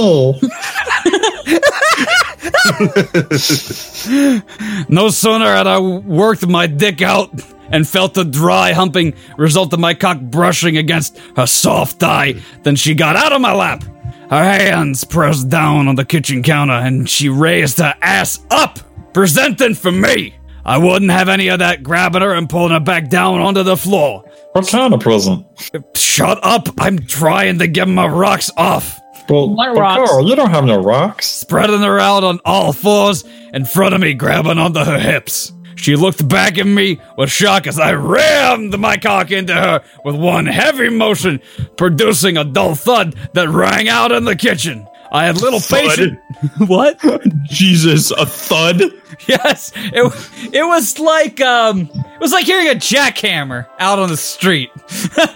P: No sooner had I worked my dick out and felt the dry humping result of my cock brushing against her soft thigh than she got out of my lap. Her hands pressed down on the kitchen counter and she raised her ass up, presenting for me. I wouldn't have any of that grabbing her and pulling her back down onto the floor.
K: What kind of present?
P: Shut up! I'm trying to get my rocks off.
K: Well, but Carl, you don't have no rocks.
P: spreading her out on all fours in front of me, grabbing onto her hips. She looked back at me with shock as I rammed my cock into her with one heavy motion, producing a dull thud that rang out in the kitchen. I had little patience. what?
D: Jesus, a thud?
E: Yes, it it was like um, it was like hearing a jackhammer out on the street.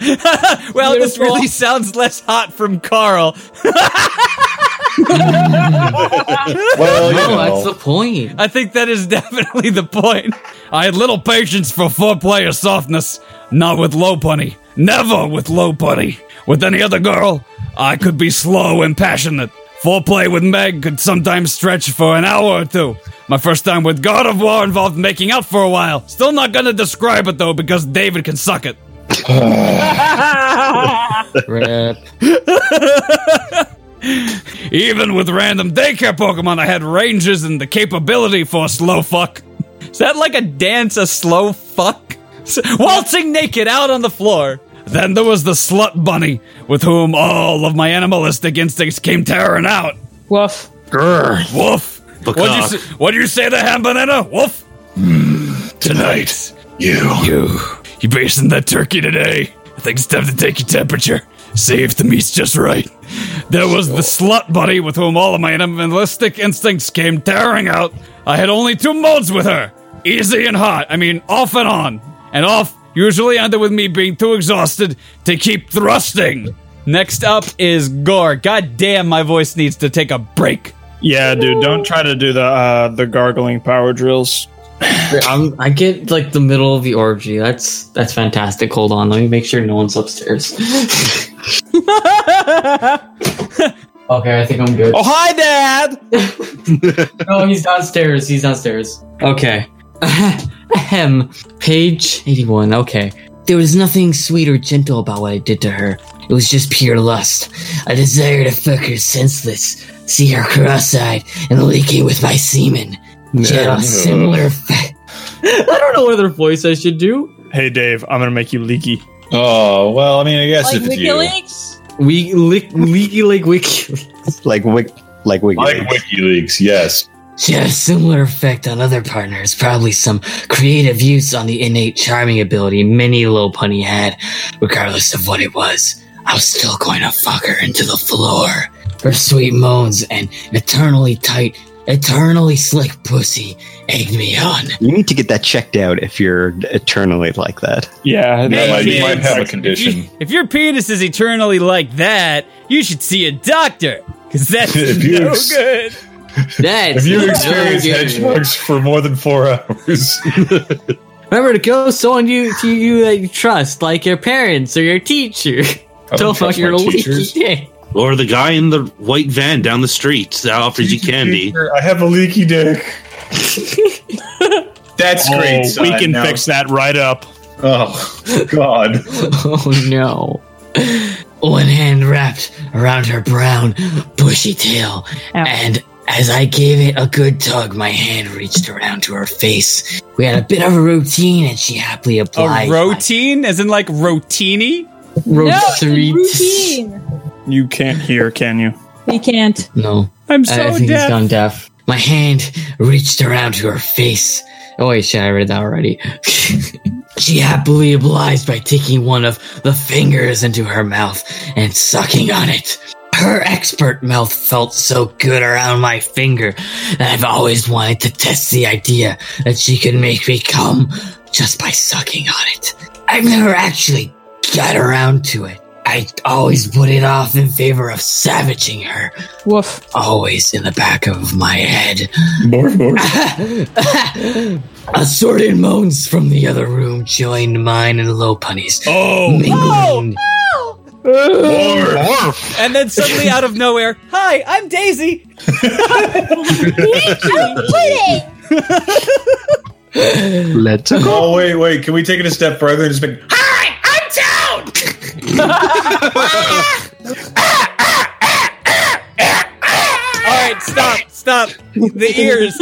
E: well, this really sounds less hot from Carl.
F: well, no, that's the point.
P: I think that is definitely the point. I had little patience for foreplay or softness. Not with Low Punny. Never with Low Punny. With any other girl, I could be slow and passionate. Foreplay with Meg could sometimes stretch for an hour or two. My first time with God of War involved making out for a while. Still not gonna describe it though because David can suck it. Even with random daycare Pokemon, I had ranges and the capability for a slow fuck. Is that like a dance, a slow fuck? S- Waltzing naked out on the floor. Then there was the slut bunny, with whom all of my animalistic instincts came tearing out.
I: Woof.
P: Grr. Woof. Fuck
N: What'd you
P: off.
N: say?
P: What'd you say to ham banana? Woof.
N: Tonight, you.
P: You. You basting that turkey today. I think it's time to take your temperature. See if the meat's just right. There was the slut buddy with whom all of my animalistic instincts came tearing out. I had only two modes with her easy and hot. I mean, off and on. And off usually ended with me being too exhausted to keep thrusting.
E: Next up is Gore. God damn, my voice needs to take a break.
K: Yeah, dude, don't try to do the uh, the gargling power drills.
F: I'm, I get like the middle of the orgy. That's that's fantastic. Hold on, let me make sure no one's upstairs. okay, I think I'm good.
N: Oh, hi, Dad!
F: no, he's downstairs. He's downstairs. Okay. Ahem. Page 81. Okay. There was nothing sweet or gentle about what I did to her. It was just pure lust. A desire to fuck her senseless, see her cross eyed, and leak it with my semen. Gentle, similar. I don't know what other voice I should do.
D: Hey, Dave, I'm gonna make you leaky.
C: Oh well, I mean, I guess
I: Like WikiLeaks?
F: We lick, leaky like wiki.
H: Like wick, like wick.
C: Like WikiLeaks, yes.
F: She had a similar effect on other partners, probably some creative use on the innate charming ability many low punny had, regardless of what it was. I was still going to fuck her into the floor. Her sweet moans and eternally tight, eternally slick pussy egged me on.
H: You need to get that checked out if you're eternally like that.
K: Yeah,
H: that might- you might have a
E: If, you- if your penis is eternally like that, you should see a doctor because that's
C: If you
E: no
C: ex-
E: good.
F: That's
C: If you
F: no
C: experience
F: good.
C: hedgehogs for more than four hours,
F: Remember to go someone you to you that you trust, like your parents or your teacher.
J: I don't
F: Don't
J: trust
F: fuck your
J: my
F: leaky
J: teachers.
F: dick.
J: Or the guy in the white van down the street that offers you candy.
C: I have a leaky dick. That's
J: Oh,
C: great.
J: we
C: son.
J: can
C: Now-
J: fix
K: that right up.
C: Oh God.
F: oh no. One hand wrapped around her brown, bushy tail, and as I gave it a good tug, my hand reached around to her face. We had a bit of a routine, and she happily
E: A
F: applied.
E: routine, as in like rotini.
F: Routine.
I: routine.
K: You can't hear, can you?
I: He can't.
F: No.
I: I'm
F: I-
I: so
F: I think
I: deaf.
F: he's gone deaf. My hand reached around to her face. Oh wait, shit, I read that already. she happily obliged by taking one of the fingers into her mouth and sucking on it. Her expert mouth felt so good around my finger that I've always wanted to test the idea that she could make me come just by sucking on it. I've never actually got around to it. I always put it off in favor of savaging her.
I: Woof.
F: Always in the back of my head.
C: More, more.
F: Assorted moans from the other room joined mine and low punnies.
E: Oh.
F: mingling.
E: And then suddenly, out of nowhere, hi, I'm Daisy.
H: Let's
C: Oh wait, wait. Can we take it a step further and just make?
E: All right, stop, stop. The ears.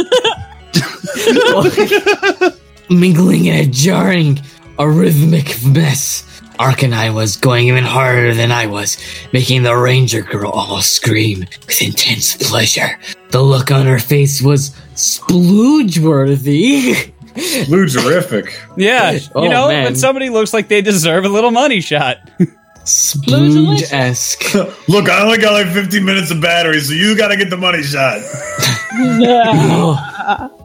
F: mingling in a jarring, a rhythmic mess. Arcanine was going even harder than I was, making the ranger girl almost scream with intense pleasure. The look on her face was splooge worthy.
C: Spludgerific.
E: Yeah, you
F: Oh,
E: know
F: man.
E: when somebody looks like they deserve a little money shot.
F: Splooge esque.
C: Look, I only got like 15 minutes of battery, so you got to get the money shot.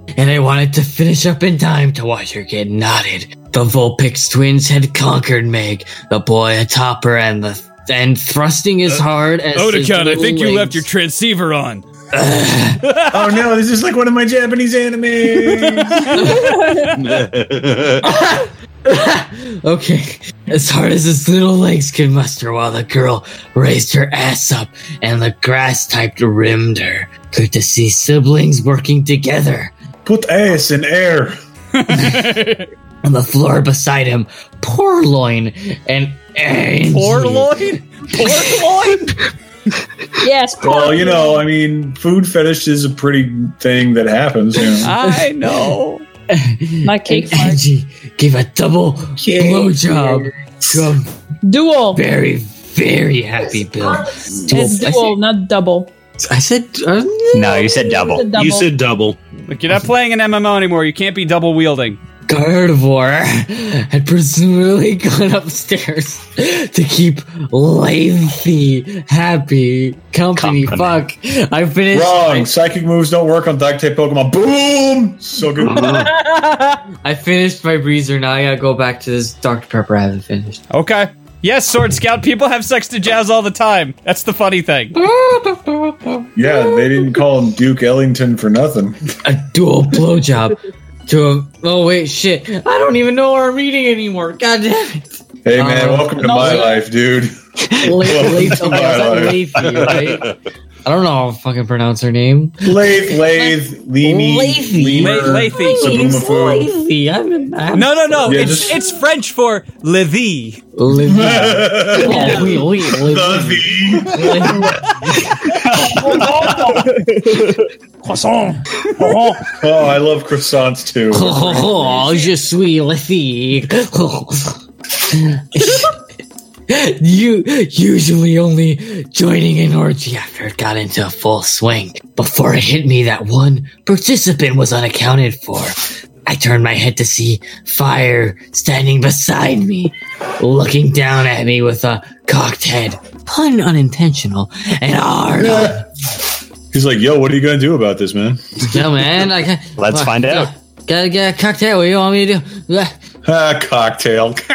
F: and I wanted to finish up in time to watch her get knotted. The Vulpix twins had conquered Meg, the boy atop her, and the and thrusting as hard as his
P: Otakon, Uh, I
F: little
P: think you
F: wings.
P: left your transceiver on.
C: oh no, this is like one of my Japanese animes.
F: Okay, as hard as his little legs could muster while the girl raised her ass up and the grass type rimmed her. Good to see siblings working together.
C: Put ass in air.
F: On the floor beside him, Porloin and Ainsley.
E: Porloin? Porloin?
I: yes.
C: well, you know, I mean, food fetish is a pretty thing that happens. You know.
E: I know.
I: My cake
F: and Angie gave a double blowjob to
I: Dual.
F: a very, very happy Bill.
I: It's
F: I
I: dual, not double.
F: said- I said, uh,
H: No, you said double.
I: You double. said
F: double.
E: Look, you're not playing an MMO anymore. You can't be double wielding.
F: Gardevoir had presumably gone upstairs to keep Lathy happy company. Fuck. I finished.
C: Wrong. Psychic moves don't work on Dark type Pokemon. Boom! So good.
F: Mm-hmm. I finished my breezer. Now I gotta go back to this Dr. Pepper I haven't finished.
E: Okay. Yes, Sword Scout, people have sex to jazz all the time. That's the funny thing.
C: yeah, they didn't call him Duke Ellington for nothing.
F: A dual blowjob to a. Oh, wait, shit. I don't even know our meeting anymore. God damn it.
C: Hey man,
F: Um,
C: welcome to
F: no,
C: my
F: wait.
C: life, dude.
F: La-
C: Welcome to
F: Lathy,
C: my life.
F: Lathy, right? I don't know how to fucking pronounce her name.
C: Lathe, lathe, leamy,
F: Lathy.
C: lemur,
E: Lathy.
C: Sabumafu.
F: Lathy. I'm, I'm
E: No, no, no.
C: Yeah,
E: it's
C: just-
E: it's French for Levi.
F: Lathy.
C: Yeah.
F: Oh, wait, wait, wait.
K: Croissant.
C: Oh, I love croissants too.
F: Oh, je suis la fille. you usually only joining an orgy after it got into full swing. Before it hit me that one participant was unaccounted for. I turned my head to see Fire standing beside me, looking down at me with a cocked head, pun unintentional, and hard
C: He's like, yo, what are you going to do about this, man?
F: No, man. I can
C: Let's
F: Well,
C: find out.
F: Gotta, gotta get a cocktail. What do you want me to do? Uh,
C: Ah, cocktail.
E: Come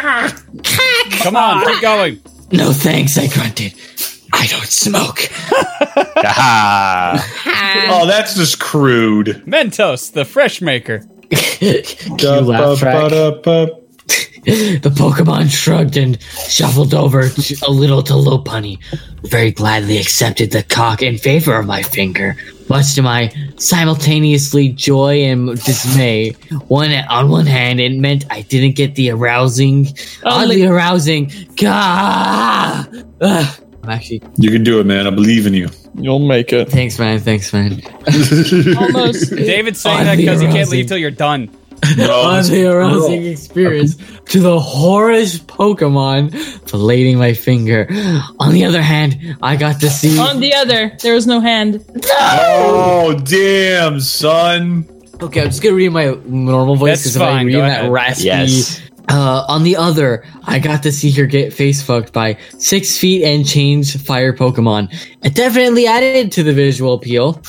E: on, keep going.
F: No thanks, I grunted. I don't smoke.
C: oh, that's just crude.
E: Mentos, the fresh maker.
F: Cue laugh track. The Pokemon shrugged and shuffled over t- a little to Lopunny, who very gladly accepted the cock in favor of my finger, much to my simultaneously joy and dismay. One on one hand, it meant I didn't get the arousing,
K: Oh,
F: oddly arousing. Gah! Ugh. I'm actually
C: You can do it, man. I believe in you.
K: You'll make it.
F: Thanks, man. Thanks, man.
E: Almost. David's saying that because he can't leave till you're done.
F: oddly arousing experience to the horrors Pokemon filleting my finger. On the other hand, I got to see.
I: On the other, there was no hand.
C: Oh, damn, son.
F: Okay, I'm just gonna read my normal voice
I: That's
F: because if I
I: fine,
F: read
I: go
F: that
I: ahead.
F: raspy.
I: Yes.
F: Uh, on the other, I got to see her get face fucked by six feet and change fire Pokemon. It definitely added to the visual appeal.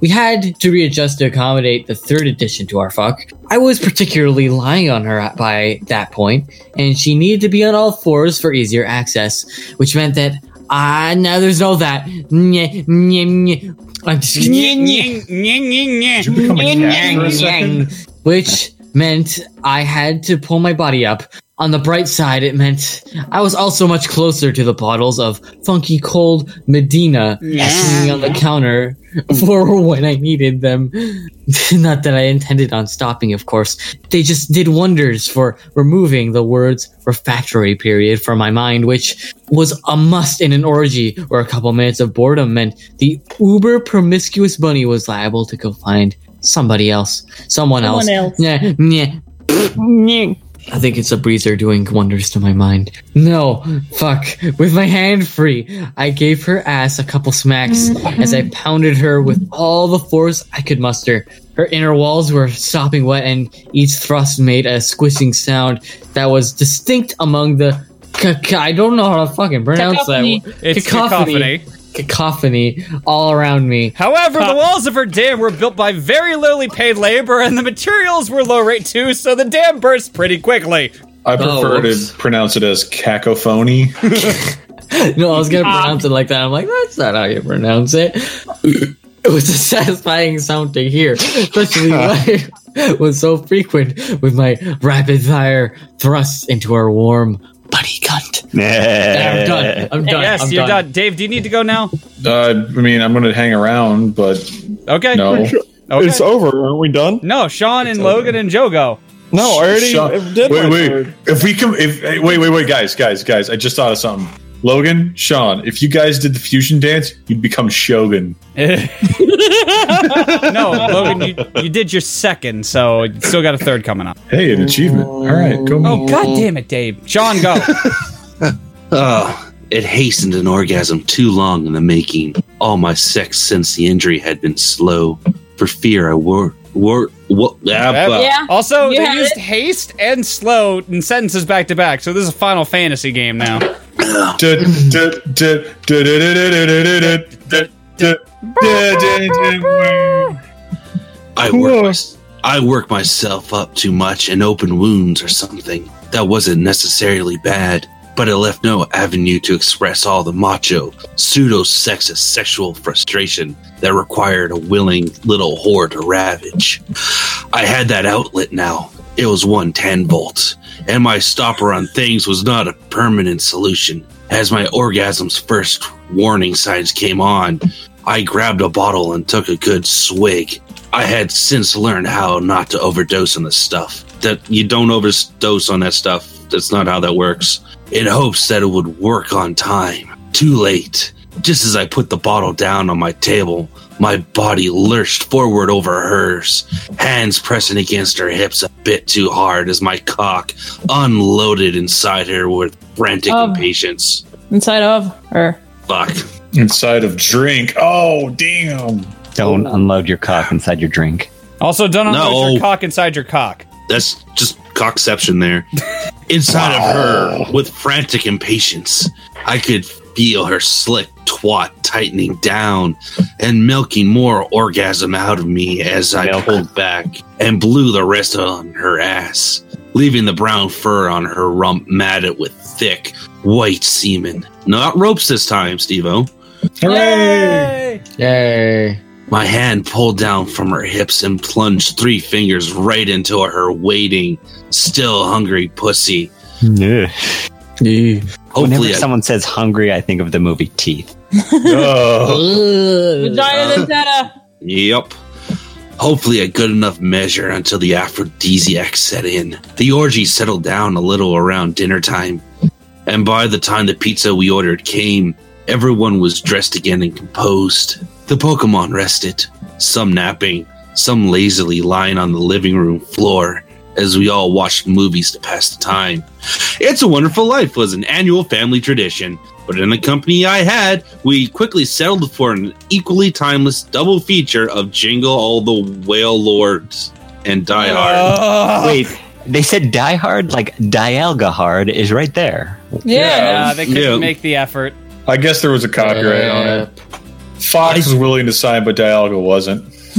F: We had to readjust to accommodate the third edition to our fuck. I was particularly lying on her by that point, and she needed to be on all fours for easier access, which meant that ah, now there's no that. Nyeh, nyeh, nyeh. I'm just which meant I had to pull my body up. On the bright side, it meant I was also much closer to the bottles of funky cold Medina hanging on the counter for when I needed them. Not that I intended on stopping, of course. They just did wonders for removing the words refractory period from my mind, which was a must in an orgy or a couple minutes of boredom meant the uber promiscuous bunny was liable to go find somebody else, someone,
I: Someone else.
F: Yeah, yeah. I think it's a breezer doing wonders to my mind. No, fuck. With my hand free, I gave her ass a couple smacks as I pounded her with all the force I could muster. Her inner walls were sopping wet, and each thrust made a squishing sound that was distinct among the. Caca- I don't know how to fucking pronounce that.
E: Cacophony. It's cacophony.
F: Cacophony all around me.
E: However, the walls of her dam were built by very lowly paid labor, and the materials were low rate too, so the dam burst pretty quickly.
F: Oh,
C: I prefer to pronounce it as cacophony.
F: no, I was
J: Um,
F: gonna pronounce it like that. I'm like, that's not how you pronounce it. It was a satisfying sound to hear, especially when it was so frequent with my rapid fire thrusts into her warm buddy cunt. I'm done. I'm done.
E: Yes,
F: I'm
E: you're done. Dave, do you need to go now?
C: Uh, I mean, I'm going to hang around, but
E: Okay.
C: no.
E: It's
K: over. Aren't we done?
E: No, Sean and Logan and Joe go.
K: No, I already
C: Shut-
K: did
C: wait,
K: my
C: wait.
K: third.
C: If we come, if hey, wait, wait, wait, guys, guys, guys. I just thought of something. Logan, Sean, if you guys did the fusion dance, you'd become Shogun.
E: no, Logan, you, you did your second, so you still got a third coming up.
C: Hey, an achievement. All right, go.
E: Oh, god damn it, Dave. Sean, go.
J: Oh, it hastened an orgasm too long in the making. All my sex since the injury had been slow, for fear I were were what.
E: Yeah. Also,
I: You
E: they
I: had
E: used
I: it.
E: haste and slow in sentences back to back, so this is a Final Fantasy game now.
J: I work, mys- I work myself up too much and open wounds or something. That wasn't necessarily bad, but it left no avenue to express all the macho, pseudo sexist sexual frustration that required a willing little whore to ravage. I had that outlet now. It was 110 volts, and my stopper on things was not a permanent solution. As my orgasm's first warning signs came on, I grabbed a bottle and took a good swig. I had since learned how not to overdose on this stuff. That you don't overdose on that stuff. That's not how that works. In hopes that it would work on time. Too late. Just as I put the bottle down on my table, my body lurched forward over hers, hands pressing against her hips a bit too hard as my cock unloaded inside her with frantic
I: Um.
J: impatience.
I: Inside of her.
J: Fuck.
C: Inside of drink. Oh, damn.
H: Don't unload your cock inside your drink.
E: Also, don't unload
J: No.
E: your cock inside your cock.
J: That's just cockception there. Inside of her, with frantic impatience, I could feel her slick twat tightening down and milking more orgasm out of me as I pulled back and blew the rest on her ass, leaving the brown fur on her rump matted with thick white semen. Not ropes this time, Stevo.
F: Hooray! Yay!
J: My hand pulled down from her hips and plunged three fingers right into her waiting, still hungry pussy.
H: Yeah. Whenever
J: I-
H: someone says hungry, I think of the movie Teeth.
I: Vagina antenna.
J: Yep. Hopefully, a good enough measure until the aphrodisiac set in. The orgy settled down a little around dinner time, and by the time the pizza we ordered came, everyone was dressed again and composed. The Pokemon rested, some napping, some lazily lying on the living room floor as we all watched movies to pass the time. It's a Wonderful Life was an annual family tradition, but in the company I had, we quickly settled for an equally timeless double feature of Jingle All the Whale Lords and Die Hard.
H: Wait, they said Die Hard? Like, Dialgahard is right there.
E: Yeah, they couldn't
C: Yeah.
E: make the effort.
C: I guess there was a copyright on it. Fox was willing to sign, but Dialga wasn't.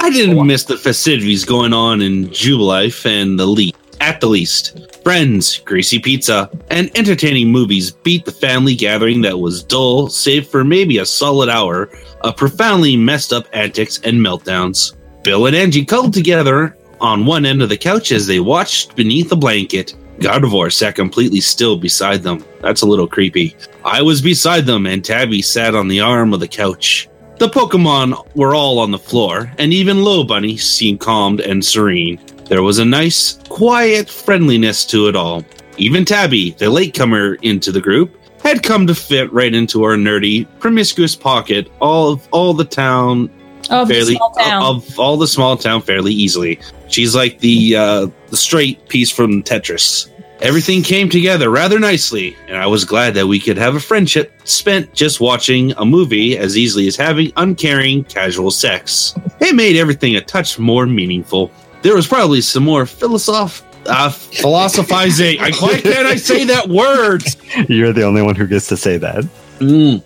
J: I didn't miss the festivities going on in Jubilife and the least, at the least. Friends, greasy pizza, and entertaining movies beat the family gathering that was dull, save for maybe a solid hour of profoundly messed up antics and meltdowns. Bill and Angie cuddled together on one end of the couch as they watched beneath a blanket. Gardevoir sat completely still beside them. That's a little creepy. I was beside them, and Tabby sat on the arm of the couch. The Pokemon were all on the floor, and even Low Bunny seemed calmed and serene. There was a nice, quiet friendliness to it all. Even Tabby, the latecomer into the group, had come to fit right into our nerdy, promiscuous pocket all of all the town
I: Of the small town.
J: of all the small town fairly easily. She's like the uh, the straight piece from Tetris. Everything came together rather nicely, and I was glad that we could have a friendship spent just watching a movie as easily as having uncaring casual sex. It made everything a touch more meaningful. There was probably some more philosoph uh, philosophizing. I, why can't I say that word?
H: You're the only one who gets to say that.
J: Mm.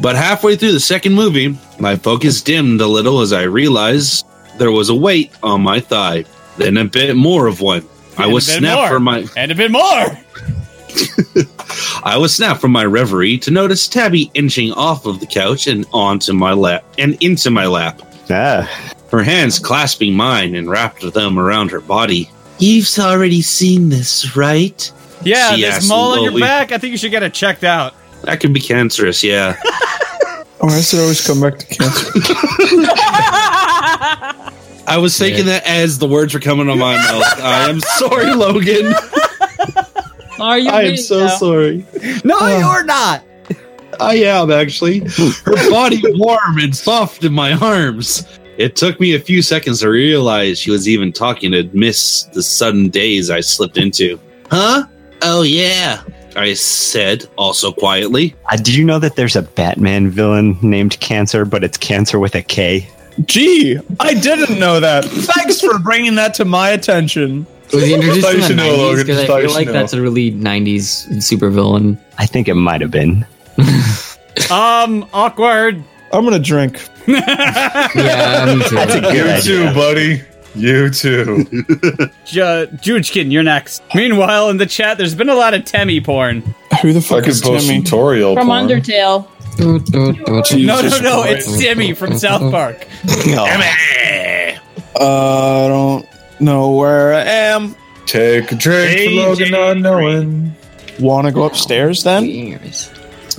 J: But halfway through the second movie, my focus dimmed a little as I realized there was a weight on my thigh, then a bit more of one. I
E: And
J: was
E: a bit
J: snapped
E: more.
J: from my
E: and a bit more.
J: I was snapped from my reverie to notice Tabby inching off of the couch and onto my lap and into my lap. Her hands clasping mine and wrapped them around her body. You've already seen this, right?
E: Yeah,
J: She
E: this
J: asked
E: mole on your
J: lowly.
E: back. I think you should get it checked out.
J: That could be cancerous, yeah.
K: Or Oh, I should always come back to cancer.
J: I was taking that as the words were coming on my mouth. I am sorry, Logan.
I: Are you?
J: I am
I: ready
J: so
I: now?
J: sorry. No, you're not. I am actually. Her body warm and soft in my arms. It took me a few seconds to realize she was even talking to miss the sudden daze I slipped into. Huh? Oh yeah, I said, also quietly.
H: Uh, did you know that there's a Batman villain named Cancer, but it's Cancer with a K?
K: Gee, I didn't know that. Thanks for bringing that to my attention.
F: Was he introduced
K: Thought you
F: in
K: should
F: the
K: know,
F: 90s?
K: Logan.
F: Because I
K: Thought you
F: feel
K: should
F: like
K: know.
F: that's a really 90s supervillain.
H: I think it might have been.
E: Um, awkward.
K: I'm gonna drink.
F: yeah, me too.
H: That's a good
C: You
H: idea.
C: too, buddy. You too.
E: Ju- Jujkin, you're next. Meanwhile, in the chat, there's been a lot of Temi porn.
K: Who the fuck
C: is post
K: Timmy?
C: tutorial
I: From
C: porn.
I: Undertale.
E: no, no,
K: Jesus
E: no,
K: Christ.
E: it's Timmy from South Park.
K: Uh, I don't know where I am.
C: Take a drink for Logan not knowing.
K: Wanna go upstairs then?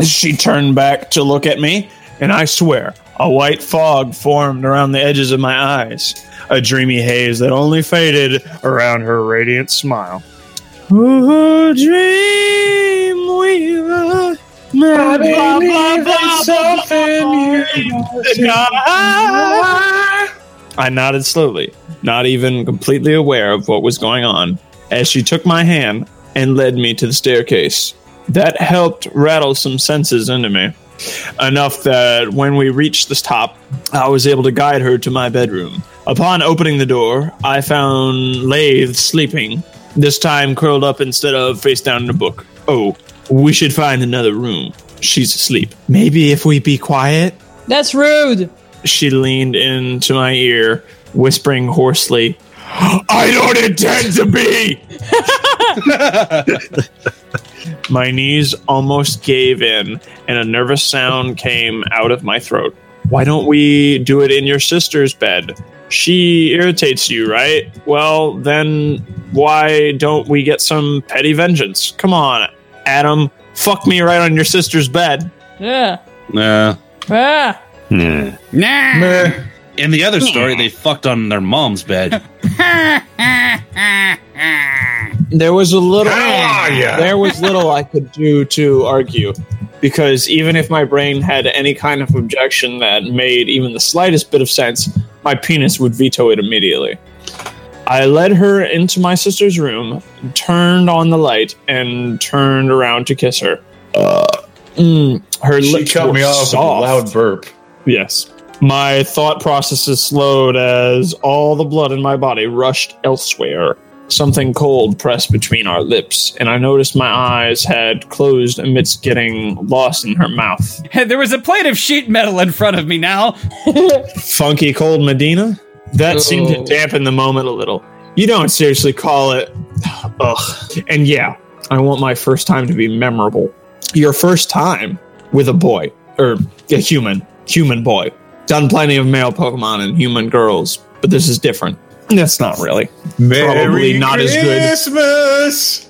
K: She turned back to look at me, and I swear, a white fog formed around the edges of my eyes, a dreamy haze that only faded around her radiant smile. Oh, dream weaver, my I nodded slowly, not even completely aware of what was going on, as she took my hand and led me to the staircase. That helped rattle some senses into me. Enough that when we reached the top, I was able to guide her to my bedroom. Upon opening the door, I found Lathe sleeping, this time curled up instead of face down in a book. Oh, We should find another room. She's asleep. Maybe if we be quiet.
I: That's rude.
K: She leaned into my ear, whispering hoarsely, I don't intend to be. my knees almost gave in, and a nervous sound came out of my throat. Why don't we do it in your sister's bed? She irritates you, right? Well, then why don't we get some petty vengeance? Come on, Adam. Fuck me right on your sister's bed.
I: Yeah.
J: Nah.
I: Ah.
J: Nah. In the other story, they fucked on their mom's bed.
K: There was a little. There was little I could do to argue, because even if my brain had any kind of objection that made even the slightest bit of sense, my penis would veto it immediately. I led her into my sister's room, turned on the light, and turned around to kiss her. Uh, mm, her
C: She
K: lips
C: cut
K: were
C: me off with a
K: soft.
C: loud burp.
K: Yes. My thought processes slowed as all the blood in my body rushed elsewhere. Something cold pressed between our lips, and I noticed my eyes had closed amidst getting lost in her mouth.
E: there was a plate of sheet metal in front of me now.
K: Funky cold Medina? That seemed to
E: Oh.
K: dampen the moment a little. You don't seriously call it. Ugh. And yeah, I want my first time to be memorable. Your first time with a boy, or a human, human boy. Done plenty of male Pokemon and human girls, but this is different. That's not really. Probably not as
C: Christmas.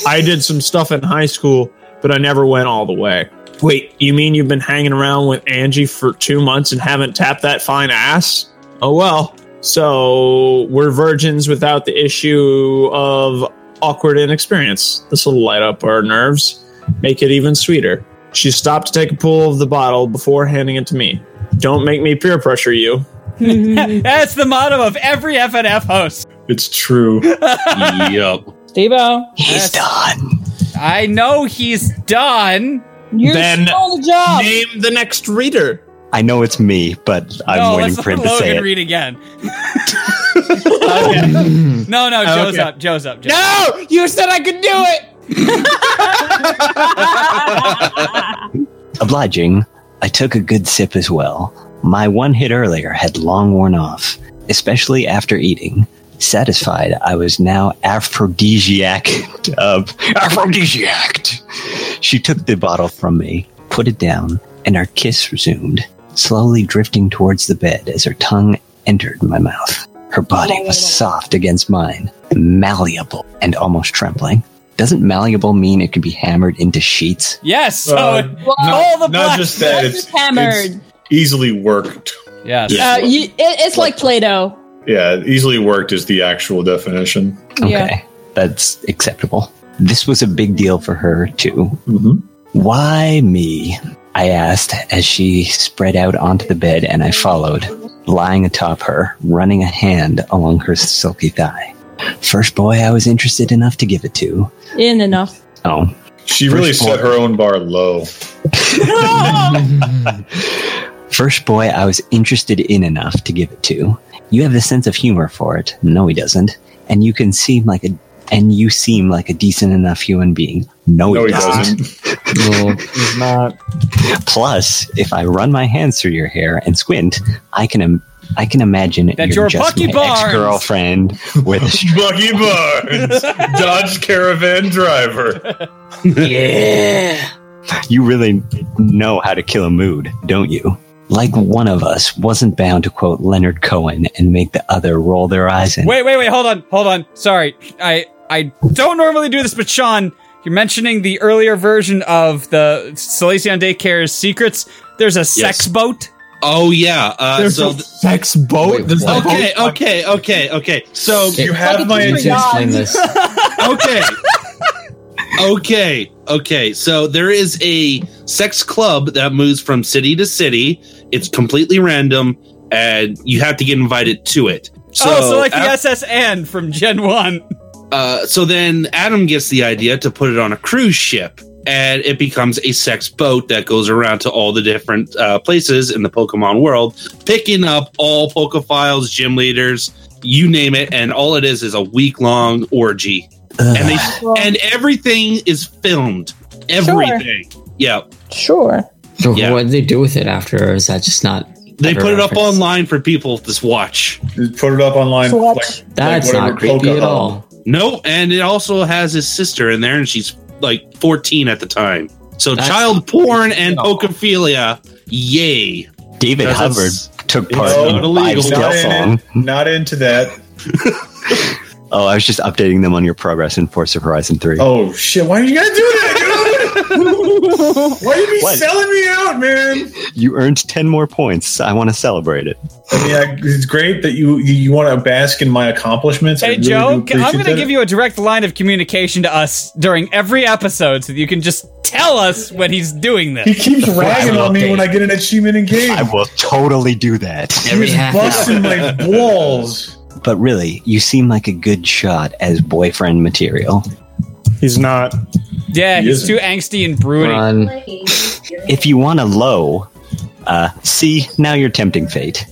K: good. I did some stuff in high school, but I never went all the way. Wait, you mean you've been hanging around with Angie for two months and haven't tapped that fine ass? Oh well. So we're virgins without the issue of awkward inexperience. This will light up our nerves, make it even sweeter. She stopped to take a pull of the bottle before handing it to me. Don't make me peer pressure you.
E: That's the motto of every FNF host.
K: It's true.
J: yep.
I: Steve
E: He's done. I know he's done.
I: You
H: Then stole
I: the job.
K: Name the next reader.
H: I know it's me, but I'm
E: no,
H: waiting
E: let's
H: for him
E: let
H: to
E: Logan
H: say it.
E: read again. No,
K: Oh,
E: no, Joe's
H: Okay.
E: up. Joe's up. Joe's
I: No! You said I could do it!
H: Obliging, I took a good sip as well. My one hit earlier had long worn off, especially after eating. Satisfied, I was now aphrodisiac of aphrodisiac. She took the bottle from me, put it down, and our kiss resumed, slowly drifting towards the bed as her tongue entered my mouth. Her body was soft against mine, malleable and almost trembling. Doesn't malleable mean it could be hammered into sheets?
E: Yes. So
C: Uh,
I: Well,
C: not,
I: all the
C: not
I: black
C: just that.
I: stuff
C: It's,
I: is hammered.
C: it's easily worked.
E: Yes.
I: Uh, you, it, it's like Play-Doh.
C: yeah, easily worked is the actual definition.
I: Yeah.
H: That's acceptable. This was a big deal for her, too. Why me? I asked as she spread out onto the bed and I followed, lying atop her, running a hand along her silky thigh. First boy I was interested enough to give it to.
I: In enough.
H: Oh.
C: She really set her own bar low.
H: First boy I was interested in enough to give it to. You have the sense of humor for it. No, he doesn't. And you can seem like a and you seem like a decent enough human being. No,
C: No, he
H: he doesn't.
K: He's not.
H: Plus, if I run my hands through your hair and squint, I can Im- I can imagine that
C: you're
H: just
C: Bucky
H: my
C: Barnes.
H: ex-girlfriend with a
C: Bucky Barnes, Dodge Caravan driver.
H: yeah. You really know how to kill a mood, don't you? Like one of us wasn't bound to quote Leonard Cohen and make the other roll their eyes and
E: Wait, wait, wait, hold on, hold on. Sorry. I I don't normally do this, but Sean, you're mentioning the earlier version of the Salesian Daycare's secrets. There's a sex boat.
J: Oh yeah. Uh,
E: There's
J: so
E: a
J: th-
K: sex boat.
J: okay, okay, okay, okay. So
N: You have my
J: okay. Okay. Okay. So there is a sex club that moves from city to city. It's completely random and you have to get invited to it. So, uh,
E: oh, so like the
J: af-
E: SSN from Gen 1.
J: uh, so then Adam gets the idea to put it on a cruise ship and it becomes a sex boat that goes around to all the different uh, places in the Pokemon world, picking up all Pokophiles, gym leaders, you name it. And all it is is a week long orgy. And they and everything is filmed. everything. Yeah.
I: Sure.
J: Yeah.
F: What did they do with it after? Or is that just not?
J: They
F: ever
J: put it up
F: referenced?
J: online for people to just watch.
C: Put it up online.
I: Swatch.
J: Like,
F: That's
J: whatever
F: not creepy
J: Poca
F: at
J: Hub.
F: all.
J: No, and it also has his sister in there, and she's like 14 at the time. So
H: That's
J: child porn and pokophilia, yay.
H: David
J: That's-
H: Hubbard took
J: it's
H: part
J: not
H: in
J: illegal.
H: Five Scale Song.
C: Not into that.
H: Oh, I was just updating them on your progress in Forza Horizon 3.
C: Oh, shit. Why are you guys doing that, dude? Why you be
H: What?
C: selling me out, man?
H: You earned 10 more points. I want to celebrate it.
C: I mean, I, it's great that you you, want to bask in my accomplishments.
E: Hey, Joe, c- I'm going to give you a direct line of communication to us during every episode so that you can just tell us when he's doing this.
C: He keeps ragging on me when I get an achievement in game.
H: I will totally do that.
C: He's busting my balls.
H: But really, you seem like a good shot as boyfriend material.
K: He's not.
E: Yeah,
H: He
E: he's
H: isn't.
E: too angsty and broody.
H: Run. If you want a low, uh, see, now you're tempting fate.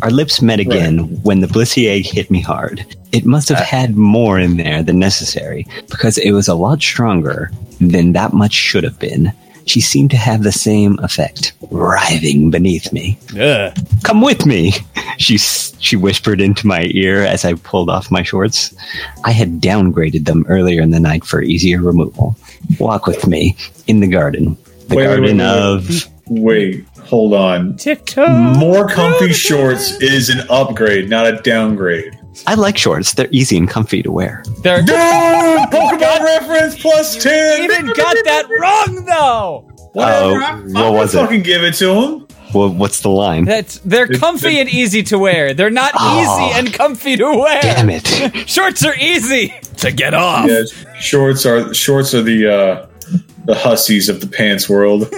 H: Our lips met again when the blissy egg hit me hard. It must have had more in there than necessary because it was a lot stronger than that much should have been. She seemed to have the same effect, writhing beneath me. Come with me, she s- she whispered into my ear as I pulled off my shorts. I had downgraded them earlier in the night for easier removal. Walk with me in the garden,
C: Wait,
H: the
C: wait, wait,
H: garden
C: wait,
H: of.
C: Wait, hold on.
E: TikTok.
C: More
E: oh,
C: comfy shorts is an upgrade, not a downgrade.
H: I like shorts; they're easy and comfy to wear.
E: They're-
C: Dude, Pokemon reference plus 10.
E: even got that wrong, though.
H: Oh, what was it?
C: Fucking give it to him.
H: Well, what's the line?
E: That's they're comfy and easy to wear. They're not
H: Oh,
E: easy and comfy to wear.
H: Damn it!
E: Shorts are easy to get off.
C: Yeah, shorts are shorts are the uh, the hussies of the pants world.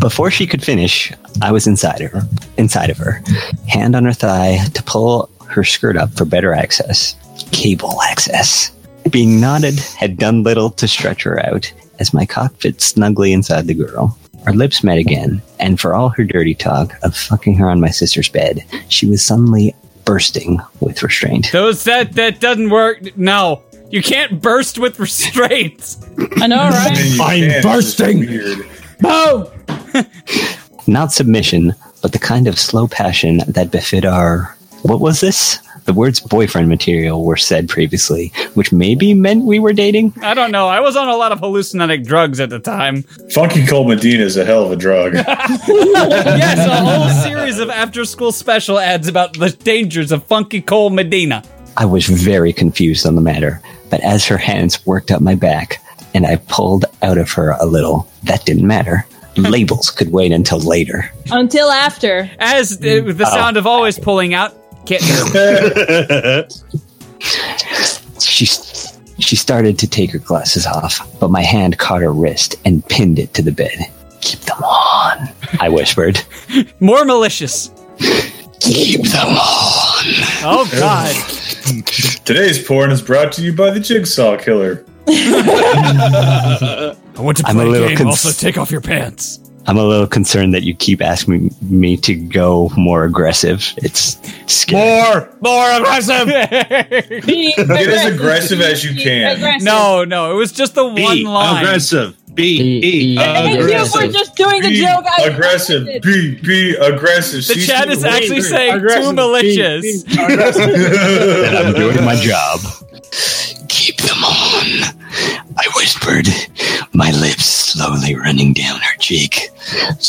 H: Before she could finish, I was inside her, inside of her, hand on her thigh to pull her skirt up for better access, cable access. Being knotted had done little to stretch her out as my cock fit snugly inside the girl. Our lips met again, and for all her dirty talk of fucking her on my sister's bed, she was suddenly bursting with restraint.
E: Those that that doesn't work. No, you can't burst with restraint.
I: I know, right?
H: I'm bursting.
I: Boom.
H: Not submission, but the kind of slow passion that befit our. What was this? The words boyfriend material were said previously, which maybe meant we were dating?
E: I don't know. I was on a lot of hallucinogenic drugs at the time.
C: Funky Cold Medina is a hell of a drug.
E: yes, uh-huh. a whole series of after-school special ads about the dangers of funky Cole Medina.
H: I was very confused on the matter, but as her hands worked up my back and I pulled out of her a little, that didn't matter. Labels could wait until later.
I: Until after.
E: As uh, the
H: Oh.
E: sound of always pulling out. Can't
H: She she started to take her glasses off, but my hand caught her wrist and pinned it to the bed. Keep them on, I whispered.
E: More malicious.
H: Keep them on.
E: Oh God.
C: Today's porn is brought to you by the Jigsaw Killer.
Q: I want to play
H: I'm a
Q: a
H: little
Q: game.
H: cons-
Q: also, take off your pants.
H: I'm a little concerned that you keep asking me to go more aggressive. It's scary.
Q: More, more aggressive.
I: Be
C: Get as aggressive as you can.
E: No, no, it was just the
C: Oh,
E: one
D: um,
E: line.
J: aggressive. B E
I: Thank you. We're
J: aggressive.
I: just doing the
C: Be
I: joke. I
C: aggressive. Be be aggressive.
E: The chat is actually saying too malicious.
H: That I'm doing my job. Keep them on. I whispered, my lips slowly running down her cheek,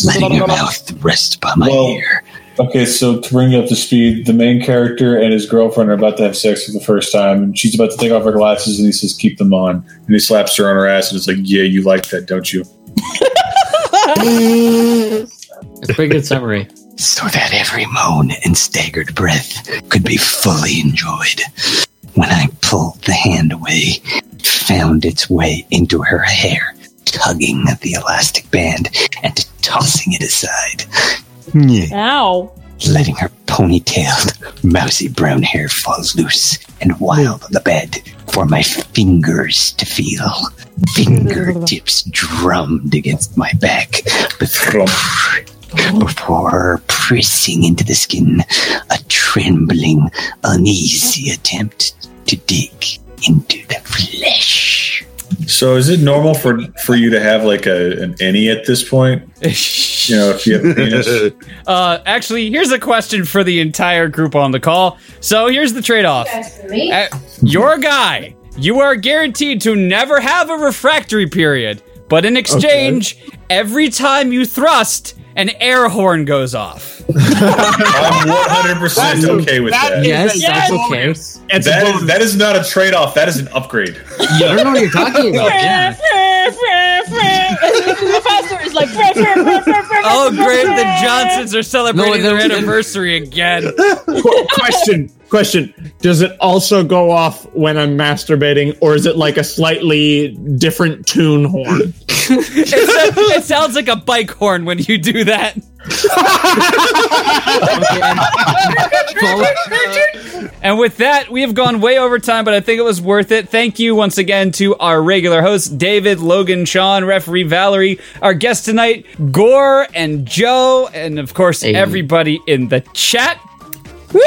H: letting her mouth rest by my
C: Well-
H: ear.
C: Okay, so to bring you up to speed, the main character and his girlfriend are about to have sex for the first time, and she's about to take off her glasses, and he says, "Keep them on," and he slaps her on her ass, and it's like, "Yeah, you like that, don't you?"
F: That's a pretty good summary.
H: so that every moan and staggered breath could be fully enjoyed. When I pulled the hand away, it found its way into her hair, tugging at the elastic band and tossing it aside, Yeah.
I: Ow.
H: letting her ponytailed, mousy brown hair fall loose and wild on the bed for my fingers to feel. Fingertips drummed against my back before before pressing into the skin, a trembling, uneasy attempt to dig into the flesh.
C: So is it normal for for you to have like a an any at this point? You know, if you have a penis.
E: Uh, actually, here's a question for the entire group on the call. So here's the trade-off. Uh, you're a guy. You are guaranteed to never have a refractory period, but in exchange, every time you thrust, an air horn goes off.
C: I'm 100 percent okay with that.
F: It's
C: That
F: a
C: is, that is not a trade off. That is an upgrade.
F: I don't know what you're talking about. Yeah.
I: the professor is like, "Frah, frah, frah, frah, frah,
E: Oh,
I: frah,
E: great!
I: frah,
E: The
I: frah."
E: Johnsons are
K: No,
E: celebrating their
K: that was-
E: anniversary again.
K: Qu- question question does it also go off when i'm masturbating or is it like a slightly different tune horn
E: It, sounds, it sounds like a bike horn when you do that. and with that, we have gone way over time, but I think it was worth it. Thank you once again to our regular hosts, David, Logan, Sean, referee Valerie, our guest tonight, Gore and Joe, and of course, everybody in the chat. We,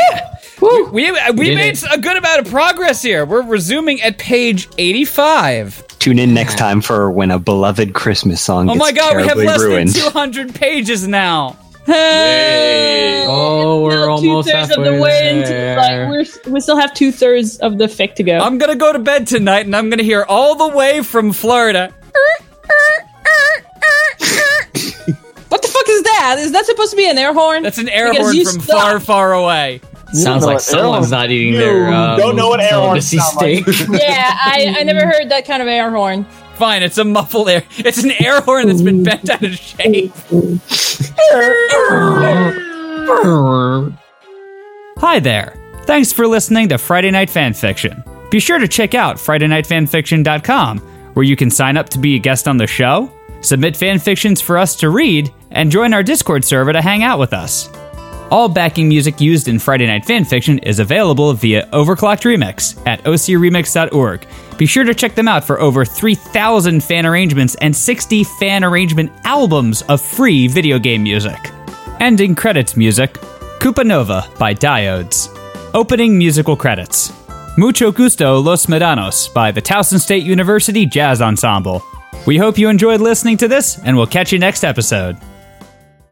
E: we, we
H: Did
E: made a good amount of progress here. We're resuming at page 85.
H: Tune in next time for when a beloved Christmas song.
E: Oh
H: gets
E: my god, we have
H: terribly
E: less
H: ruined.
E: than 200 pages now.
F: Oh, we're almost
I: Two-thirds of the
F: halfway
I: way into like
F: there.
I: we're, we still have two thirds of the fic to go.
E: I'm gonna go to bed tonight and I'm gonna hear all the way from Florida.
I: what the fuck is that? Is that supposed to be an air horn? That's
E: an air horn from far, far away.
F: Sounds like someone's not eating their. Um, celibacy steak.
I: yeah, I, I never heard that kind of air horn.
E: Fine, it's a muffled air. It's an air horn that's been bent out of shape. Hi there. Thanks for listening to Friday Night Fanfiction. Be sure to check out FridayNightFanfiction.com, where you can sign up to be a guest on the show, submit fanfictions for us to read, and join our Discord server to hang out with us. All backing music used in Friday Night Fanfiction is available via Overclocked Remix at ocremix.org. Be sure to check them out for over 3,000 fan arrangements and 60 fan arrangement albums of free video game music. Ending credits music Koopa Nova by Diodes. Opening musical credits Mucho Gusto Los Medanos by the Towson State University Jazz Ensemble. We hope you enjoyed listening to this, and we'll catch you next episode.